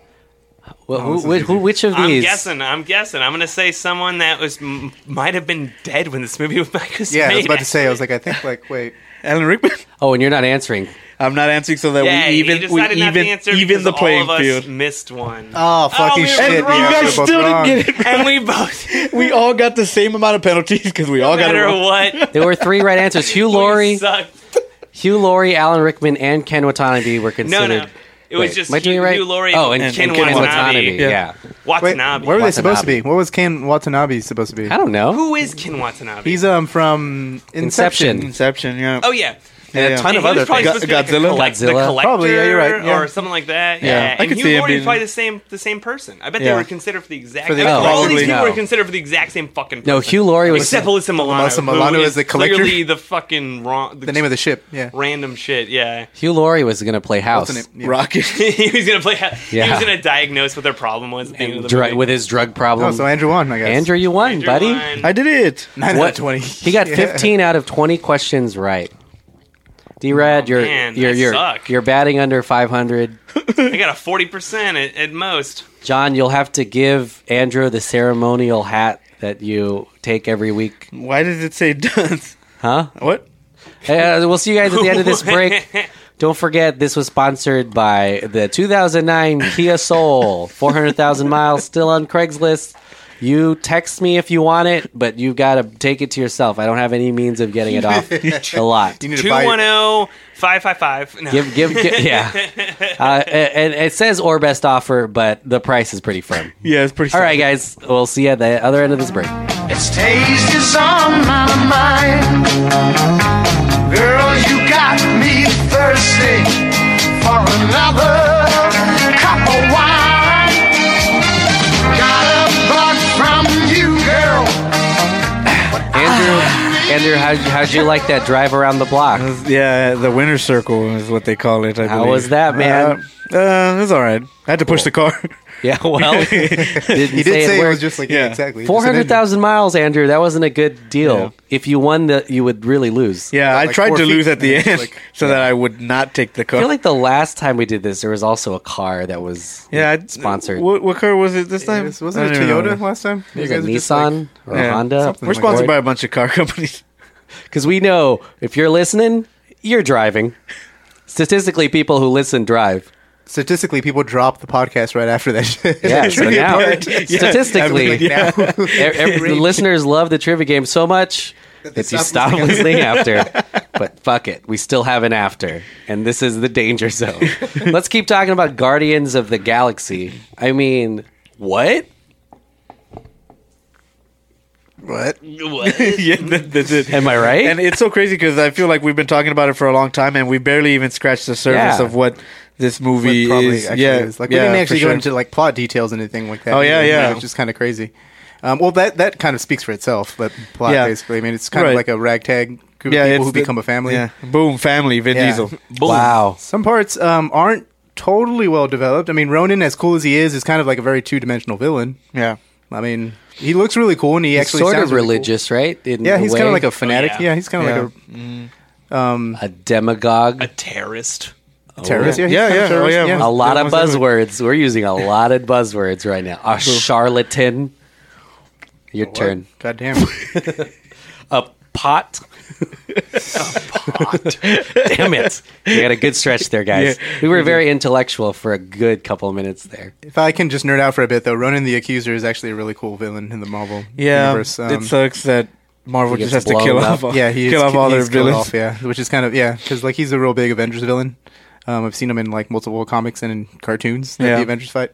[SPEAKER 7] Wh- who, who, who- which of
[SPEAKER 8] I'm
[SPEAKER 7] these?
[SPEAKER 8] guessing. I'm guessing. I'm gonna say someone that was m- might have been dead when this movie was was
[SPEAKER 3] Yeah, I was
[SPEAKER 8] made.
[SPEAKER 3] about to say. I was like, I think like wait.
[SPEAKER 2] Alan Rickman.
[SPEAKER 7] Oh, and you're not answering.
[SPEAKER 2] I'm not answering so that
[SPEAKER 8] Yeah,
[SPEAKER 2] we
[SPEAKER 8] even,
[SPEAKER 2] even we
[SPEAKER 8] decided not to
[SPEAKER 2] even
[SPEAKER 8] answer
[SPEAKER 2] even
[SPEAKER 8] because
[SPEAKER 2] the
[SPEAKER 8] all
[SPEAKER 2] playing
[SPEAKER 8] of us
[SPEAKER 2] field.
[SPEAKER 8] missed one,
[SPEAKER 3] Oh fucking
[SPEAKER 8] we were
[SPEAKER 3] shit!
[SPEAKER 8] wrong.
[SPEAKER 3] Yeah,
[SPEAKER 2] you
[SPEAKER 3] we
[SPEAKER 2] guys
[SPEAKER 3] were both
[SPEAKER 2] still
[SPEAKER 3] wrong.
[SPEAKER 2] didn't get it.
[SPEAKER 8] and we both, no
[SPEAKER 2] We all got the same amount of penalties because we all got it
[SPEAKER 8] matter
[SPEAKER 2] wrong.
[SPEAKER 8] what,
[SPEAKER 7] There were three right answers. Hugh
[SPEAKER 8] Lori
[SPEAKER 7] Laurie,
[SPEAKER 8] sucked.
[SPEAKER 7] Hugh Laurie, Alan Rickman, and Ken Watanabe were
[SPEAKER 8] No,
[SPEAKER 7] considered.
[SPEAKER 8] no, it was
[SPEAKER 7] Wait,
[SPEAKER 8] just
[SPEAKER 7] am I doing
[SPEAKER 8] Hugh,
[SPEAKER 7] it right?
[SPEAKER 8] Hugh Laurie.
[SPEAKER 7] Oh, and-
[SPEAKER 8] and Ken,
[SPEAKER 2] and Ken
[SPEAKER 8] Watanabe.
[SPEAKER 7] Yeah.
[SPEAKER 3] Wait,
[SPEAKER 8] Watanabe.
[SPEAKER 3] where were they supposed to
[SPEAKER 7] Watanabe.
[SPEAKER 3] be? What was Ken Watanabe supposed to be?
[SPEAKER 7] I don't know.
[SPEAKER 8] Who is Ken Watanabe?
[SPEAKER 3] He's um from Inception.
[SPEAKER 7] Inception.
[SPEAKER 2] Inception, yeah.
[SPEAKER 8] oh yeah.
[SPEAKER 2] yeah, yeah.
[SPEAKER 3] a ton
[SPEAKER 8] And
[SPEAKER 3] of
[SPEAKER 8] he was
[SPEAKER 3] other
[SPEAKER 8] probably
[SPEAKER 3] things.
[SPEAKER 8] supposed to be like a
[SPEAKER 2] Godzilla?
[SPEAKER 8] collect- the
[SPEAKER 7] Godzilla?
[SPEAKER 8] collector
[SPEAKER 3] Probably, yeah, you're right, yeah.
[SPEAKER 8] or something like that.
[SPEAKER 2] Yeah.
[SPEAKER 8] Yeah,
[SPEAKER 2] I
[SPEAKER 8] and
[SPEAKER 2] could
[SPEAKER 8] Hugh
[SPEAKER 2] see him
[SPEAKER 8] Laurie was
[SPEAKER 2] being-
[SPEAKER 8] probably the same the same person. I bet
[SPEAKER 2] Yeah.
[SPEAKER 8] they were considered for the exact.
[SPEAKER 3] For the
[SPEAKER 8] I bet all these
[SPEAKER 7] exact-
[SPEAKER 8] people
[SPEAKER 7] Probably no.
[SPEAKER 8] were considered for the exact same fucking person.
[SPEAKER 7] No, Hugh Laurie was.
[SPEAKER 8] except Alyssa Milano.
[SPEAKER 3] Alyssa Milano
[SPEAKER 8] who
[SPEAKER 3] is the collector?
[SPEAKER 8] Clearly, the fucking wrong.
[SPEAKER 3] The name of the ship. Yeah.
[SPEAKER 8] random shit. Yeah,
[SPEAKER 7] Hugh Laurie was going to play house
[SPEAKER 3] What's the name? Yeah.
[SPEAKER 2] Rocket.
[SPEAKER 8] he was gonna play. He
[SPEAKER 7] Yeah.
[SPEAKER 8] was gonna diagnose what their problem was at the end of the
[SPEAKER 7] Dr-
[SPEAKER 8] movie.
[SPEAKER 7] with his drug problem.
[SPEAKER 3] Oh, so Andrew won, I guess.
[SPEAKER 7] Andrew, you won,
[SPEAKER 8] Andrew
[SPEAKER 7] buddy.
[SPEAKER 8] won.
[SPEAKER 2] I did it.
[SPEAKER 3] nine out
[SPEAKER 7] What?
[SPEAKER 3] of twenty.
[SPEAKER 7] He got
[SPEAKER 3] Yeah.
[SPEAKER 7] 15 out of 20 questions right. D-Rad, you're,
[SPEAKER 8] Oh, man,
[SPEAKER 7] you're,
[SPEAKER 8] I
[SPEAKER 7] you're,
[SPEAKER 8] suck.
[SPEAKER 7] you're batting under 500.
[SPEAKER 8] I got a forty percent at, at most.
[SPEAKER 7] John, you'll have to give Andrew the ceremonial hat that you take every week.
[SPEAKER 2] Why does it say dunce?
[SPEAKER 7] Huh?
[SPEAKER 2] What?
[SPEAKER 7] Uh, we'll see you guys at the end of this break. Don't forget, this was sponsored by the 2009 Kia Soul, 400,000 miles, still on Craigslist. You text me if you want it, but you've got to take it to yourself. I don't have any means of getting it off a lot.
[SPEAKER 3] You need to buy it.
[SPEAKER 8] oh, 210-555. No.
[SPEAKER 7] Give, give, give yeah. Uh, and, and it says or best offer, but the price is pretty firm.
[SPEAKER 2] Yeah, it's pretty.
[SPEAKER 7] All right, guys, we'll see you at the other end of this break.
[SPEAKER 9] Its taste is on my mind. Girl, you got me thirsty for another cup of wine. Got a bug from you, girl.
[SPEAKER 7] Andrew, Andrew, how'd you, how'd you like that drive around the block?
[SPEAKER 2] Yeah, the winner's circle is what they call it. I
[SPEAKER 7] How
[SPEAKER 2] believe.
[SPEAKER 7] was that, man?
[SPEAKER 2] Uh, uh, it was all right. I had to push the car.
[SPEAKER 7] Yeah, well, didn't
[SPEAKER 3] He did say, it
[SPEAKER 7] worked.
[SPEAKER 3] was just like yeah,
[SPEAKER 2] Yeah.
[SPEAKER 3] exactly
[SPEAKER 7] Four hundred thousand miles, Andrew. That wasn't a good deal.
[SPEAKER 2] Yeah.
[SPEAKER 7] If you won, the you would really lose.
[SPEAKER 2] yeah, I
[SPEAKER 3] like
[SPEAKER 2] tried
[SPEAKER 3] four
[SPEAKER 2] to
[SPEAKER 3] feet
[SPEAKER 2] lose at the
[SPEAKER 3] and
[SPEAKER 2] end
[SPEAKER 3] it's like-
[SPEAKER 2] so that I would not take the
[SPEAKER 7] I
[SPEAKER 2] car.
[SPEAKER 7] feel like the last time we did this, there was also a car that was
[SPEAKER 2] yeah, I-
[SPEAKER 7] sponsored.
[SPEAKER 2] What, what car was it this time?
[SPEAKER 3] Was
[SPEAKER 2] I
[SPEAKER 3] it a
[SPEAKER 2] don't even
[SPEAKER 3] Toyota
[SPEAKER 2] remember.
[SPEAKER 3] last time?
[SPEAKER 7] It was a Nissan or a
[SPEAKER 2] Yeah.
[SPEAKER 7] Honda.
[SPEAKER 2] We're sponsored by a bunch of car companies.
[SPEAKER 7] because we know if you're listening, you're driving. Statistically, people who listen drive.
[SPEAKER 3] statistically, people drop the podcast right after that. Shit.
[SPEAKER 7] Yeah, so now,
[SPEAKER 2] I
[SPEAKER 7] statistically,
[SPEAKER 2] mean, yeah.
[SPEAKER 7] e- e- the listeners love the trivia game so much that you stop listening after. But fuck it, we still have an after, and this is the danger zone. Let's keep talking about Guardians of the Galaxy. I mean, what?
[SPEAKER 3] What?
[SPEAKER 2] yeah, that- that's it.
[SPEAKER 7] Am I right?
[SPEAKER 2] And it's so crazy because I feel like we've been talking about it for a long time, and we barely even scratched the surface
[SPEAKER 7] Yeah.
[SPEAKER 2] of what this
[SPEAKER 3] What
[SPEAKER 2] movie
[SPEAKER 3] probably
[SPEAKER 2] is.
[SPEAKER 3] actually
[SPEAKER 2] Yeah,
[SPEAKER 3] is. Like we
[SPEAKER 2] yeah,
[SPEAKER 3] didn't
[SPEAKER 2] for
[SPEAKER 3] actually
[SPEAKER 2] sure.
[SPEAKER 3] go into like plot details or anything like that.
[SPEAKER 2] Oh, yeah,
[SPEAKER 3] either,
[SPEAKER 2] yeah.
[SPEAKER 3] Which is kind of crazy. Um, well, that that kind of speaks for itself. That plot
[SPEAKER 2] Yeah.
[SPEAKER 3] basically. I mean, it's kind of
[SPEAKER 2] Right.
[SPEAKER 3] like a ragtag group
[SPEAKER 2] yeah,
[SPEAKER 3] of people
[SPEAKER 2] it's
[SPEAKER 3] who
[SPEAKER 2] the-
[SPEAKER 3] become a family.
[SPEAKER 2] Yeah, boom, family, Vin
[SPEAKER 3] Yeah.
[SPEAKER 2] Diesel.
[SPEAKER 7] Wow.
[SPEAKER 3] Some parts um, aren't totally well developed. I mean, Ronan, as cool as he is, is kind of like a very two dimensional villain.
[SPEAKER 2] Yeah,
[SPEAKER 3] I mean, he looks really cool, and he
[SPEAKER 7] He's
[SPEAKER 3] actually
[SPEAKER 7] sort
[SPEAKER 3] sounds
[SPEAKER 7] of
[SPEAKER 3] really cool.
[SPEAKER 7] religious, right? In
[SPEAKER 3] Yeah, he's
[SPEAKER 7] way. Oh,
[SPEAKER 3] kind of like a fanatic.
[SPEAKER 8] yeah.
[SPEAKER 3] yeah. he's kind of like
[SPEAKER 7] a demagogue.
[SPEAKER 8] a terrorist.
[SPEAKER 3] a terrorist. Yeah, he's
[SPEAKER 2] Yeah,
[SPEAKER 3] kind of
[SPEAKER 2] yeah, oh,
[SPEAKER 3] terrorist,
[SPEAKER 2] yeah.
[SPEAKER 7] a lot
[SPEAKER 2] Yeah,
[SPEAKER 7] of
[SPEAKER 2] most of them.
[SPEAKER 7] buzzwords. We're using a lot of buzzwords right now. A charlatan. Your turn.
[SPEAKER 3] God damn.
[SPEAKER 7] A pot. Damn it. You got a good stretch there, guys. we were very intellectual for a good couple of minutes there.
[SPEAKER 3] If I can just nerd out for a bit, though, Ronan the Accuser is actually a really cool villain in the Marvel
[SPEAKER 2] yeah.
[SPEAKER 3] universe. Um,
[SPEAKER 2] it sucks that Marvel
[SPEAKER 7] he
[SPEAKER 2] just has
[SPEAKER 7] gets
[SPEAKER 2] to kill
[SPEAKER 7] blown
[SPEAKER 2] off,
[SPEAKER 7] up.
[SPEAKER 2] all,
[SPEAKER 3] yeah, he
[SPEAKER 2] kill
[SPEAKER 3] is,
[SPEAKER 2] off all their
[SPEAKER 3] he's killed
[SPEAKER 2] villains.
[SPEAKER 3] off, yeah, which is kind of yeah, because like he's a real big Avengers villain. Um, I've seen him in like multiple comics and in cartoons. That
[SPEAKER 2] Yeah.
[SPEAKER 3] the Avengers fight.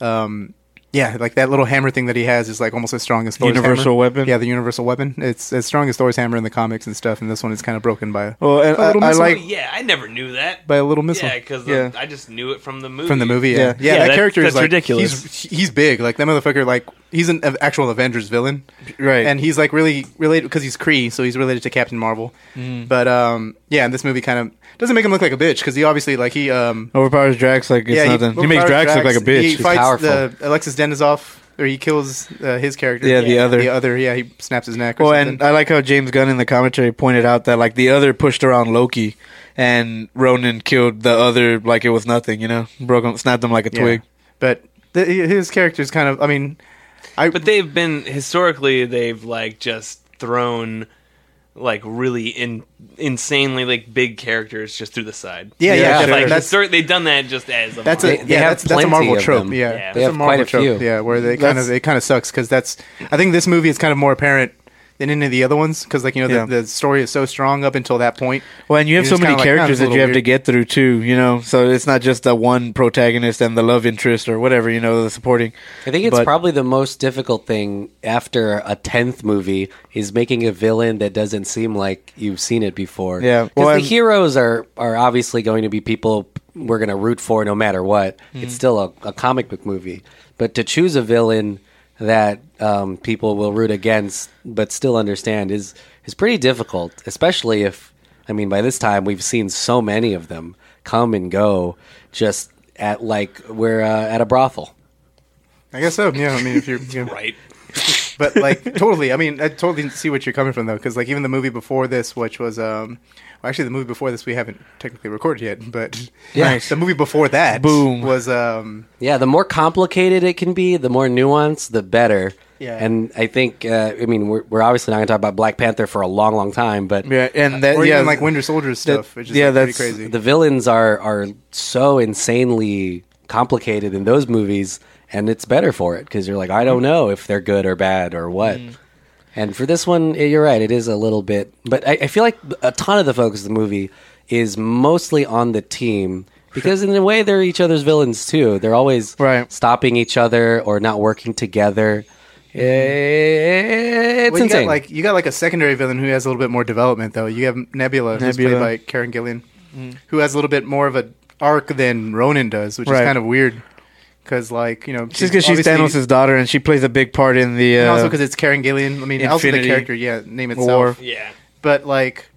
[SPEAKER 3] Um, yeah, like that little hammer thing that he has is like almost as strong as Thor's
[SPEAKER 2] Universal
[SPEAKER 3] hammer.
[SPEAKER 2] weapon?
[SPEAKER 3] Yeah, the universal weapon. It's as strong as Thor's hammer in the comics and stuff. And this one is kind of broken by a,
[SPEAKER 2] Well, and
[SPEAKER 3] by a little
[SPEAKER 2] I- I
[SPEAKER 3] missile.
[SPEAKER 2] like-
[SPEAKER 8] Yeah, I never knew that.
[SPEAKER 3] by a little missile.
[SPEAKER 8] yeah, because
[SPEAKER 2] Yeah.
[SPEAKER 8] I just knew it from the movie.
[SPEAKER 3] from the movie. Yeah,
[SPEAKER 2] Yeah.
[SPEAKER 3] yeah,
[SPEAKER 8] Yeah,
[SPEAKER 3] that,
[SPEAKER 8] that-
[SPEAKER 3] character
[SPEAKER 8] that's
[SPEAKER 3] is like
[SPEAKER 8] ridiculous.
[SPEAKER 3] He's he's big. Like that motherfucker. Like he's an av- actual Avengers villain,
[SPEAKER 2] Right.
[SPEAKER 3] And he's like really related because he's Kree, so he's related to Captain Marvel.
[SPEAKER 8] Mm.
[SPEAKER 3] But um, yeah, and this movie kind of doesn't make him look like a bitch because he obviously like he um
[SPEAKER 2] Overpowers Drax like it's
[SPEAKER 3] yeah
[SPEAKER 2] nothing. He, makes
[SPEAKER 3] overpowers
[SPEAKER 2] Drax, look like a bitch.
[SPEAKER 3] He
[SPEAKER 7] He's
[SPEAKER 3] fights
[SPEAKER 7] powerful.
[SPEAKER 3] the Alexis Denizoff or he kills uh, his character.
[SPEAKER 2] Yeah, the other.
[SPEAKER 3] the other. Yeah, he snaps his neck. Or
[SPEAKER 2] Well,
[SPEAKER 3] something.
[SPEAKER 2] and I like how James Gunn in the commentary pointed out that like the other pushed around Loki, and Ronan killed the other like it was nothing. You know, broke him, snapped him like a
[SPEAKER 3] Yeah.
[SPEAKER 2] twig.
[SPEAKER 3] but the, his character's kind of. I mean, I
[SPEAKER 8] But they've been historically they've like just thrown like really in insanely like big characters just through the side.
[SPEAKER 3] yeah, yeah,
[SPEAKER 7] Yeah,
[SPEAKER 3] definitely.
[SPEAKER 8] Like
[SPEAKER 3] that's
[SPEAKER 8] histor- they've done that just as a
[SPEAKER 3] That's a
[SPEAKER 8] model.
[SPEAKER 7] They-
[SPEAKER 3] yeah.
[SPEAKER 7] they have
[SPEAKER 3] that's, that's a
[SPEAKER 7] plenty
[SPEAKER 3] Marvel
[SPEAKER 7] of
[SPEAKER 3] trope.
[SPEAKER 7] them.
[SPEAKER 3] Yeah,
[SPEAKER 8] They
[SPEAKER 3] that's
[SPEAKER 8] have
[SPEAKER 3] a Marvel
[SPEAKER 7] quite a
[SPEAKER 3] trope.
[SPEAKER 7] few.
[SPEAKER 3] Yeah, where they kind
[SPEAKER 2] That's-
[SPEAKER 3] of it kind of sucks because that's I think this movie is kind of more apparent than any of the other ones because like you know the,
[SPEAKER 2] Yeah.
[SPEAKER 3] the story is so strong up until that point.
[SPEAKER 2] Well, and you have
[SPEAKER 3] It's
[SPEAKER 2] so many
[SPEAKER 3] kinda like, oh,
[SPEAKER 2] characters
[SPEAKER 3] this is
[SPEAKER 2] that
[SPEAKER 3] a
[SPEAKER 2] you have
[SPEAKER 3] little
[SPEAKER 2] to get
[SPEAKER 3] weird.
[SPEAKER 2] through too. You know, so it's not just the one protagonist and the love interest or whatever. You know, the supporting.
[SPEAKER 7] I think it's
[SPEAKER 2] But-
[SPEAKER 7] probably the most difficult thing after a tenth movie is making a villain that doesn't seem like you've seen it before.
[SPEAKER 2] Yeah,
[SPEAKER 7] because
[SPEAKER 2] well,
[SPEAKER 7] the
[SPEAKER 2] and-
[SPEAKER 7] heroes are are obviously going to be people we're going to root for no matter what.
[SPEAKER 2] Mm-hmm.
[SPEAKER 7] It's still a, a comic book movie, but to choose a villain that um, people will root against but still understand is is pretty difficult, especially if I mean by this time we've seen so many of them come and go, just at like we're uh, at a brothel.
[SPEAKER 3] I guess so. Yeah, I mean if you're you know,
[SPEAKER 8] right.
[SPEAKER 3] but like totally. I mean I totally see what you're coming from though because like even the movie before this, which was um well, actually the movie before this we haven't technically recorded yet, but
[SPEAKER 7] Yeah.
[SPEAKER 3] the movie before that
[SPEAKER 2] Boom.
[SPEAKER 3] was um
[SPEAKER 7] Yeah, the more complicated it can be, the more nuanced, the better.
[SPEAKER 3] Yeah.
[SPEAKER 7] And I think, uh, I mean, we're, we're obviously not going to talk about Black Panther for a long, long time, but
[SPEAKER 2] yeah, and that
[SPEAKER 3] or
[SPEAKER 2] yeah,
[SPEAKER 3] even like Winter Soldier stuff, which is
[SPEAKER 2] yeah,
[SPEAKER 3] like, pretty
[SPEAKER 2] that's-
[SPEAKER 3] crazy.
[SPEAKER 7] the villains are are so insanely complicated in those movies, and it's better for it because you're like, I
[SPEAKER 3] Mm.
[SPEAKER 7] don't know if they're good or bad or what. And for this one, eh, you're right; it is a little bit, but I, I feel like a ton of the focus of the movie is mostly on the team because, in a way, they're each other's villains too. They're always
[SPEAKER 2] Right.
[SPEAKER 7] stopping each other or not working together. Eh, It's
[SPEAKER 3] Mm-hmm. well, you
[SPEAKER 7] insane.
[SPEAKER 3] got like you got like a secondary villain who has a little bit more development though. You have Nebula, who's
[SPEAKER 2] Nebula.
[SPEAKER 3] played by Karen Gillian, who has a little bit more of a arc than Ronan does, which
[SPEAKER 2] Right.
[SPEAKER 3] is kind of weird because like you know
[SPEAKER 2] just because she's
[SPEAKER 3] obviously-
[SPEAKER 2] Thanos' daughter and she plays a big part in the uh,
[SPEAKER 3] and also because it's Karen Gillian. I mean, also the
[SPEAKER 2] Infinity
[SPEAKER 3] character, yeah, name itself.
[SPEAKER 2] War.
[SPEAKER 8] Yeah.
[SPEAKER 3] But like,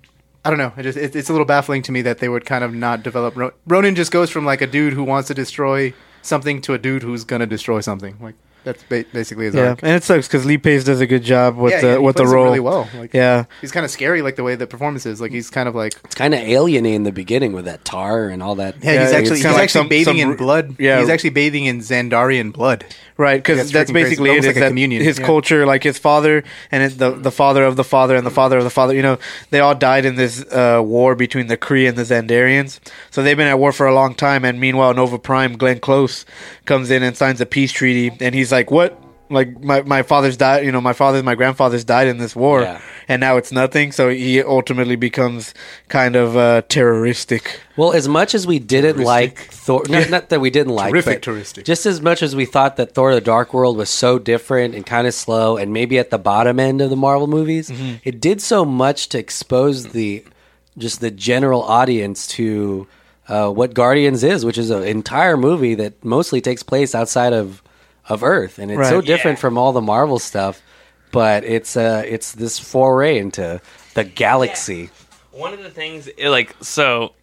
[SPEAKER 3] I don't know. It just it, it's a little baffling to me that they would kind of not develop. Ron- Ronan just goes from like a dude who wants to destroy something to a dude who's gonna destroy something. Like that's ba- basically his
[SPEAKER 2] yeah,
[SPEAKER 3] arc.
[SPEAKER 2] and it sucks because Lee Pace does a good job with
[SPEAKER 3] Yeah,
[SPEAKER 2] the
[SPEAKER 3] yeah, he
[SPEAKER 2] with the
[SPEAKER 3] plays it
[SPEAKER 2] role
[SPEAKER 3] really well. Like,
[SPEAKER 2] Yeah,
[SPEAKER 3] He's kind of scary, like the way the performance is. Like he's kind of like
[SPEAKER 7] it's kind of alienating in the beginning with that tar and all that.
[SPEAKER 2] Yeah,
[SPEAKER 3] he's
[SPEAKER 2] it's
[SPEAKER 3] actually he's
[SPEAKER 2] kinda like
[SPEAKER 3] actually
[SPEAKER 2] some-
[SPEAKER 3] bathing
[SPEAKER 2] some-
[SPEAKER 3] in blood.
[SPEAKER 2] yeah.
[SPEAKER 3] he's actually bathing in Zandarian blood.
[SPEAKER 2] right. Because
[SPEAKER 3] That's
[SPEAKER 2] that's
[SPEAKER 3] freaking crazy.
[SPEAKER 2] basically it.
[SPEAKER 3] Almost
[SPEAKER 2] Is
[SPEAKER 3] like a
[SPEAKER 2] that
[SPEAKER 3] communion,
[SPEAKER 2] his
[SPEAKER 3] yeah.
[SPEAKER 2] culture, like his father and it, the the father of the father and the father of the father. You know, they all died in this uh, war between the Kree and the Zandarians. So they've been at war for a long time. And meanwhile, Nova Prime Glenn Close comes in and signs a peace treaty, and he's like, "What? Like my my father's died. You know, my father's my grandfather's died in this war,
[SPEAKER 7] Yeah.
[SPEAKER 2] and now it's nothing." So he ultimately becomes kind of uh, terroristic.
[SPEAKER 7] Well, as much as we didn't like Thor, not, not that we didn't like,
[SPEAKER 3] Terrific
[SPEAKER 7] but
[SPEAKER 3] touristic.
[SPEAKER 7] just as much as we thought that Thor: The Dark World was so different and kind of slow, and maybe at the bottom end of the Marvel movies,
[SPEAKER 2] Mm-hmm.
[SPEAKER 7] it did so much to expose the just the general audience to uh, what Guardians is, which is an entire movie that mostly takes place outside of of Earth, and it's so
[SPEAKER 2] Right.
[SPEAKER 7] different from all the Marvel stuff. But it's uh, it's this foray into the galaxy.
[SPEAKER 8] one of the things it, like so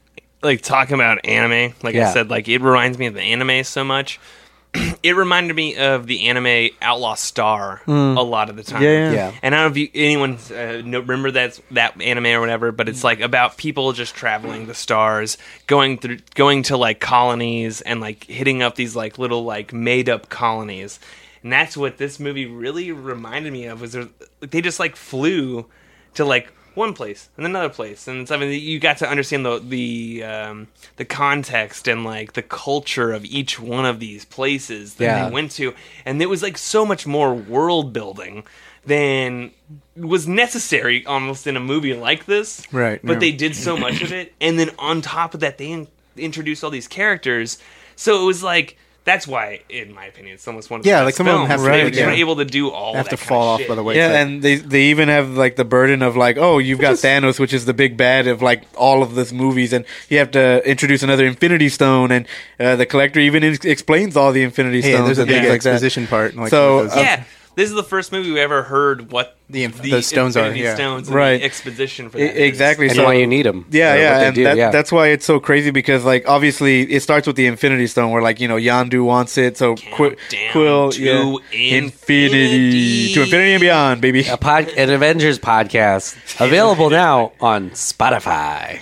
[SPEAKER 8] like talking about anime like
[SPEAKER 7] Yeah.
[SPEAKER 8] i said like it reminds me of the anime so much it reminded me of the anime outlaw star a lot of the time
[SPEAKER 2] Hmm. Yeah, yeah.
[SPEAKER 7] Yeah.
[SPEAKER 8] and i don't know if you, anyone uh, know, remember that that anime or whatever but it's like about people just traveling the stars going through going to like colonies and like hitting up these like little like made up colonies and that's what this movie really reminded me of was there, they just like flew to like one place and another place and it's, I mean, you got to understand the the um, the context and like the culture of each one of these places that
[SPEAKER 7] Yeah.
[SPEAKER 8] they went to and it was like so much more world building than was necessary almost in a movie like this
[SPEAKER 3] Right,
[SPEAKER 8] but
[SPEAKER 3] yeah.
[SPEAKER 8] they did so much of it and then on top of that they in- introduced all these characters so it was like that's why, in my opinion, it's almost one of the
[SPEAKER 3] Yeah,
[SPEAKER 8] best
[SPEAKER 3] like some of them
[SPEAKER 8] films.
[SPEAKER 3] have to-
[SPEAKER 8] they were
[SPEAKER 3] right,
[SPEAKER 8] just
[SPEAKER 3] yeah.
[SPEAKER 8] able to do all
[SPEAKER 3] Have
[SPEAKER 8] that
[SPEAKER 3] to
[SPEAKER 8] kind
[SPEAKER 3] fall
[SPEAKER 8] of
[SPEAKER 3] off
[SPEAKER 8] shit.
[SPEAKER 3] by the way.
[SPEAKER 2] Yeah, and they they even have like the burden of like, oh, you've got Thanos, which is the big bad of like all of this movies, and you have to introduce another Infinity Stone, and uh, the Collector even ex- explains all the Infinity
[SPEAKER 3] Yeah,
[SPEAKER 2] Stones.
[SPEAKER 3] there's a
[SPEAKER 2] and
[SPEAKER 3] big
[SPEAKER 2] things like that.
[SPEAKER 3] exposition part. Like,
[SPEAKER 2] So,
[SPEAKER 3] with those-
[SPEAKER 2] uh,
[SPEAKER 8] yeah, this is the first movie we ever heard what
[SPEAKER 3] The inf- the stones are,
[SPEAKER 8] Infinity
[SPEAKER 3] yeah.
[SPEAKER 8] Stones and
[SPEAKER 2] Right.
[SPEAKER 8] the exposition for
[SPEAKER 2] E-
[SPEAKER 8] that. is.
[SPEAKER 2] exactly.
[SPEAKER 7] And
[SPEAKER 2] so
[SPEAKER 7] why you need them?
[SPEAKER 2] yeah, yeah, and that, that's why it's so crazy because, like, obviously, it starts with the Infinity Stone, where like you know Yandu wants it, so Qui-
[SPEAKER 8] Countdown
[SPEAKER 2] Quill,
[SPEAKER 8] to
[SPEAKER 2] yeah,
[SPEAKER 8] infinity.
[SPEAKER 2] to infinity and beyond, baby.
[SPEAKER 7] a pod, an Avengers podcast available now on Spotify.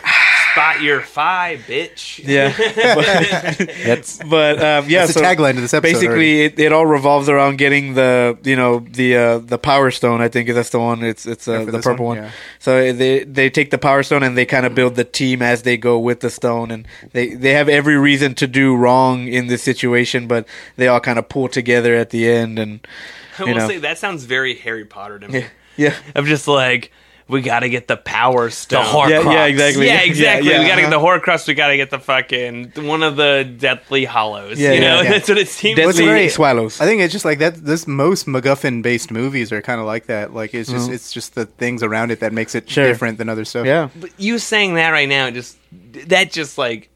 [SPEAKER 8] Spot your fi, bitch.
[SPEAKER 2] Yeah,
[SPEAKER 7] That's
[SPEAKER 2] but um, yeah,
[SPEAKER 3] That's
[SPEAKER 2] so
[SPEAKER 3] the tagline to this episode
[SPEAKER 2] Basically,
[SPEAKER 3] already.
[SPEAKER 2] it, it all revolves around getting the you know the uh, the power stone. I think that's the one. It's it's uh,
[SPEAKER 3] for
[SPEAKER 2] the
[SPEAKER 3] this
[SPEAKER 2] purple one.
[SPEAKER 3] one? Yeah.
[SPEAKER 2] So they they take the power stone and they kind of build the team as they go with the stone, and they they have every reason to do wrong in this situation, but they all kind of pull together at the end, and
[SPEAKER 8] I
[SPEAKER 2] you
[SPEAKER 8] will
[SPEAKER 2] know.
[SPEAKER 8] say that sounds very Harry Potter to me.
[SPEAKER 2] yeah.
[SPEAKER 8] I'm just like, we got to get the power stone.
[SPEAKER 2] Yeah, yeah, exactly.
[SPEAKER 8] Yeah, exactly.
[SPEAKER 2] Yeah, yeah, uh-huh.
[SPEAKER 8] we got to get the Horcrux. We got to get the fucking one of the Deathly Hollows.
[SPEAKER 2] Yeah, yeah,
[SPEAKER 8] you know,
[SPEAKER 2] yeah.
[SPEAKER 8] that's what it seems.
[SPEAKER 2] Deathly
[SPEAKER 8] like.
[SPEAKER 3] great-
[SPEAKER 2] swallows.
[SPEAKER 3] I think it's just like that. This most MacGuffin based movies are kind of like that. Like it's just it's just the things around it that makes it
[SPEAKER 2] Sure.
[SPEAKER 3] different than other stuff.
[SPEAKER 2] yeah.
[SPEAKER 8] But you saying that right now, just that just like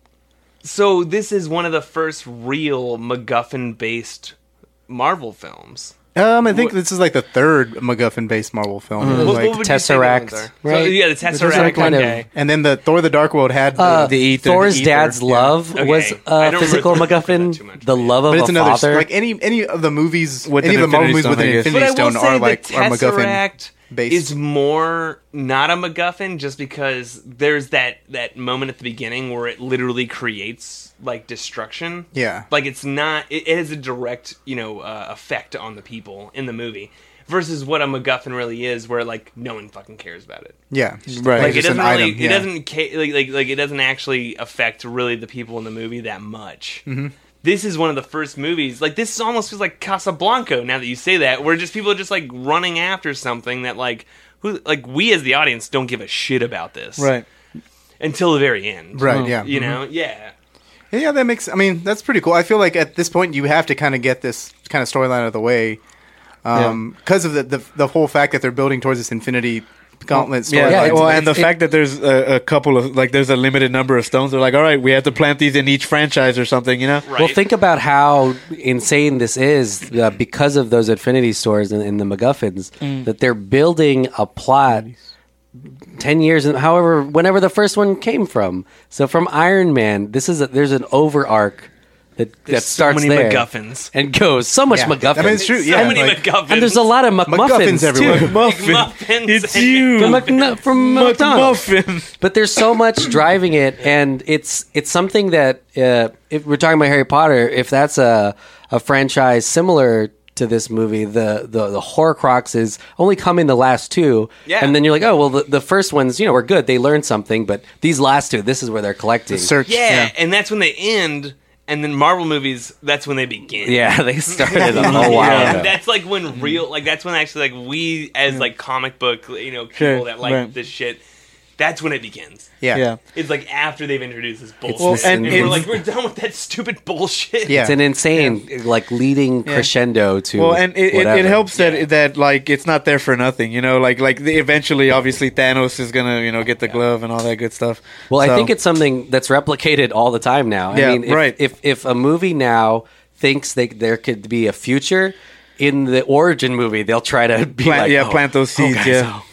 [SPEAKER 8] so. This is one of the first real MacGuffin based Marvel films.
[SPEAKER 3] Um, I think this is like the third MacGuffin based Marvel film. It was
[SPEAKER 8] What-
[SPEAKER 3] like-
[SPEAKER 8] what would you say the
[SPEAKER 7] Tesseract,
[SPEAKER 8] ones are?
[SPEAKER 7] right?
[SPEAKER 8] So, yeah, the Tesseract.
[SPEAKER 7] kind of-
[SPEAKER 8] okay.
[SPEAKER 3] and then the Thor: The Dark World had the,
[SPEAKER 7] uh,
[SPEAKER 3] the ether.
[SPEAKER 7] Thor's
[SPEAKER 3] the ether.
[SPEAKER 7] dad's
[SPEAKER 3] Yeah.
[SPEAKER 7] love
[SPEAKER 8] Okay.
[SPEAKER 7] was
[SPEAKER 8] I
[SPEAKER 7] a
[SPEAKER 8] don't
[SPEAKER 7] physical
[SPEAKER 8] remember that too
[SPEAKER 7] McGuffin.
[SPEAKER 8] much.
[SPEAKER 7] The love
[SPEAKER 3] But
[SPEAKER 7] of
[SPEAKER 3] it's
[SPEAKER 7] a
[SPEAKER 3] another
[SPEAKER 7] father.
[SPEAKER 3] like any any of the movies
[SPEAKER 2] With
[SPEAKER 3] any
[SPEAKER 2] an
[SPEAKER 3] of the Marvel
[SPEAKER 2] Infinity
[SPEAKER 3] movies with
[SPEAKER 2] Stone, I
[SPEAKER 3] an
[SPEAKER 2] guess.
[SPEAKER 3] Infinity Stone are like
[SPEAKER 8] the
[SPEAKER 3] are MacGuffin.
[SPEAKER 8] Tesseract
[SPEAKER 3] based.
[SPEAKER 8] is more not a MacGuffin just because there's that that moment at the beginning where it literally creates like destruction.
[SPEAKER 3] Yeah.
[SPEAKER 8] like it's not. It, it has a direct you know uh, effect on the people in the movie. versus what a MacGuffin really is, where like no one fucking cares about it.
[SPEAKER 3] Yeah, right.
[SPEAKER 8] Like it
[SPEAKER 3] It's just
[SPEAKER 8] doesn't
[SPEAKER 3] an
[SPEAKER 8] really,
[SPEAKER 3] item,
[SPEAKER 8] it
[SPEAKER 3] yeah.
[SPEAKER 8] doesn't ca- like, like like it doesn't actually affect really the people in the movie that much.
[SPEAKER 3] Mm-hmm.
[SPEAKER 8] This is one of the first movies. Like this almost feels like Casablanca. Now that you say that, where just people are just like running after something that like who like we as the audience don't give a shit about this
[SPEAKER 2] Right.
[SPEAKER 8] until the very end.
[SPEAKER 3] Right, yeah. Mm-hmm.
[SPEAKER 8] You know. Yeah.
[SPEAKER 3] Yeah, that makes. I mean, that's pretty cool. I feel like at this point you have to kind of get this kind of storyline out of the way, because
[SPEAKER 2] Um,
[SPEAKER 3] of the, the the whole fact that they're building towards this infinity gauntlet storyline.
[SPEAKER 2] Yeah,
[SPEAKER 3] It's-
[SPEAKER 2] well, and the
[SPEAKER 3] it's-
[SPEAKER 2] fact that there's a, a couple of like there's a limited number of stones. They're like, all right, we have to plant these in each franchise or something, you know?
[SPEAKER 8] Right.
[SPEAKER 7] Well, think about how insane this is uh, because of those Infinity Stores and, and the MacGuffins
[SPEAKER 3] Mm.
[SPEAKER 7] that they're building a plot. Ten years, and however, whenever the first one came from, so from Iron Man, this is a, there's an over arc that that
[SPEAKER 8] There's so
[SPEAKER 7] starts
[SPEAKER 8] many
[SPEAKER 7] there
[SPEAKER 8] MacGuffins.
[SPEAKER 7] and goes so much
[SPEAKER 3] Yeah.
[SPEAKER 7] MacGuffins.
[SPEAKER 3] I mean, it's true,
[SPEAKER 8] So
[SPEAKER 3] yeah.
[SPEAKER 8] many
[SPEAKER 3] like-
[SPEAKER 8] MacGuffins.
[SPEAKER 7] and there's a lot of MacGuffins,
[SPEAKER 3] MacGuffins
[SPEAKER 7] too.
[SPEAKER 3] everywhere.
[SPEAKER 2] Muffin.
[SPEAKER 8] Muffins
[SPEAKER 2] It's
[SPEAKER 8] and
[SPEAKER 2] you.
[SPEAKER 7] from Macnu- from McDonald's.
[SPEAKER 2] Muffin.
[SPEAKER 7] But there's so much driving it, and it's it's something that uh, if we're talking about Harry Potter, if that's a a franchise similar to this movie, the the the Horcruxes only come in the last two,
[SPEAKER 8] Yeah.
[SPEAKER 7] and then you're like, oh well, the, the first ones you know were good, they learned something, but these last two, this is where they're collecting.
[SPEAKER 3] search.
[SPEAKER 8] Yeah, and that's when they end. And then Marvel movies, that's when they begin.
[SPEAKER 7] yeah, they started a whole while
[SPEAKER 8] Yeah,
[SPEAKER 7] ago.
[SPEAKER 8] that's like when
[SPEAKER 7] Mm-hmm.
[SPEAKER 8] real, like that's when actually, like we as like comic book, you know, people
[SPEAKER 2] Sure,
[SPEAKER 8] that like
[SPEAKER 2] right.
[SPEAKER 8] this shit, that's when it begins.
[SPEAKER 3] yeah,
[SPEAKER 2] Yeah.
[SPEAKER 8] It's like after they've introduced this bullshit,
[SPEAKER 7] Well, and
[SPEAKER 8] and, we're
[SPEAKER 7] it's-
[SPEAKER 8] like, we're done with that stupid bullshit.
[SPEAKER 3] Yeah.
[SPEAKER 7] It's an insane like leading crescendo to
[SPEAKER 2] Well, and it, it, it
[SPEAKER 7] whatever.
[SPEAKER 2] helps that that like it's not there for nothing, you know. Like like the, eventually, obviously, Thanos is gonna you know get the glove and all that good stuff.
[SPEAKER 7] Well,
[SPEAKER 2] So-
[SPEAKER 7] I think it's something that's replicated all the time now.
[SPEAKER 2] Yeah,
[SPEAKER 7] I mean, if,
[SPEAKER 2] right.
[SPEAKER 7] If if a movie now thinks they there could be a future in the origin movie, they'll try to be
[SPEAKER 2] Plant-
[SPEAKER 7] like,
[SPEAKER 2] yeah,
[SPEAKER 7] oh,
[SPEAKER 2] plant those
[SPEAKER 7] oh,
[SPEAKER 2] seeds,
[SPEAKER 7] guys,
[SPEAKER 2] yeah.
[SPEAKER 7] oh.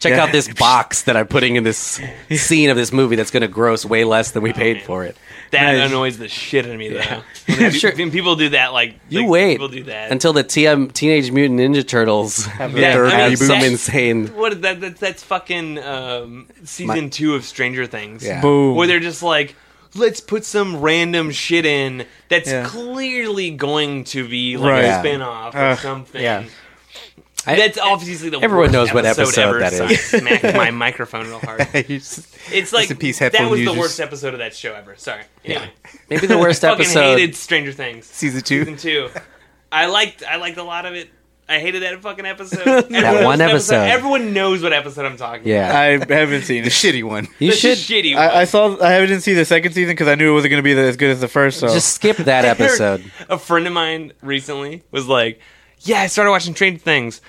[SPEAKER 7] Check
[SPEAKER 2] Yeah.
[SPEAKER 7] out this box that I'm putting in this scene of this movie that's going to gross way less than we paid for it.
[SPEAKER 8] That
[SPEAKER 2] Nice.
[SPEAKER 8] annoys the shit out of me though. When, they do-
[SPEAKER 7] Sure.
[SPEAKER 8] when people do that, like
[SPEAKER 7] You
[SPEAKER 8] like,
[SPEAKER 7] wait
[SPEAKER 8] people do that
[SPEAKER 7] until the TM, Teenage Mutant Ninja Turtles have,
[SPEAKER 8] Yeah, I mean,
[SPEAKER 7] some
[SPEAKER 8] that's-
[SPEAKER 7] insane.
[SPEAKER 8] What is that, that that's fucking um, season
[SPEAKER 7] My-
[SPEAKER 8] two of Stranger Things.
[SPEAKER 7] Yeah.
[SPEAKER 2] Boom.
[SPEAKER 8] Where they're just like, let's put some random shit in that's
[SPEAKER 2] Yeah.
[SPEAKER 8] clearly going to be like
[SPEAKER 2] Right.
[SPEAKER 8] a
[SPEAKER 7] Yeah.
[SPEAKER 8] spin-off or
[SPEAKER 2] Ugh.
[SPEAKER 8] something.
[SPEAKER 3] Yeah.
[SPEAKER 7] I-
[SPEAKER 8] That's obviously the
[SPEAKER 7] Everyone
[SPEAKER 8] worst
[SPEAKER 7] knows what episode
[SPEAKER 8] ever.
[SPEAKER 7] that
[SPEAKER 8] So I smacked my microphone real hard. It's like
[SPEAKER 3] in peace,
[SPEAKER 8] that
[SPEAKER 3] headphone
[SPEAKER 8] was the
[SPEAKER 3] users.
[SPEAKER 8] worst episode of that show ever. Sorry. Anyway,
[SPEAKER 7] Maybe the worst
[SPEAKER 8] fucking
[SPEAKER 7] episode.
[SPEAKER 8] hated Stranger Things
[SPEAKER 3] season two.
[SPEAKER 8] season two. I liked I liked a lot of it. I hated that fucking episode. Everyone
[SPEAKER 7] one
[SPEAKER 8] knows
[SPEAKER 7] episode.
[SPEAKER 8] Everyone knows what episode I'm talking. about.
[SPEAKER 7] yeah,
[SPEAKER 2] I haven't seen
[SPEAKER 3] The
[SPEAKER 2] it.
[SPEAKER 3] shitty one.
[SPEAKER 7] you
[SPEAKER 8] The
[SPEAKER 7] should
[SPEAKER 8] shitty. one.
[SPEAKER 2] I, I saw I haven't seen the second season because I knew it wasn't gonna be the, as good as the first. So
[SPEAKER 7] just skip that
[SPEAKER 8] I heard-
[SPEAKER 7] episode.
[SPEAKER 8] A friend of mine recently was like, "Yeah, I started watching Stranger Things.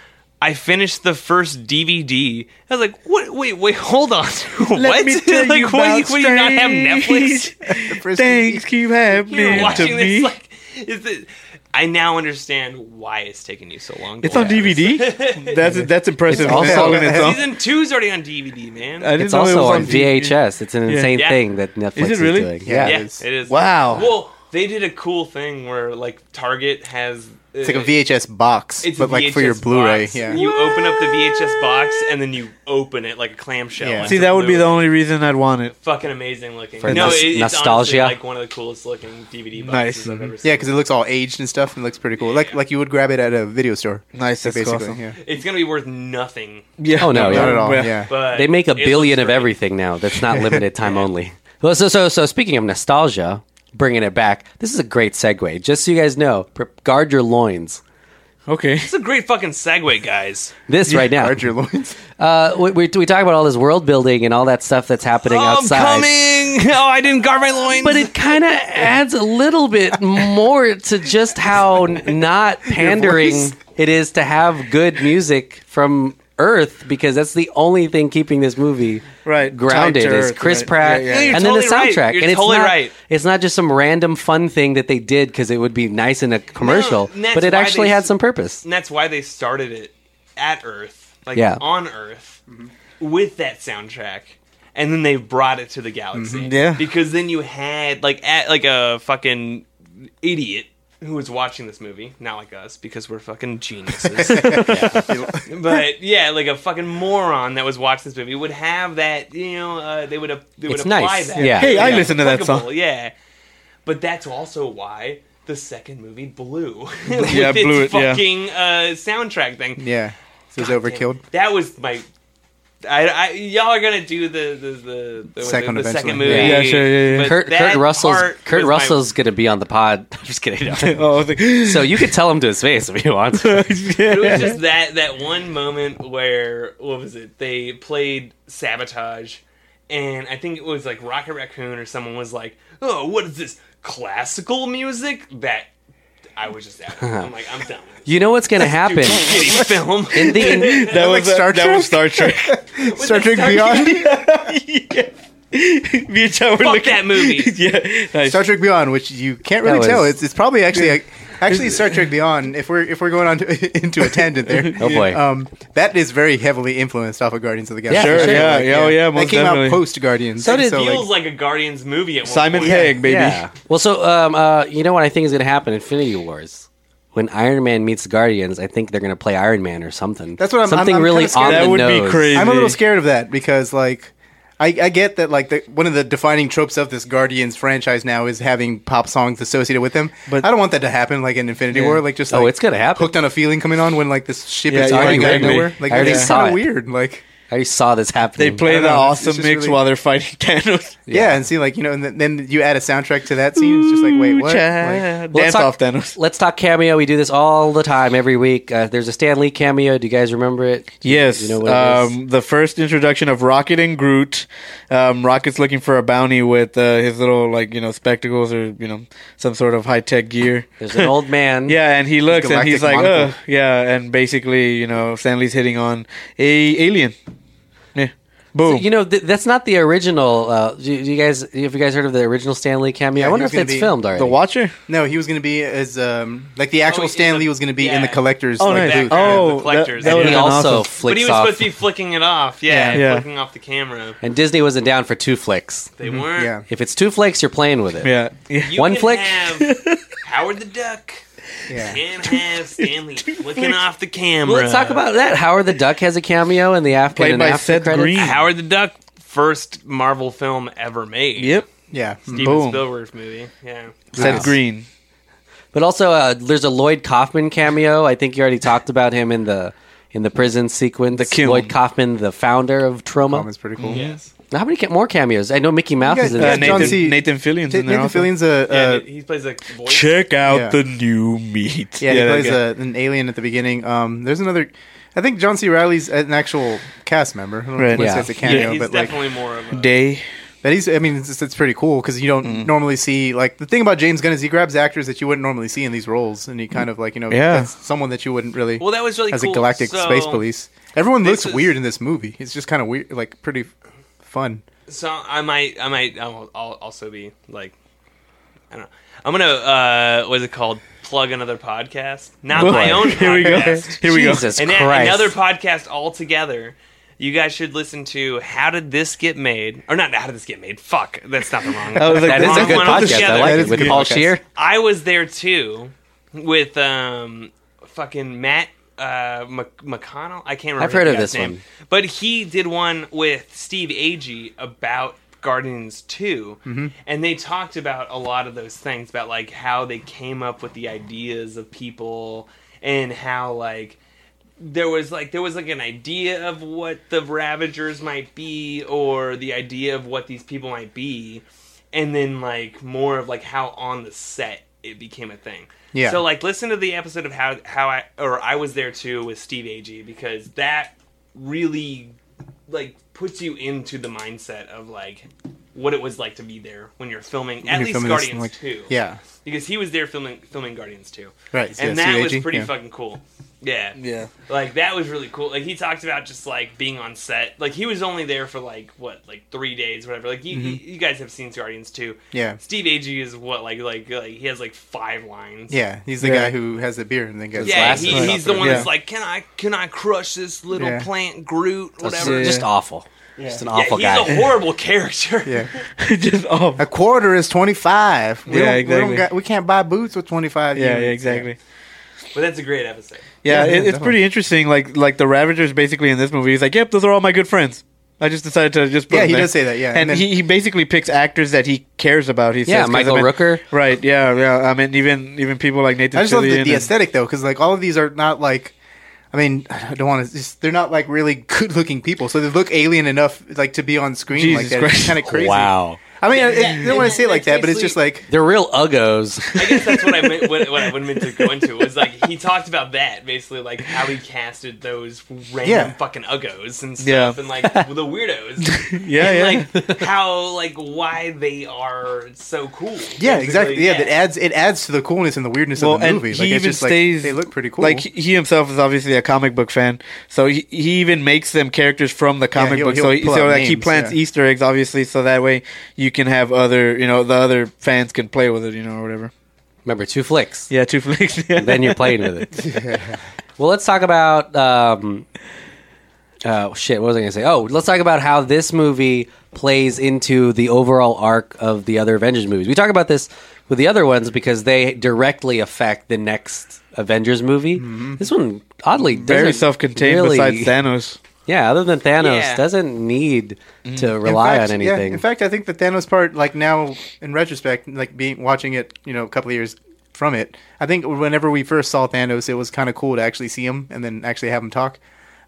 [SPEAKER 8] I finished the first DVD." I was like, "What? Wait, wait, hold on. what?
[SPEAKER 2] me tell
[SPEAKER 8] like,
[SPEAKER 2] you
[SPEAKER 8] what? do you,
[SPEAKER 2] about
[SPEAKER 8] what do you not have Netflix?
[SPEAKER 2] things keep
[SPEAKER 8] You're
[SPEAKER 2] happening to
[SPEAKER 8] watching this
[SPEAKER 2] me.
[SPEAKER 8] like is it?" I now understand why it's taking you so long. to
[SPEAKER 2] It's on
[SPEAKER 8] watch this.
[SPEAKER 2] DVD. That's that's impressive.
[SPEAKER 7] It's also-
[SPEAKER 2] all in its own.
[SPEAKER 8] Season two's already on DVD, man.
[SPEAKER 2] I didn't
[SPEAKER 7] It's
[SPEAKER 2] know it
[SPEAKER 7] also
[SPEAKER 2] was
[SPEAKER 7] on
[SPEAKER 2] DVD.
[SPEAKER 7] VHS. It's an insane
[SPEAKER 8] Yeah.
[SPEAKER 7] thing that Netflix
[SPEAKER 2] Is
[SPEAKER 7] is,
[SPEAKER 2] it really?
[SPEAKER 7] doing. Yeah.
[SPEAKER 8] yeah,
[SPEAKER 3] Yeah,
[SPEAKER 8] it
[SPEAKER 3] it
[SPEAKER 8] is.
[SPEAKER 3] is.
[SPEAKER 2] Wow.
[SPEAKER 8] Well, they did a cool thing where like Target has uh,
[SPEAKER 3] It's like a VHS box,
[SPEAKER 8] It's
[SPEAKER 3] but
[SPEAKER 8] a
[SPEAKER 3] like for your
[SPEAKER 8] VHS
[SPEAKER 3] Blu-ray.
[SPEAKER 8] box.
[SPEAKER 3] Yeah,
[SPEAKER 8] You open up the VHS box and then you open it like a clamshell.
[SPEAKER 3] Yeah.
[SPEAKER 8] It's
[SPEAKER 2] See,
[SPEAKER 8] a
[SPEAKER 2] that would be
[SPEAKER 8] blue-
[SPEAKER 2] the only reason I'd want it.
[SPEAKER 8] fucking amazing looking.
[SPEAKER 7] For
[SPEAKER 8] no,
[SPEAKER 7] nos-
[SPEAKER 8] it- it's nostalgia.
[SPEAKER 7] nostalgia.
[SPEAKER 8] like one of the coolest looking DVD boxes
[SPEAKER 2] Nice.
[SPEAKER 8] I've ever seen.
[SPEAKER 3] yeah, because it looks all aged and stuff, and it looks pretty cool. Like like you would grab it at a video store.
[SPEAKER 2] Nice, that's
[SPEAKER 3] basically.
[SPEAKER 2] awesome.
[SPEAKER 3] Yeah.
[SPEAKER 8] it's gonna be worth nothing.
[SPEAKER 2] Yeah.
[SPEAKER 7] Oh, no, yeah.
[SPEAKER 3] Not at all.
[SPEAKER 2] Well,
[SPEAKER 3] Yeah.
[SPEAKER 8] But
[SPEAKER 7] They make a
[SPEAKER 8] it looks
[SPEAKER 7] billion of
[SPEAKER 8] great.
[SPEAKER 7] everything now. That's not limited time only. Well, so so so speaking of nostalgia, bringing it back. This is a great segue. Just so you guys know, pre- guard your loins.
[SPEAKER 2] Okay.
[SPEAKER 8] It's a great fucking segue, guys.
[SPEAKER 7] This right now.
[SPEAKER 3] Guard your loins.
[SPEAKER 7] Uh, we, we, we talk about all this world building and all that stuff that's happening outside.
[SPEAKER 8] I'm coming. Oh, I didn't guard my loins.
[SPEAKER 7] But it kind of adds a little bit more to just how n- not pandering it is to have good music from Earth because that's the only thing keeping this movie
[SPEAKER 2] Right.
[SPEAKER 7] grounded
[SPEAKER 2] Tied to
[SPEAKER 7] is
[SPEAKER 2] Earth,
[SPEAKER 7] Chris
[SPEAKER 2] right.
[SPEAKER 7] Pratt
[SPEAKER 2] Yeah, yeah, yeah.
[SPEAKER 8] You're
[SPEAKER 7] and then the
[SPEAKER 8] totally right.
[SPEAKER 7] soundtrack.
[SPEAKER 8] You're
[SPEAKER 7] and it's
[SPEAKER 8] totally
[SPEAKER 7] not,
[SPEAKER 8] right.
[SPEAKER 7] It's not just some random fun thing that they did because it would be nice in a commercial,
[SPEAKER 8] and that's
[SPEAKER 7] but it
[SPEAKER 8] why
[SPEAKER 7] actually
[SPEAKER 8] they
[SPEAKER 7] had
[SPEAKER 8] s-
[SPEAKER 7] some purpose.
[SPEAKER 8] and that's why they started it at Earth, like
[SPEAKER 7] Yeah.
[SPEAKER 8] on Earth, with that soundtrack, and then they brought it to the galaxy.
[SPEAKER 7] Mm-hmm.
[SPEAKER 2] Yeah.
[SPEAKER 8] because then you had like at like a fucking idiot who was watching this movie, not like us because we're fucking geniuses. But yeah, like a fucking moron that was watching this movie would have that. You know, uh, they would have. They would
[SPEAKER 7] It's
[SPEAKER 8] apply
[SPEAKER 7] nice.
[SPEAKER 8] that.
[SPEAKER 7] Yeah.
[SPEAKER 2] Hey, I listened to that
[SPEAKER 8] Applicable,
[SPEAKER 2] song.
[SPEAKER 8] Yeah, but that's also why. the second movie blew.
[SPEAKER 2] Yeah,
[SPEAKER 8] With
[SPEAKER 2] blew
[SPEAKER 8] its
[SPEAKER 2] it, yeah.
[SPEAKER 8] fucking uh, soundtrack thing.
[SPEAKER 3] Yeah. So it was
[SPEAKER 8] God damn,
[SPEAKER 3] overkilled.
[SPEAKER 8] That was my. I, I, y'all are gonna do the the the, the
[SPEAKER 3] Second
[SPEAKER 8] the,
[SPEAKER 3] eventually.
[SPEAKER 8] second movie.
[SPEAKER 2] Yeah,
[SPEAKER 3] Yeah.
[SPEAKER 2] sure, yeah, yeah.
[SPEAKER 8] but
[SPEAKER 7] Kurt,
[SPEAKER 8] that
[SPEAKER 7] Kurt Russell's
[SPEAKER 8] part
[SPEAKER 7] Kurt
[SPEAKER 8] was my-
[SPEAKER 7] Russell's gonna be on the pod. I'm just kidding.
[SPEAKER 2] Oh, I was like,
[SPEAKER 7] so you could tell him to his face if you want.
[SPEAKER 8] It was just that that one moment where what was it? They played sabotage, and I think it was like Rocket Raccoon or someone was like, "Oh, what is this classical music?" That I was just out. I'm like, I'm done. With
[SPEAKER 7] You know what's gonna happen?
[SPEAKER 8] this shitty film.
[SPEAKER 7] In the in,
[SPEAKER 2] that was
[SPEAKER 3] Star
[SPEAKER 2] uh, that was Star Trek.
[SPEAKER 3] Star Trek Beyond.
[SPEAKER 2] Me and John were
[SPEAKER 8] Fuck
[SPEAKER 2] looking-
[SPEAKER 8] that movie.
[SPEAKER 2] yeah, nice.
[SPEAKER 3] Star Trek Beyond, which you can't really
[SPEAKER 7] That was-
[SPEAKER 3] tell. It's, it's probably actually like, actually Star Trek Beyond. If we're if we're going on to, into a tangent there,
[SPEAKER 7] Oh, boy.
[SPEAKER 3] um, that is very heavily influenced off of Guardians of the Galaxy.
[SPEAKER 2] Sure,
[SPEAKER 3] for
[SPEAKER 2] yeah, yeah, oh, yeah,
[SPEAKER 3] That
[SPEAKER 2] most
[SPEAKER 3] came
[SPEAKER 2] definitely.
[SPEAKER 3] out post Guardians.
[SPEAKER 7] So did
[SPEAKER 8] Feels like, a Guardians movie at one
[SPEAKER 2] Simon
[SPEAKER 8] point.
[SPEAKER 2] Pegg, baby.
[SPEAKER 7] yeah. Well, so um, uh, you know what I think is gonna happen? Infinity Wars. When Iron Man meets Guardians, I think they're gonna play Iron Man or something.
[SPEAKER 3] That's what I'm- I'm-
[SPEAKER 7] Something
[SPEAKER 3] I'm
[SPEAKER 7] really
[SPEAKER 3] kinda scared.
[SPEAKER 7] on
[SPEAKER 2] That
[SPEAKER 7] the
[SPEAKER 2] would
[SPEAKER 7] nose.
[SPEAKER 2] be crazy.
[SPEAKER 3] I'm a little scared of that because like I, I get that like the, one of the defining tropes of this Guardians franchise now is having pop songs associated with them. But I don't want that to happen like in Infinity War, like just
[SPEAKER 7] Oh,
[SPEAKER 3] like,
[SPEAKER 7] it's gonna happen.
[SPEAKER 3] hooked on a feeling coming on when like this ship
[SPEAKER 2] Yeah,
[SPEAKER 3] is
[SPEAKER 2] yeah,
[SPEAKER 3] flying out of
[SPEAKER 2] exactly.
[SPEAKER 3] nowhere. Like
[SPEAKER 7] I already
[SPEAKER 3] it's
[SPEAKER 7] saw
[SPEAKER 3] kind
[SPEAKER 7] it.
[SPEAKER 3] of weird. Like
[SPEAKER 7] I already saw this happening.
[SPEAKER 2] They play
[SPEAKER 3] don't
[SPEAKER 2] the
[SPEAKER 3] know, it's
[SPEAKER 2] awesome
[SPEAKER 3] just
[SPEAKER 2] mix
[SPEAKER 3] really-
[SPEAKER 2] while they're fighting Thanos.
[SPEAKER 3] yeah. and see like you know, and then, then you add a soundtrack to that scene. It's just like wait, what? Like,
[SPEAKER 7] Well,
[SPEAKER 2] Dance
[SPEAKER 7] let's talk-
[SPEAKER 2] off Thanos.
[SPEAKER 7] Let's talk cameo. We do this all the time, every week. Uh, there's a Stan Lee cameo. Do you guys remember it?
[SPEAKER 2] Yes,
[SPEAKER 7] You know what it is?
[SPEAKER 2] um, the first introduction of Rocket and Groot. Um, Rocket's looking for a bounty with uh, his little like you know spectacles or you know some sort of high tech gear.
[SPEAKER 7] There's an old man.
[SPEAKER 2] Yeah, and he looks and he's
[SPEAKER 3] galactic
[SPEAKER 2] like,
[SPEAKER 3] monocle.
[SPEAKER 2] Ugh, yeah, and basically you know Stanley's hitting on a alien. Yeah, boom.
[SPEAKER 7] You know, th- that's not the original. Uh, do, do you guys have you guys heard of the original Stan Lee cameo?
[SPEAKER 3] Yeah,
[SPEAKER 7] I wonder
[SPEAKER 3] he
[SPEAKER 7] if
[SPEAKER 3] was gonna
[SPEAKER 7] that's
[SPEAKER 3] be
[SPEAKER 7] filmed already.
[SPEAKER 2] the Watcher.
[SPEAKER 3] No, he was going to be as um like the actual
[SPEAKER 8] in
[SPEAKER 3] Stan
[SPEAKER 8] the-
[SPEAKER 3] Lee was going to be in the
[SPEAKER 8] Oh, yeah.
[SPEAKER 3] collectors.
[SPEAKER 2] Oh,
[SPEAKER 3] like,
[SPEAKER 2] nice.
[SPEAKER 3] booth.
[SPEAKER 2] Oh,
[SPEAKER 8] the collectors.
[SPEAKER 2] that, that
[SPEAKER 8] And
[SPEAKER 2] would
[SPEAKER 7] he
[SPEAKER 2] have been
[SPEAKER 7] also
[SPEAKER 2] awesome.
[SPEAKER 8] But
[SPEAKER 7] flicks
[SPEAKER 8] he was
[SPEAKER 7] off,
[SPEAKER 8] supposed to be flicking it off. Yeah,
[SPEAKER 2] Yeah.
[SPEAKER 8] flicking off the camera.
[SPEAKER 7] and Disney wasn't down for two flicks.
[SPEAKER 8] They weren't.
[SPEAKER 3] yeah.
[SPEAKER 7] If it's two flicks, you're playing with it.
[SPEAKER 2] Yeah, yeah.
[SPEAKER 8] You
[SPEAKER 7] One
[SPEAKER 8] can
[SPEAKER 7] flick?
[SPEAKER 8] Have Howard the Duck
[SPEAKER 3] Yeah.
[SPEAKER 8] and have Stanley flicking off the camera.
[SPEAKER 7] Well, let's talk about that. Howard the Duck has a cameo in the after
[SPEAKER 2] Played
[SPEAKER 7] and
[SPEAKER 2] by
[SPEAKER 7] after
[SPEAKER 2] Seth
[SPEAKER 7] credits.
[SPEAKER 2] Green.
[SPEAKER 8] Howard the Duck, first Marvel film ever made.
[SPEAKER 2] Yep,
[SPEAKER 3] Yeah.
[SPEAKER 8] Steven
[SPEAKER 2] Boom.
[SPEAKER 8] Spielberg's movie. Yeah.
[SPEAKER 2] Seth Green.
[SPEAKER 7] But also, uh, there's a Lloyd Kaufman cameo. I think you already talked about him in the in the prison sequence. The
[SPEAKER 2] kiln.
[SPEAKER 7] Lloyd Kaufman, the founder of Troma.
[SPEAKER 3] Bomb is pretty cool.
[SPEAKER 8] Yes.
[SPEAKER 7] How many ca- more cameos? I know Mickey Mouse
[SPEAKER 3] You
[SPEAKER 7] is in
[SPEAKER 3] guys-
[SPEAKER 2] Uh,
[SPEAKER 7] this.
[SPEAKER 3] John
[SPEAKER 2] Nathan,
[SPEAKER 3] C.
[SPEAKER 2] Nathan Fillion's in there.
[SPEAKER 3] Nathan
[SPEAKER 2] also.
[SPEAKER 3] Fillion's a,
[SPEAKER 8] Yeah,
[SPEAKER 3] a
[SPEAKER 8] he he plays a voice.
[SPEAKER 2] Check out
[SPEAKER 3] Yeah.
[SPEAKER 2] the new meat.
[SPEAKER 3] Yeah, he
[SPEAKER 2] that
[SPEAKER 3] plays
[SPEAKER 2] guy.
[SPEAKER 3] a, an alien at the beginning. Um, there's another. I think John C. Riley's an actual cast member. I don't know
[SPEAKER 2] Right.
[SPEAKER 3] if he
[SPEAKER 7] Yeah.
[SPEAKER 3] says a cameo,
[SPEAKER 8] He's
[SPEAKER 3] but like
[SPEAKER 8] definitely more of a.
[SPEAKER 2] day.
[SPEAKER 3] that he's. I mean, it's, it's pretty cool because you don't
[SPEAKER 2] Mm.
[SPEAKER 3] normally see like the thing about James Gunn is he grabs actors that you wouldn't normally see in these roles, and he kind of like you know
[SPEAKER 2] Mm. Yeah.
[SPEAKER 3] that's someone that you wouldn't really
[SPEAKER 8] well, that was really
[SPEAKER 3] as
[SPEAKER 8] cool.
[SPEAKER 3] a galactic
[SPEAKER 8] So-
[SPEAKER 3] space police. Everyone looks
[SPEAKER 8] this is-
[SPEAKER 3] weird in this movie. It's just kind of weird, like pretty fun.
[SPEAKER 8] So I might, I might, I'll, I'll also be like, I don't know. I'm gonna, uh, what's it called? Plug another podcast, not my own.
[SPEAKER 2] Here we go.
[SPEAKER 8] podcast.
[SPEAKER 2] Here we
[SPEAKER 7] Jesus
[SPEAKER 8] and then
[SPEAKER 7] Christ.
[SPEAKER 8] another podcast altogether. You guys should listen to "How Did This Get Made?" or not "How Did This Get Made?" Fuck, that's not the wrong.
[SPEAKER 2] I was like,
[SPEAKER 7] that
[SPEAKER 2] this
[SPEAKER 7] is a
[SPEAKER 2] is
[SPEAKER 7] good
[SPEAKER 2] one of the
[SPEAKER 7] podcast. I
[SPEAKER 8] shit.
[SPEAKER 7] like
[SPEAKER 3] That
[SPEAKER 7] it
[SPEAKER 3] is a
[SPEAKER 7] with
[SPEAKER 3] good
[SPEAKER 7] Paul
[SPEAKER 3] podcast.
[SPEAKER 7] Shear.
[SPEAKER 8] I was there too with um fucking Matt uh Mc- McConnell. I can't remember.
[SPEAKER 7] I've heard
[SPEAKER 8] the
[SPEAKER 7] of
[SPEAKER 8] guy's
[SPEAKER 7] this
[SPEAKER 8] name.
[SPEAKER 7] one.
[SPEAKER 8] but he did one with Steve Agee about Guardians 2
[SPEAKER 7] Mm-hmm.
[SPEAKER 8] and they talked about a lot of those things about like how they came up with the ideas of people and how like there was like there was like an idea of what the ravagers might be or the idea of what these people might be and then like more of like how on the set it became a thing
[SPEAKER 3] Yeah.
[SPEAKER 8] so like listen to the episode of how how i or i was there too with steve agee because that really like puts you into the mindset of like what it was like to be there when you're filming at
[SPEAKER 3] you're
[SPEAKER 8] least
[SPEAKER 3] filming this,
[SPEAKER 8] guardians
[SPEAKER 3] like-
[SPEAKER 8] 2
[SPEAKER 3] yeah.
[SPEAKER 8] because he was there filming filming guardians 2
[SPEAKER 3] Right,
[SPEAKER 8] and
[SPEAKER 3] yeah,
[SPEAKER 8] that
[SPEAKER 3] Steve
[SPEAKER 8] was
[SPEAKER 3] Agee,
[SPEAKER 8] pretty
[SPEAKER 3] E? yeah.
[SPEAKER 8] fucking cool yeah like that was really cool. Like he talked about just like being on set. Like he was only there for like what, like three days, whatever. Like you, you guys have seen Guardians too.
[SPEAKER 3] Yeah.
[SPEAKER 8] Steve Agee is what like like like he has like five lines.
[SPEAKER 3] Yeah, he's the
[SPEAKER 2] Yeah.
[SPEAKER 3] guy who has the beer and then gets
[SPEAKER 8] Yeah,
[SPEAKER 7] last
[SPEAKER 8] he,
[SPEAKER 7] line.
[SPEAKER 8] he's the one that's
[SPEAKER 2] Yeah.
[SPEAKER 8] like, can I can I crush this little
[SPEAKER 3] Yeah.
[SPEAKER 8] plant Groot,
[SPEAKER 7] Just,
[SPEAKER 8] whatever.
[SPEAKER 7] just awful. Just an awful
[SPEAKER 8] yeah, he's
[SPEAKER 7] guy.
[SPEAKER 8] a horrible character.
[SPEAKER 3] yeah.
[SPEAKER 2] just oh, off.
[SPEAKER 3] A quarter is twenty five.
[SPEAKER 2] Yeah,
[SPEAKER 3] we don't,
[SPEAKER 2] exactly.
[SPEAKER 3] got, we can't buy boots with twenty five.
[SPEAKER 2] Yeah, yeah, exactly.
[SPEAKER 8] But that's a great episode.
[SPEAKER 2] Yeah,
[SPEAKER 3] Yeah,
[SPEAKER 2] it, it's
[SPEAKER 3] definitely.
[SPEAKER 2] pretty interesting. Like, like the Ravagers basically in this movie. He's like, "Yep, those are all my good friends." I just decided to just put
[SPEAKER 3] Yeah,
[SPEAKER 2] him
[SPEAKER 3] he
[SPEAKER 2] there.
[SPEAKER 3] does say that, yeah.
[SPEAKER 2] and,
[SPEAKER 3] And then-
[SPEAKER 2] he, he basically picks actors that he cares about. He
[SPEAKER 7] Yeah,
[SPEAKER 2] says 'cause,
[SPEAKER 7] Michael
[SPEAKER 2] I mean-
[SPEAKER 7] Rooker.
[SPEAKER 2] Right? Yeah, yeah. I mean, even even people like Nathan.
[SPEAKER 3] I just love
[SPEAKER 2] Fillion
[SPEAKER 3] the, the
[SPEAKER 2] and-
[SPEAKER 3] aesthetic though, because like all of these are not like, I mean, I don't want to. They're not like really good looking people, so they look alien enough like to be on screen
[SPEAKER 2] Jesus
[SPEAKER 3] like that.
[SPEAKER 2] Christ.
[SPEAKER 3] It's kind of crazy.
[SPEAKER 7] Wow.
[SPEAKER 3] I mean, I, I don't want to say it like that, but it's just like
[SPEAKER 7] They're real uggos.
[SPEAKER 8] I guess that's what I meant. What, what I would meant to go into was like he talked about that basically, like how he casted those random
[SPEAKER 3] Yeah.
[SPEAKER 8] fucking uggos and stuff,
[SPEAKER 2] Yeah.
[SPEAKER 8] and like the weirdos.
[SPEAKER 2] Yeah,
[SPEAKER 8] and, Like how, like why they are so cool.
[SPEAKER 3] yeah,
[SPEAKER 8] Basically,
[SPEAKER 3] exactly. Yeah, that adds it adds to the coolness and the weirdness
[SPEAKER 2] Well,
[SPEAKER 3] of the
[SPEAKER 2] and he
[SPEAKER 3] movie. like it's
[SPEAKER 2] even
[SPEAKER 3] just
[SPEAKER 2] stays-
[SPEAKER 3] like they look pretty cool.
[SPEAKER 2] Like he- he himself is obviously a comic book fan, so he, he even makes them characters from the comic
[SPEAKER 3] he'll-
[SPEAKER 2] book.
[SPEAKER 3] he'll
[SPEAKER 2] so he,
[SPEAKER 3] pull
[SPEAKER 2] so
[SPEAKER 3] out
[SPEAKER 2] like he
[SPEAKER 3] names,
[SPEAKER 2] plants
[SPEAKER 3] yeah.
[SPEAKER 2] Easter eggs, obviously, so that way you can have other you know the other fans can play with it, you know, or whatever.
[SPEAKER 7] Remember, two flicks.
[SPEAKER 2] Yeah, two flicks.
[SPEAKER 7] then you're playing with it. well, let's talk about. Um, uh, shit, what was I going to say? Oh, let's talk about how this movie plays into the overall arc of the other Avengers movies. We talk about this with the other ones because they directly affect the next Avengers movie. This one, oddly,
[SPEAKER 2] very
[SPEAKER 7] doesn't
[SPEAKER 2] self-contained.
[SPEAKER 7] really-
[SPEAKER 2] Besides Thanos,
[SPEAKER 7] Yeah, other than Thanos,
[SPEAKER 8] Yeah.
[SPEAKER 7] doesn't need to
[SPEAKER 3] Mm-hmm. In
[SPEAKER 7] rely
[SPEAKER 3] fact,
[SPEAKER 7] on
[SPEAKER 3] yeah,
[SPEAKER 7] anything.
[SPEAKER 3] in fact, I think the Thanos part, like now in retrospect, like being watching it, you know, a couple of years from it, I think whenever we first saw Thanos, it was kind of cool to actually see him and then actually have him talk.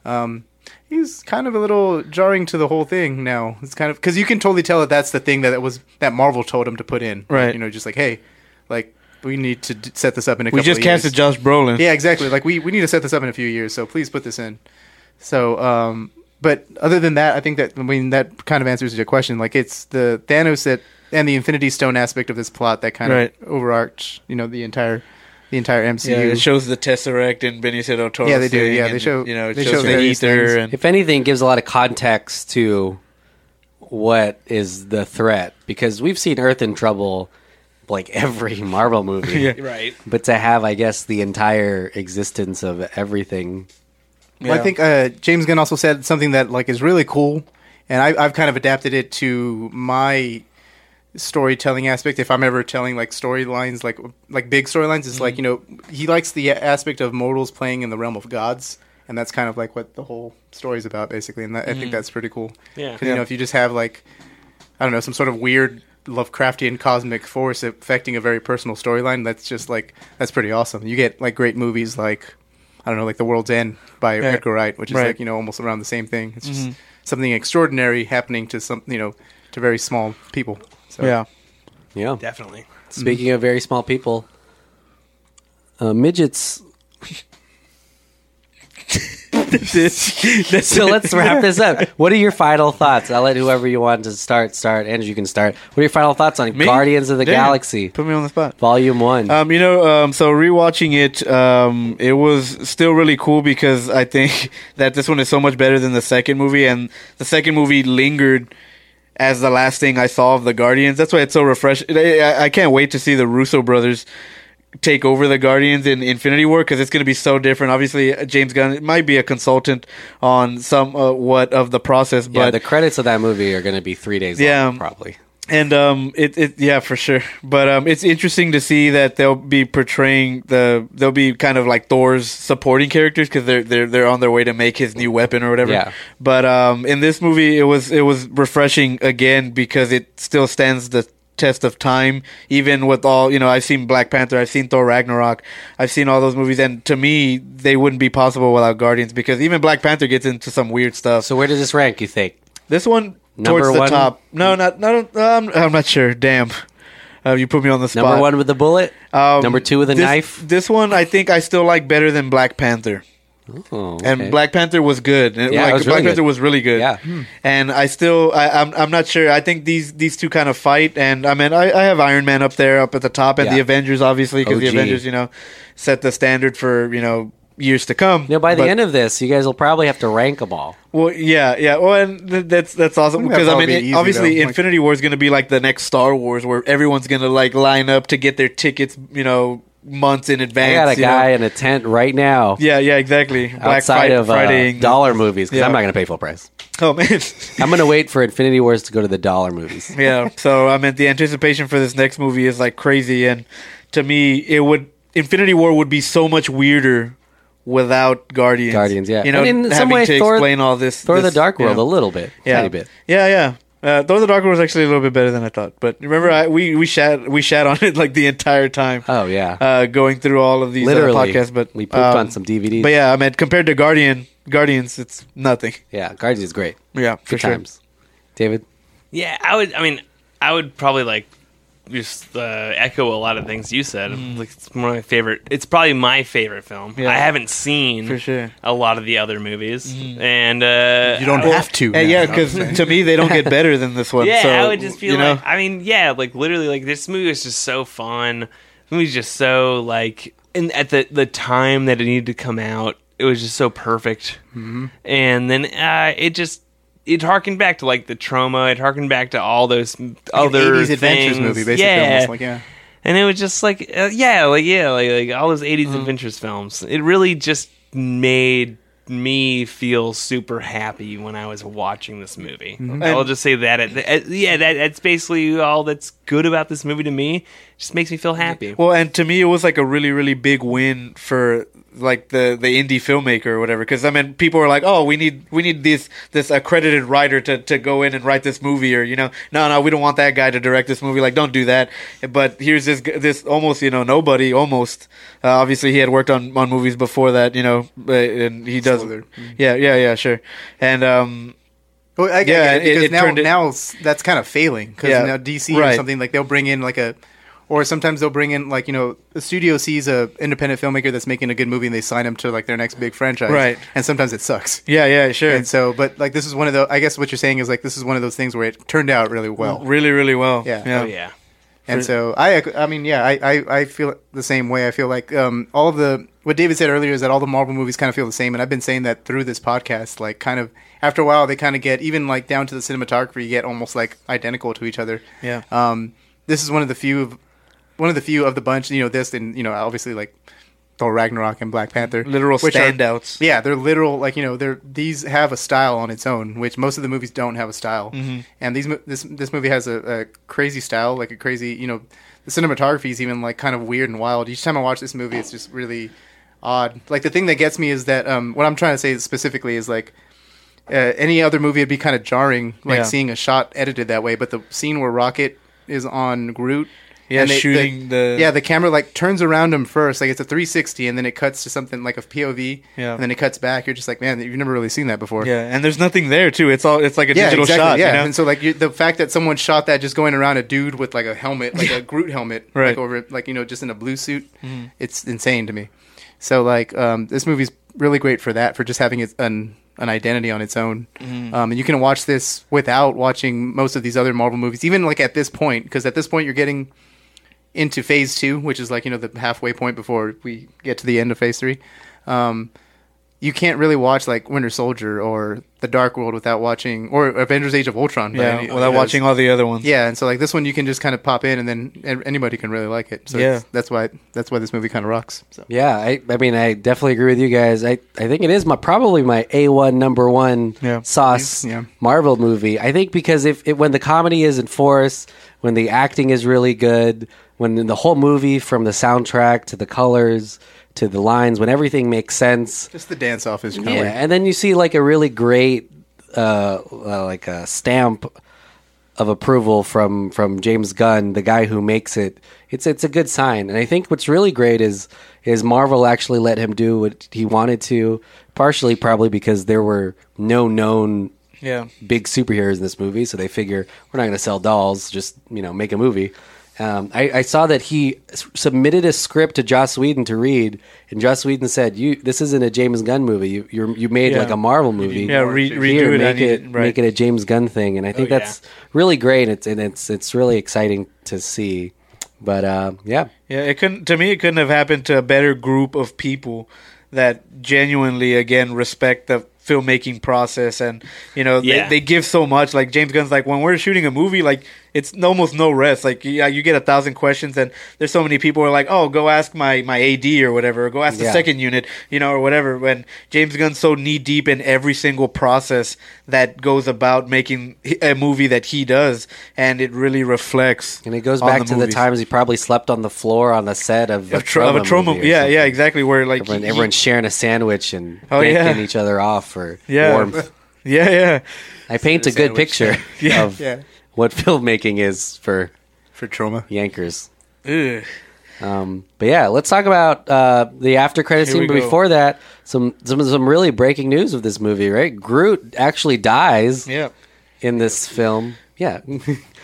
[SPEAKER 3] Um, he's kind of a little jarring to the whole thing now. It's kind of because you can totally tell that that's the thing that it was that Marvel told him to put in,
[SPEAKER 2] Right.
[SPEAKER 3] You know, just like hey, like we need to d- set this up in a.
[SPEAKER 2] we
[SPEAKER 3] couple
[SPEAKER 2] just
[SPEAKER 3] of years.
[SPEAKER 2] casted Josh Brolin.
[SPEAKER 3] Yeah, exactly. Like we, we need to set this up in a few years, so please put this in. So, um, but other than that, I think that I mean that kind of answers your question. Like it's the Thanos that and the Infinity Stone aspect of this plot that kind
[SPEAKER 2] Right.
[SPEAKER 3] of overarch, you know, the entire the entire MCU.
[SPEAKER 2] Yeah, it shows the Tesseract and Benicio del Toro.
[SPEAKER 3] Yeah, they do.
[SPEAKER 2] thing,
[SPEAKER 3] Yeah, they
[SPEAKER 2] and,
[SPEAKER 3] show-
[SPEAKER 2] You know, it
[SPEAKER 3] they
[SPEAKER 2] shows
[SPEAKER 3] show
[SPEAKER 2] the
[SPEAKER 3] various
[SPEAKER 2] ether
[SPEAKER 3] things.
[SPEAKER 2] and
[SPEAKER 7] if anything, it gives a lot of context to what is the threat because we've seen Earth in trouble like every Marvel movie,
[SPEAKER 8] right.
[SPEAKER 7] but to have, I guess, the entire existence of everything.
[SPEAKER 3] Well, I think uh, James Gunn also said something that like is really cool, and I, I've kind of adapted it to my storytelling aspect. If I'm ever telling like storylines, like like big storylines, it's like
[SPEAKER 8] Mm-hmm.
[SPEAKER 3] you know he likes the aspect of mortals playing in the realm of gods, and that's kind of like what the whole story's about, basically. And that, I think that's pretty cool.
[SPEAKER 8] Mm-hmm. Yeah.
[SPEAKER 3] 'Cause, you know if you just have like I don't know some sort of weird Lovecraftian cosmic force affecting a very personal storyline, that's just like that's pretty awesome. You get like great movies like. I don't know, like The World's End by Edgar Wright, which is
[SPEAKER 2] Right. Mm-hmm.
[SPEAKER 3] like you know almost around the same thing. It's just something extraordinary happening to some you know to very small people. So.
[SPEAKER 2] yeah.
[SPEAKER 7] Yeah.
[SPEAKER 8] Definitely.
[SPEAKER 7] Speaking of very small people, uh, midgets. so let's wrap this up. What are your final thoughts? I'll let whoever you want to start start. Andrew, you can start. What are your final thoughts on
[SPEAKER 2] Me?
[SPEAKER 7] Guardians of the
[SPEAKER 2] Damn.
[SPEAKER 7] Galaxy?
[SPEAKER 2] Put me on the spot.
[SPEAKER 7] Volume one.
[SPEAKER 2] Um, you know, um, so rewatching it, um, it was still really cool because I think that this one is so much better than the second movie, and the second movie lingered as the last thing I saw of the Guardians. That's why it's so refreshing. I, I- I can't wait to see the Russo brothers take over the Guardians in Infinity War because it's going to be so different. Obviously, uh, James Gunn might be a consultant on some uh, what of the process, but
[SPEAKER 7] yeah, the credits of that movie are going to be three days
[SPEAKER 2] Yeah.
[SPEAKER 7] long, probably.
[SPEAKER 2] and um, it, it yeah for sure. But um, it's interesting to see that they'll be portraying the they'll be kind of like Thor's supporting characters because they're they're they're on their way to make his new weapon or whatever.
[SPEAKER 7] Yeah.
[SPEAKER 2] But um, in this movie, it was it was refreshing again because it still stands the test of time. Even with all you know, I've seen Black Panther, I've seen Thor Ragnarok, I've seen all those movies, and to me, they wouldn't be possible without Guardians because even Black Panther gets into some weird stuff.
[SPEAKER 7] So where does this rank? You think?
[SPEAKER 2] This one
[SPEAKER 7] Number
[SPEAKER 2] towards the
[SPEAKER 7] one?
[SPEAKER 2] top. No, not no. Um, I'm not sure. Damn, uh, you put me on the spot.
[SPEAKER 7] Number one with the bullet.
[SPEAKER 2] Um,
[SPEAKER 7] number two with a
[SPEAKER 2] this-
[SPEAKER 7] knife.
[SPEAKER 2] This one I think I still like better than Black Panther.
[SPEAKER 7] Oh, okay.
[SPEAKER 2] And Black Panther was good. And,
[SPEAKER 7] Yeah, it
[SPEAKER 2] like,
[SPEAKER 7] was
[SPEAKER 2] Black
[SPEAKER 7] really good.
[SPEAKER 2] Panther was really good.
[SPEAKER 7] Yeah.
[SPEAKER 2] And I still, I, I'm, I'm not sure. I think these these two kind of fight. And I mean, I, I have Iron Man up there, up at the top, and
[SPEAKER 7] Yeah.
[SPEAKER 2] the Avengers obviously because the
[SPEAKER 7] OG.
[SPEAKER 2] Avengers, you know, set the standard for you know years to come.
[SPEAKER 7] Now, by the
[SPEAKER 2] But-
[SPEAKER 7] end of this, you guys will probably have to rank them all.
[SPEAKER 2] Well, yeah, yeah. Well, and th- that's that's awesome
[SPEAKER 3] think that'd
[SPEAKER 2] because I mean,
[SPEAKER 3] probably
[SPEAKER 2] it-
[SPEAKER 3] be easy,
[SPEAKER 2] obviously,
[SPEAKER 3] though. Like-
[SPEAKER 2] Infinity War is going to be like the next Star Wars, where everyone's going to like line up to get their tickets, you know, months in
[SPEAKER 7] I
[SPEAKER 2] advance.
[SPEAKER 7] got a
[SPEAKER 2] you know?
[SPEAKER 7] guy in a tent right now
[SPEAKER 2] Yeah, yeah, exactly.
[SPEAKER 7] outside
[SPEAKER 2] Fri-
[SPEAKER 7] of uh,
[SPEAKER 2] Fridaying.
[SPEAKER 7] dollar movies because
[SPEAKER 2] Yeah.
[SPEAKER 7] I'm not going to pay full price.
[SPEAKER 2] Oh man.
[SPEAKER 7] I'm going to wait for Infinity Wars to go to the dollar movies.
[SPEAKER 2] yeah. So I mean, the anticipation for this next movie is like crazy, and to me, it would Infinity War would be so much weirder without Guardians.
[SPEAKER 7] Guardians, yeah.
[SPEAKER 2] You know,
[SPEAKER 7] And in some
[SPEAKER 2] having
[SPEAKER 7] way,
[SPEAKER 2] to
[SPEAKER 7] Thor-
[SPEAKER 2] explain all this.
[SPEAKER 7] Thor: The
[SPEAKER 2] this,
[SPEAKER 7] Dark
[SPEAKER 2] you
[SPEAKER 7] World
[SPEAKER 2] know.
[SPEAKER 7] a little bit,
[SPEAKER 2] yeah.
[SPEAKER 7] tiny bit.
[SPEAKER 2] Yeah, yeah. Uh, Thor: The Dark World was actually a little bit better than I thought. But remember, I, we we shat we shat on it like the entire time.
[SPEAKER 7] Oh yeah,
[SPEAKER 2] Uh, going through all of these uh,
[SPEAKER 7] Literally,
[SPEAKER 2] podcasts, but um,
[SPEAKER 7] we pooped on some DVDs.
[SPEAKER 2] But yeah, I mean, compared to Guardian Guardians, it's nothing.
[SPEAKER 7] yeah. Guardians is great.
[SPEAKER 2] Yeah, for
[SPEAKER 7] Good
[SPEAKER 2] sure.
[SPEAKER 7] times. David,
[SPEAKER 8] Yeah, I would. I mean, I would probably like just uh, echo a lot of things you said.
[SPEAKER 3] Mm.
[SPEAKER 8] Like, it's one of my favorite. It's probably my favorite film. I haven't seen
[SPEAKER 2] For sure.
[SPEAKER 8] a lot of the other movies, and uh,
[SPEAKER 3] Mm. You don't
[SPEAKER 8] I would-
[SPEAKER 3] have to.
[SPEAKER 2] Uh, yeah,
[SPEAKER 3] now.
[SPEAKER 2] because to me they don't get better than this one.
[SPEAKER 8] Yeah,
[SPEAKER 2] so,
[SPEAKER 8] I would just feel
[SPEAKER 2] you know,
[SPEAKER 8] like. I mean, yeah, like literally, like this movie was just so fun. This movie's just so like, and at the the time that it needed to come out, it was just so perfect. Mm-hmm. And then uh, it just. It harkened back to like the trauma. It harkened back to all those
[SPEAKER 3] Like an
[SPEAKER 8] other
[SPEAKER 3] 80s adventures
[SPEAKER 8] things.
[SPEAKER 3] movie, basically.
[SPEAKER 8] Yeah,
[SPEAKER 3] Almost like yeah.
[SPEAKER 8] and it was just like uh, yeah like yeah like, like all those 80s adventures films it really just made me feel super happy when i was watching this movie i'll just say that at the, at, yeah that, that's basically all that's good about this movie to me It just makes me feel happy
[SPEAKER 2] Well, and to me, it was like a really, really big win for like the the indie filmmaker or whatever. Because I mean, people are like, "Oh, we need we need this this accredited writer to to go in and write this movie," or you know, "No, no, we don't want that guy to direct this movie." Like, don't do that. But here's this g- this almost you know nobody almost. Uh, obviously, he had worked on on movies before that, you know, but- and he does.
[SPEAKER 3] Slither.
[SPEAKER 2] Yeah, yeah, yeah, sure. And um,
[SPEAKER 3] Well,
[SPEAKER 2] Yeah,
[SPEAKER 3] I, yeah, I get it,
[SPEAKER 2] it-
[SPEAKER 3] because
[SPEAKER 2] it
[SPEAKER 3] now
[SPEAKER 2] turned it-
[SPEAKER 3] now s- that's kind of failing because
[SPEAKER 2] Yeah,
[SPEAKER 3] now DC
[SPEAKER 2] right.
[SPEAKER 3] or something like they'll bring in like a, or sometimes they'll bring in like you know the studio sees a independent filmmaker that's making a good movie and they sign him to like their next big franchise,
[SPEAKER 2] Right.
[SPEAKER 3] And sometimes it sucks.
[SPEAKER 2] yeah, yeah, sure.
[SPEAKER 3] And so, but like this is one of the I guess what you're saying is like this is one of those things where it turned out really well.
[SPEAKER 2] really, really well.
[SPEAKER 3] Yeah.
[SPEAKER 8] oh yeah
[SPEAKER 3] And so I, I mean, yeah, I, I, I feel the same way. I feel like um, all of the what David said earlier is that all the Marvel movies kind of feel the same, and I've been saying that through this podcast. Like, kind of after a while, they kind of get even like down to the cinematography, you get almost like identical to each other.
[SPEAKER 2] Yeah.
[SPEAKER 3] Um, this is one of the few, of, one of the few of the bunch. You know, this and you know, obviously like Thor Ragnarok and Black Panther,
[SPEAKER 2] Literal
[SPEAKER 3] which are-
[SPEAKER 2] standouts.
[SPEAKER 3] yeah, they're literal. Like you know, they're these have a style on its own, which most of the movies don't have a style.
[SPEAKER 2] Mm-hmm.
[SPEAKER 3] And these mo- this this movie has a, a crazy style, like a crazy. You know, the cinematography is even like kind of weird and wild. Each time I watch this movie, it's just really odd. Like the thing that gets me is that um, what I'm trying to say specifically is like uh, any other movie would be kind of jarring, like
[SPEAKER 2] Yeah.
[SPEAKER 3] seeing a shot edited that way. But the scene where Rocket is on Groot,
[SPEAKER 2] Yeah,
[SPEAKER 3] and
[SPEAKER 2] shooting the-
[SPEAKER 3] yeah, the camera like turns around him first, like it's a 360, and then it cuts to something like a POV,
[SPEAKER 2] Yeah.
[SPEAKER 3] and then it cuts back. You're just like, man, you've never really seen that before.
[SPEAKER 2] Yeah, and there's nothing there too. It's all it's like a
[SPEAKER 3] Yeah,
[SPEAKER 2] digital
[SPEAKER 3] exactly.
[SPEAKER 2] shot.
[SPEAKER 3] yeah,
[SPEAKER 2] you know?
[SPEAKER 3] and so like you, the fact that someone shot that just going around a dude with like a helmet, like a Groot helmet,
[SPEAKER 2] Right. Mm-hmm.
[SPEAKER 3] like over, like you know, just in a blue suit, it's insane to me. So like, um, this movie's really great for that, for just having its an an identity on its own,
[SPEAKER 2] Mm-hmm.
[SPEAKER 3] um, and you can watch this without watching most of these other Marvel movies, even like at this point, because at this point you're getting into phase two, which is like you know the halfway point before we get to the end of phase three. Um, you can't really watch like Winter Soldier or The Dark World without watching or Avengers: Age of Ultron. by
[SPEAKER 2] yeah,
[SPEAKER 3] any-
[SPEAKER 2] without
[SPEAKER 3] because-
[SPEAKER 2] watching all the other ones.
[SPEAKER 3] Yeah, and so like this one, you can just kind of pop in, and then a- anybody can really like it. So
[SPEAKER 2] Yeah.
[SPEAKER 3] it's- that's why that's why this movie kind of rocks. So.
[SPEAKER 7] Yeah, I, I mean, I definitely agree with you guys. I, I think it is my probably my A one number one
[SPEAKER 2] Yeah.
[SPEAKER 7] sauce
[SPEAKER 3] Yeah.
[SPEAKER 7] Marvel movie. I think because if it, when the comedy is in force, when the acting is really good, when the whole movie from the soundtrack to the colors to the lines, when everything makes sense,
[SPEAKER 3] Just the dance off is kind of
[SPEAKER 7] yeah,
[SPEAKER 3] weird.
[SPEAKER 7] and then you see like a really great, uh, uh, like a stamp of approval from from James Gunn, the guy who makes it. It's it's a good sign, and I think what's really great is is Marvel actually let him do what he wanted to, partially probably because there were no known
[SPEAKER 2] Yeah.
[SPEAKER 7] big superheroes in this movie, so they figure we're not going to sell dolls, just you know make a movie. Um, I, I saw that he s- submitted a script to Joss Whedon to read, and Joss Whedon said, "You this isn't a James Gunn movie. You you're, you made
[SPEAKER 2] Yeah.
[SPEAKER 7] like a Marvel movie.
[SPEAKER 2] Yeah, re-
[SPEAKER 7] Here,
[SPEAKER 2] redo it. I
[SPEAKER 7] Make
[SPEAKER 2] need
[SPEAKER 7] it
[SPEAKER 2] it, right. Oh,
[SPEAKER 7] make it a James Gunn thing." And I think
[SPEAKER 8] yeah.
[SPEAKER 7] that's really great. It's and it's it's really exciting to see. But uh, yeah,
[SPEAKER 2] Yeah, it couldn't to me it couldn't have happened to a better group of people that genuinely again respect the filmmaking process and you know
[SPEAKER 8] Yeah.
[SPEAKER 2] they, they give so much like James Gunn's like when we're shooting a movie like it's almost no rest. Like yeah, you get a thousand questions, and there's so many people who are like, oh, go ask my my AD or whatever, or go ask the
[SPEAKER 7] Yeah.
[SPEAKER 2] second unit, you know, or whatever. When James Gunn's so knee deep in every single process that goes about making hi- a movie that he does, and it really reflects.
[SPEAKER 7] And it goes
[SPEAKER 2] on
[SPEAKER 7] back to the
[SPEAKER 2] movies.
[SPEAKER 7] times he probably slept on the floor on the set of a
[SPEAKER 2] Of tra- of a trauma,
[SPEAKER 7] movie or
[SPEAKER 2] yeah,
[SPEAKER 7] something.
[SPEAKER 2] yeah, exactly. Where like
[SPEAKER 7] Everyone,
[SPEAKER 2] he-
[SPEAKER 7] everyone's sharing a sandwich and
[SPEAKER 2] Oh, yeah.
[SPEAKER 7] banking each other off for
[SPEAKER 2] Yeah.
[SPEAKER 7] warmth.
[SPEAKER 2] yeah, yeah,
[SPEAKER 7] I paint a good
[SPEAKER 3] Sandwich.
[SPEAKER 7] picture of
[SPEAKER 3] Yeah.
[SPEAKER 7] what filmmaking is for
[SPEAKER 3] for trauma.
[SPEAKER 7] Yankers.
[SPEAKER 2] Ugh.
[SPEAKER 7] Um, but yeah, let's talk about uh, the after credit
[SPEAKER 2] Here we
[SPEAKER 7] scene. But
[SPEAKER 2] go.
[SPEAKER 7] before that, some some some really breaking news of this movie, right? Groot actually dies
[SPEAKER 2] yeah.
[SPEAKER 7] in this film. Yeah.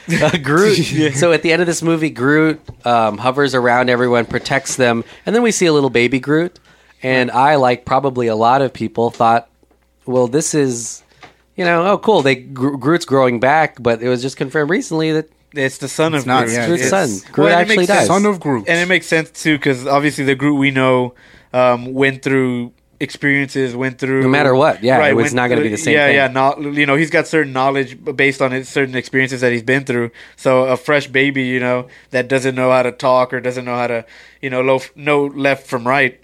[SPEAKER 7] Uh, Groot. So at the end of this movie, Groot um, hovers around everyone, protects them, and then we see a little baby Groot. And I, like probably a lot of people, thought, well, this is, you know, oh, cool. They Gro- Groot's growing back, but it was just confirmed recently that
[SPEAKER 2] It's the son of
[SPEAKER 3] not-
[SPEAKER 2] Groot.
[SPEAKER 3] yeah,
[SPEAKER 7] Groot's
[SPEAKER 3] it's-
[SPEAKER 7] son, Groot
[SPEAKER 2] Well, and it
[SPEAKER 7] actually
[SPEAKER 2] makes
[SPEAKER 7] dies.
[SPEAKER 2] sense.
[SPEAKER 3] Son of Groot.
[SPEAKER 2] And it makes sense too, because obviously the Groot we know um, went through experiences, went through
[SPEAKER 7] No matter what, yeah, it was
[SPEAKER 2] went
[SPEAKER 7] not gonna
[SPEAKER 2] through-
[SPEAKER 7] be the same
[SPEAKER 2] Yeah,
[SPEAKER 7] thing.
[SPEAKER 2] yeah, not you know he's got certain knowledge b- based on his certain experiences that he's been through. So a fresh baby, you know, that doesn't know how to talk or doesn't know how to you know lo- know left from right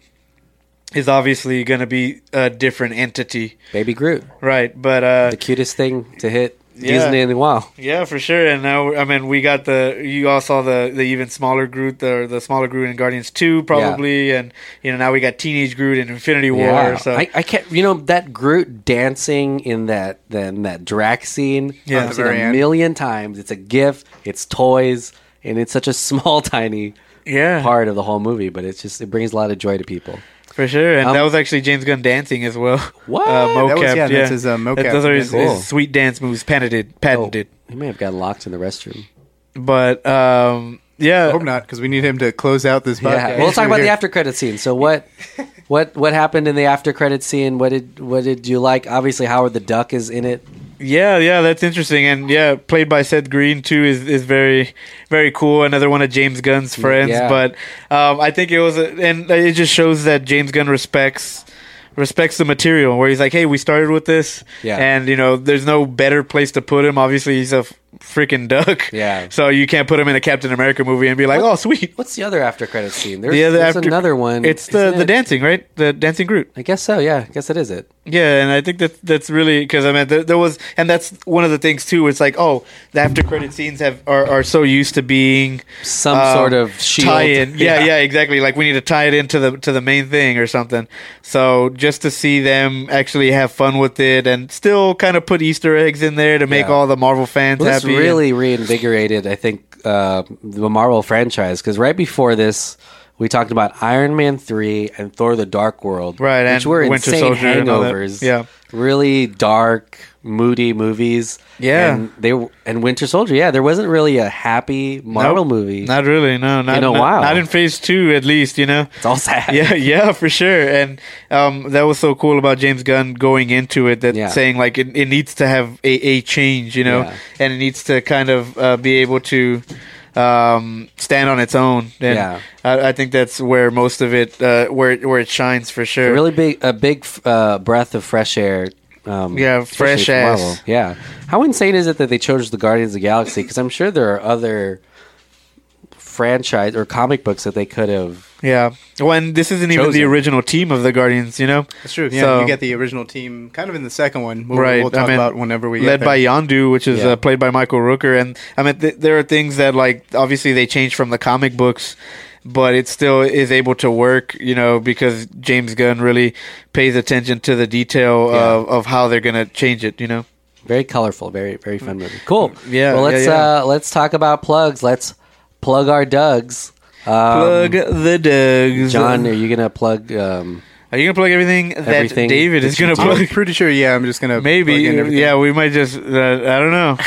[SPEAKER 2] is obviously going to be a different entity,
[SPEAKER 7] baby Groot,
[SPEAKER 2] right? But uh,
[SPEAKER 7] the cutest thing to hit
[SPEAKER 2] Yeah.
[SPEAKER 7] Disney in a while.
[SPEAKER 2] yeah, for sure. And now, I mean, we got the you all saw the the even smaller Groot, the the smaller Groot in Guardians Two, probably, and you know now we got teenage Groot in Infinity War.
[SPEAKER 7] Yeah,
[SPEAKER 2] So
[SPEAKER 7] I, I can't. You know that Groot dancing in that then that Drax scene.
[SPEAKER 2] Yeah.
[SPEAKER 7] I've
[SPEAKER 2] At the
[SPEAKER 7] seen
[SPEAKER 3] very
[SPEAKER 7] a
[SPEAKER 3] end.
[SPEAKER 7] million times. It's a gift. It's toys, and it's such a small, tiny
[SPEAKER 2] yeah,
[SPEAKER 7] part of the whole movie. But it's just it brings a lot of joy to people.
[SPEAKER 2] for sure. And
[SPEAKER 7] Um,
[SPEAKER 2] that was actually James Gunn dancing as well.
[SPEAKER 7] What?
[SPEAKER 2] Uh, mocap,
[SPEAKER 3] That was-
[SPEAKER 2] yeah,
[SPEAKER 3] yeah, that's his, uh, mocap.
[SPEAKER 2] Those are his,
[SPEAKER 3] Cool.
[SPEAKER 2] his sweet dance moves, patented, patented.
[SPEAKER 7] Oh, He may have gotten locked in the restroom.
[SPEAKER 2] But um, yeah,
[SPEAKER 3] I hope not, because we need him to close out this podcast.
[SPEAKER 7] Yeah, we'll talk about the
[SPEAKER 3] Here.
[SPEAKER 7] after credit scene. So what, what, what happened in the after credit scene? What did what did you like? Obviously, Howard the Duck is in it.
[SPEAKER 2] Yeah, yeah, that's interesting, and yeah, played by Seth Green too is, is very, very cool. Another one of James Gunn's friends,
[SPEAKER 7] Mm, Yeah.
[SPEAKER 2] but um, I think it was, a, and it just shows that James Gunn respects respects the material. Where he's like, hey, we started with this,
[SPEAKER 7] Yeah.
[SPEAKER 2] and you know, there's no better place to put him. Obviously, he's a f- freaking duck,
[SPEAKER 7] Yeah.
[SPEAKER 2] So you can't put him in a Captain America movie and be like, oh, sweet.
[SPEAKER 7] What's the other after credit scene? There's,
[SPEAKER 2] The other
[SPEAKER 7] there's
[SPEAKER 2] after-
[SPEAKER 7] another one.
[SPEAKER 2] It's the
[SPEAKER 7] isn't
[SPEAKER 2] the
[SPEAKER 7] it?
[SPEAKER 2] dancing, right? The dancing Groot.
[SPEAKER 7] I guess so. Yeah, I guess it is it.
[SPEAKER 2] Yeah, and I think that that's really because I mean there, there was, and that's one of the things too. It's like oh, the after credit scenes have are, are so used to being
[SPEAKER 7] Some
[SPEAKER 2] um,
[SPEAKER 7] sort of shield.
[SPEAKER 2] tie-in. Yeah, yeah, exactly. Like we need to tie it into the to the main thing or something. So just to see them actually have fun with it and still kind of put Easter eggs in there to make
[SPEAKER 7] Yeah.
[SPEAKER 2] all the Marvel fans
[SPEAKER 7] Well, this
[SPEAKER 2] happy.
[SPEAKER 7] really reinvigorated, I think, uh, the Marvel franchise because right before this, we talked about Iron Man three and Thor: The Dark World,
[SPEAKER 2] Right,
[SPEAKER 7] Which
[SPEAKER 2] and
[SPEAKER 7] were
[SPEAKER 2] Winter
[SPEAKER 7] insane
[SPEAKER 2] Soldier and all that.
[SPEAKER 7] hangovers,
[SPEAKER 2] Yeah.
[SPEAKER 7] really dark, moody movies.
[SPEAKER 2] Yeah.
[SPEAKER 7] and they were- and Winter Soldier. Yeah, there wasn't really a happy Marvel
[SPEAKER 2] Nope.
[SPEAKER 7] movie.
[SPEAKER 2] Not really. No, not
[SPEAKER 7] In a
[SPEAKER 2] not-
[SPEAKER 7] while.
[SPEAKER 2] Not in Phase Two, at least. You know.
[SPEAKER 7] it's all sad.
[SPEAKER 2] yeah, yeah, for sure. And um, that was so cool about James Gunn going into it that
[SPEAKER 7] Yeah.
[SPEAKER 2] saying like it, it needs to have a, a change, you know,
[SPEAKER 7] Yeah.
[SPEAKER 2] and it needs to kind of uh, be able to um, stand on its own. And
[SPEAKER 7] Yeah.
[SPEAKER 2] I, I think that's where most of it, uh, where it- where it shines for sure.
[SPEAKER 7] A really big, a big f- uh, breath of fresh air. Um,
[SPEAKER 2] Yeah,
[SPEAKER 7] especially
[SPEAKER 2] fresh
[SPEAKER 7] from
[SPEAKER 2] ass.
[SPEAKER 7] Marvel. Yeah. How insane is it that they chose the Guardians of the Galaxy? Because I'm sure there are other franchise or comic books that they could have.
[SPEAKER 2] Yeah. When this isn't even the
[SPEAKER 3] Chosen.
[SPEAKER 2] original team of the Guardians, you know,
[SPEAKER 3] That's true. Yeah,
[SPEAKER 2] So-
[SPEAKER 3] you get the original team kind of in the second one. We'll,
[SPEAKER 2] right.
[SPEAKER 3] we'll talk
[SPEAKER 2] I mean,
[SPEAKER 3] about whenever we
[SPEAKER 2] led
[SPEAKER 3] get
[SPEAKER 2] by
[SPEAKER 3] there.
[SPEAKER 2] Yondu, which is
[SPEAKER 7] Yeah.
[SPEAKER 2] uh, played by Michael Rooker, and I mean th- there are things that like obviously they changed from the comic books, but it still is able to work, you know, because James Gunn really pays attention to the detail
[SPEAKER 7] Yeah.
[SPEAKER 2] of, of how they're gonna change it, you know.
[SPEAKER 7] Very colorful, very very fun movie. Cool.
[SPEAKER 2] Yeah,
[SPEAKER 7] Well, let's
[SPEAKER 2] yeah, yeah.
[SPEAKER 7] uh let's talk about plugs. Let's plug our dugs. Um,
[SPEAKER 2] Plug the Dugs.
[SPEAKER 7] John, are you gonna plug? Um,
[SPEAKER 2] are you gonna plug everything that
[SPEAKER 7] Everything
[SPEAKER 2] David
[SPEAKER 7] that
[SPEAKER 2] is
[SPEAKER 7] you
[SPEAKER 2] gonna
[SPEAKER 7] do.
[SPEAKER 2] plug?
[SPEAKER 3] I'm pretty sure. Yeah, I'm just gonna
[SPEAKER 2] Maybe,
[SPEAKER 3] plug in everything.
[SPEAKER 2] yeah. We might just, uh, I don't know.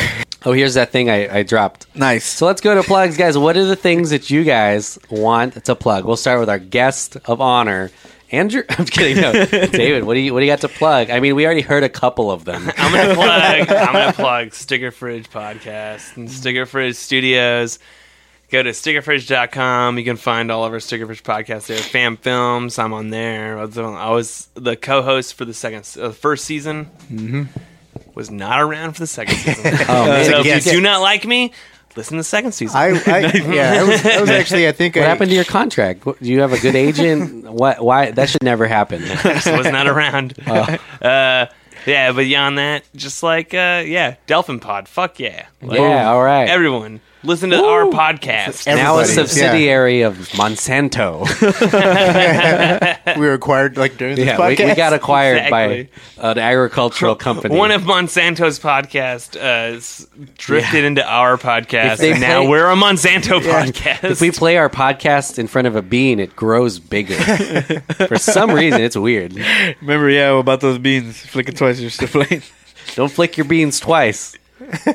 [SPEAKER 7] oh, here's that thing I, I dropped.
[SPEAKER 2] Nice.
[SPEAKER 7] So let's go to plugs, guys. What are the things that you guys want to plug? We'll start with our guest of honor, Andrew. I'm just kidding. No, David, what do you what do you got to plug? I mean, we already heard a couple of them.
[SPEAKER 8] I'm gonna plug. I'm gonna plug Sticker Fridge podcast and Sticker Fridge Studios. Go to stickerfridge.com. You can find all of our Sticker Fridge podcasts there. Fam Films. I'm on there. I was, on- I was the co-host for the second, uh, first season. Mm-hmm. Was not around for the second season.
[SPEAKER 7] Oh, man.
[SPEAKER 8] so
[SPEAKER 7] Yes.
[SPEAKER 8] if you do not like me, listen to the second season.
[SPEAKER 3] I, I yeah, I was, I was actually I think
[SPEAKER 7] What
[SPEAKER 3] I,
[SPEAKER 7] happened to your contract? What- Do you have a good agent? what? Why? That should never happen.
[SPEAKER 8] just was not around. Uh, yeah, but beyond that, just like uh, yeah, Delphin Pod, fuck yeah, Like,
[SPEAKER 7] Yeah, all right.
[SPEAKER 8] everyone listen to
[SPEAKER 7] Woo!
[SPEAKER 8] our podcast.
[SPEAKER 7] now a
[SPEAKER 3] Everybody's, yeah.
[SPEAKER 7] subsidiary of Monsanto.
[SPEAKER 3] we were acquired like during this
[SPEAKER 7] yeah, we,
[SPEAKER 3] podcast.
[SPEAKER 7] we got acquired
[SPEAKER 8] Exactly.
[SPEAKER 7] by an agricultural company.
[SPEAKER 8] One of Monsanto's podcast uh, s- drifted into our podcast,
[SPEAKER 7] If they
[SPEAKER 8] and now
[SPEAKER 7] play-
[SPEAKER 8] we're a Monsanto podcast.
[SPEAKER 7] if we play our podcast in front of a bean, it grows bigger. For some reason, it's weird.
[SPEAKER 2] Remember, yeah, about those beans. Flick it twice, you're still playing.
[SPEAKER 7] Don't flick your beans twice.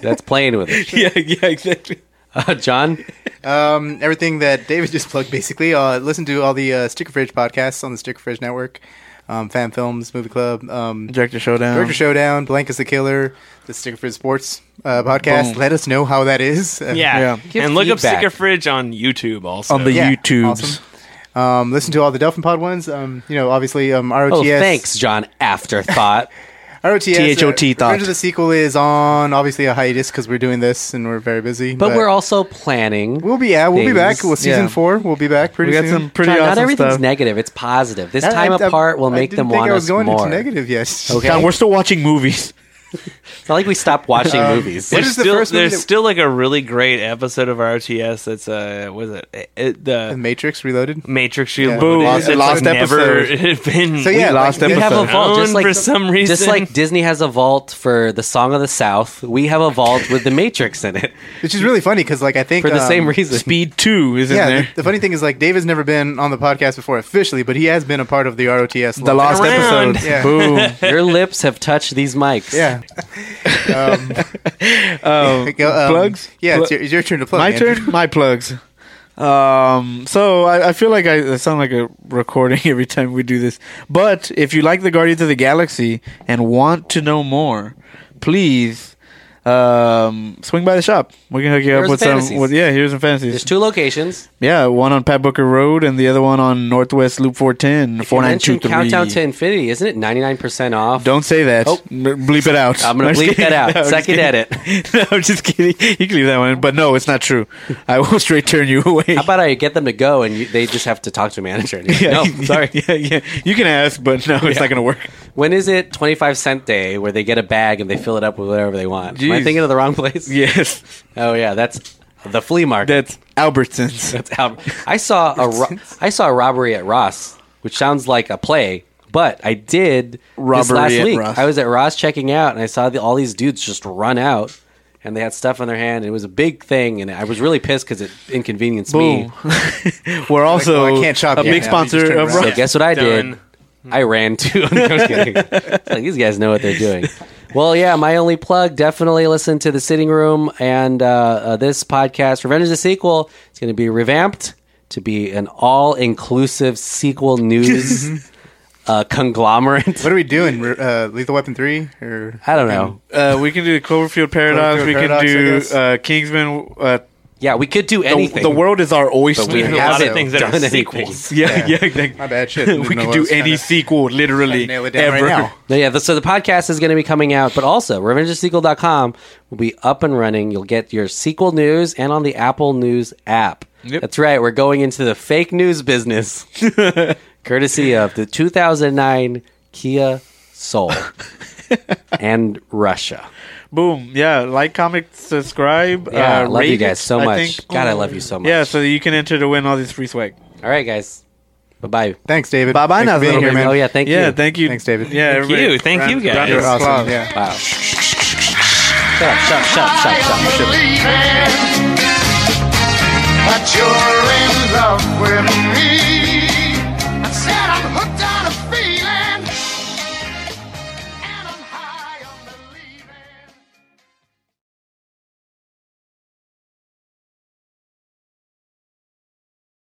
[SPEAKER 7] That's playing with it.
[SPEAKER 2] yeah, yeah, exactly.
[SPEAKER 7] Uh, John,
[SPEAKER 3] um, everything that David just plugged. Basically, uh, listen to all the uh, Sticker Fridge podcasts on the Sticker Fridge Network, um, Fan Films, Movie Club, um,
[SPEAKER 2] Director Showdown.
[SPEAKER 3] Director Showdown, Blank is the Killer, the Sticker Fridge Sports uh, podcast. Let us know how that is. Uh,
[SPEAKER 8] yeah,
[SPEAKER 7] Give
[SPEAKER 8] and look up
[SPEAKER 7] feedback.
[SPEAKER 8] Sticker Fridge on YouTube also.
[SPEAKER 2] On the
[SPEAKER 3] yeah,
[SPEAKER 2] YouTubes.
[SPEAKER 3] awesome. Um, listen to all the Dolphin Pod ones. Um, you know, obviously, um, ROTS.
[SPEAKER 7] oh, thanks, John Afterthought.
[SPEAKER 2] THOT
[SPEAKER 3] ROTS. Uh, Revenge
[SPEAKER 2] thought.
[SPEAKER 3] of the sequel is on obviously a hiatus because we're doing this and we're very busy.
[SPEAKER 7] But we're also planning.
[SPEAKER 3] We'll be yeah, we'll be back.
[SPEAKER 7] things.
[SPEAKER 3] Well, season
[SPEAKER 2] Yeah.
[SPEAKER 3] four, we'll be back pretty
[SPEAKER 2] We got
[SPEAKER 3] soon.
[SPEAKER 2] some pretty
[SPEAKER 7] John,
[SPEAKER 2] awesome
[SPEAKER 7] not everything's
[SPEAKER 2] stuff.
[SPEAKER 7] negative. It's positive. This
[SPEAKER 3] I-
[SPEAKER 7] time
[SPEAKER 3] I- I-
[SPEAKER 7] apart will
[SPEAKER 3] I
[SPEAKER 7] make
[SPEAKER 3] didn't
[SPEAKER 7] them
[SPEAKER 3] think
[SPEAKER 7] want
[SPEAKER 3] I was
[SPEAKER 7] us
[SPEAKER 3] going
[SPEAKER 7] more.
[SPEAKER 3] into negative. Yes.
[SPEAKER 7] Okay.
[SPEAKER 2] John, we're still watching movies.
[SPEAKER 7] It's not like we stopped watching movies.
[SPEAKER 3] Um, what
[SPEAKER 8] There's
[SPEAKER 3] is the
[SPEAKER 8] still,
[SPEAKER 3] first movie
[SPEAKER 8] there's
[SPEAKER 3] that-
[SPEAKER 8] still like a really great episode of RTS that's uh was it, It- it-
[SPEAKER 3] The
[SPEAKER 8] the
[SPEAKER 3] Matrix Reloaded.
[SPEAKER 2] Mm,
[SPEAKER 8] Matrix Reloaded
[SPEAKER 2] Boo,
[SPEAKER 8] that's,
[SPEAKER 2] lost
[SPEAKER 8] like, never been
[SPEAKER 3] So yeah,
[SPEAKER 2] last
[SPEAKER 3] like,
[SPEAKER 7] We have a
[SPEAKER 2] episode.
[SPEAKER 7] vault, just
[SPEAKER 8] Owned
[SPEAKER 7] like
[SPEAKER 8] for some reason.
[SPEAKER 7] just like Disney has a vault for the Song of the South. We have a vault with the Matrix in it
[SPEAKER 3] which is really funny because like I think
[SPEAKER 7] for the
[SPEAKER 3] um,
[SPEAKER 7] same reason.
[SPEAKER 2] Speed 2 is in
[SPEAKER 3] Yeah,
[SPEAKER 2] there.
[SPEAKER 3] the, the funny thing is like David's never been on the podcast before officially, but he has been a part of the ROTS.
[SPEAKER 2] The last
[SPEAKER 8] around.
[SPEAKER 2] episode.
[SPEAKER 3] Yeah.
[SPEAKER 2] Boom.
[SPEAKER 7] Your lips have touched these mics.
[SPEAKER 3] Yeah. um,
[SPEAKER 2] Um,
[SPEAKER 3] go, um,
[SPEAKER 2] plugs?
[SPEAKER 3] Yeah,
[SPEAKER 2] Plu-
[SPEAKER 3] it's your, it's your turn to plug.
[SPEAKER 2] My
[SPEAKER 3] Andrew.
[SPEAKER 2] turn? My plugs. Um, so I, I feel like I, I sound like a recording every time we do this. But if you like the Guardians of the Galaxy and want to know more, please um, swing by the shop. We can hook you
[SPEAKER 7] Heroes
[SPEAKER 2] up with
[SPEAKER 7] and
[SPEAKER 2] some.
[SPEAKER 7] Fantasies.
[SPEAKER 2] With, yeah, here's some fantasies.
[SPEAKER 7] There's two locations.
[SPEAKER 2] Yeah, one on Pat Booker Road and the other one on Northwest Loop 410,
[SPEAKER 7] You mentioned
[SPEAKER 2] 4923.
[SPEAKER 7] Countdown to Infinity, isn't it? 99% off.
[SPEAKER 2] Don't say that.
[SPEAKER 7] Oh.
[SPEAKER 2] M- Bleep it out.
[SPEAKER 7] I'm gonna
[SPEAKER 2] just
[SPEAKER 7] bleep
[SPEAKER 2] kidding.
[SPEAKER 7] that out.
[SPEAKER 2] I'm just
[SPEAKER 7] Second
[SPEAKER 2] kidding.
[SPEAKER 7] edit.
[SPEAKER 2] no, I'm just kidding. You can leave that one, in, but no, it's not true. I will straight turn you away.
[SPEAKER 7] How about I get them to go and you, they just have to talk to a manager? And you're
[SPEAKER 2] yeah,
[SPEAKER 7] like, no,
[SPEAKER 2] yeah,
[SPEAKER 7] sorry.
[SPEAKER 2] Yeah, yeah. You can ask, but no, it's not going to work.
[SPEAKER 7] When is it 25 cent day where they get a bag and they fill it up with whatever they want? Am I
[SPEAKER 2] Jeez.
[SPEAKER 7] thinking of the wrong place?
[SPEAKER 2] Yes,
[SPEAKER 7] Oh yeah, that's the flea market.
[SPEAKER 2] that's Albertsons.
[SPEAKER 7] That's how I saw a ro- I saw a robbery at Ross, which sounds like a play, but I did this
[SPEAKER 2] Robbery
[SPEAKER 7] last
[SPEAKER 2] at
[SPEAKER 7] week.
[SPEAKER 2] Ross.
[SPEAKER 7] I was at Ross checking out, and I saw the, all these dudes just run out, and they had stuff in their hand. And it was a big thing, and I was really pissed because it inconvenienced me.
[SPEAKER 2] Boom. We're also
[SPEAKER 3] well, I can't shop
[SPEAKER 2] a big
[SPEAKER 3] yet now. You just
[SPEAKER 2] sponsor
[SPEAKER 3] turn
[SPEAKER 2] of
[SPEAKER 3] around.
[SPEAKER 7] So
[SPEAKER 2] Rock.
[SPEAKER 7] guess what I
[SPEAKER 8] Done. Hmm.
[SPEAKER 7] did? I ran too. I'm just kidding. It's like, these guys know what they're doing. Well, yeah, my only plug definitely listen to The Sitting Room and uh, uh, this podcast, Revenge is a Sequel. It's going to be revamped to be an all inclusive sequel news uh, conglomerate.
[SPEAKER 3] What are we doing? We're, Uh, Lethal Weapon three or
[SPEAKER 7] I don't know.
[SPEAKER 2] Uh, we can do Cloverfield Paradox.
[SPEAKER 3] Cloverfield
[SPEAKER 2] we can
[SPEAKER 3] Paradox, I guess.
[SPEAKER 2] do uh, Kingsman. Uh,
[SPEAKER 7] Yeah, we could do
[SPEAKER 2] the,
[SPEAKER 7] anything.
[SPEAKER 2] the world is our oyster.
[SPEAKER 7] we
[SPEAKER 8] a lot of
[SPEAKER 7] haven't
[SPEAKER 8] things that are
[SPEAKER 7] done any
[SPEAKER 8] sequels.
[SPEAKER 2] Yeah, yeah, exactly.
[SPEAKER 3] My bad, shit.
[SPEAKER 2] we could do any sequel, literally,
[SPEAKER 3] nail it down
[SPEAKER 2] ever.
[SPEAKER 3] right now.
[SPEAKER 7] No, yeah, the, so the podcast is going to be coming out, but also revengesequel.com will be up and running. You'll get your sequel news and on the Apple News app.
[SPEAKER 2] Yep.
[SPEAKER 7] That's right. We're going into the fake news business, courtesy of the 2009 Kia Soul and Russia.
[SPEAKER 2] Boom. Yeah, like, comment, subscribe.
[SPEAKER 7] Yeah,
[SPEAKER 2] uh,
[SPEAKER 7] I love
[SPEAKER 2] rate
[SPEAKER 7] you guys so
[SPEAKER 2] I
[SPEAKER 7] much.
[SPEAKER 2] think-
[SPEAKER 7] God, I love you so much.
[SPEAKER 2] Yeah, so you can enter to win all this free swag.
[SPEAKER 7] All right, guys. Bye bye.
[SPEAKER 3] Thanks, David.
[SPEAKER 2] Bye bye
[SPEAKER 3] Thanks
[SPEAKER 2] now,
[SPEAKER 3] for being here, man.
[SPEAKER 7] Oh, yeah, thank
[SPEAKER 2] Yeah,
[SPEAKER 7] you.
[SPEAKER 2] thank you.
[SPEAKER 3] Thanks, David.
[SPEAKER 2] Yeah,
[SPEAKER 8] Thank you. Thank you, guys.
[SPEAKER 3] You're awesome.
[SPEAKER 2] Applause.
[SPEAKER 3] Yeah.
[SPEAKER 7] Wow. Shut up, shut up, shut up, shut up, shut up.
[SPEAKER 9] believing that you're in love with me.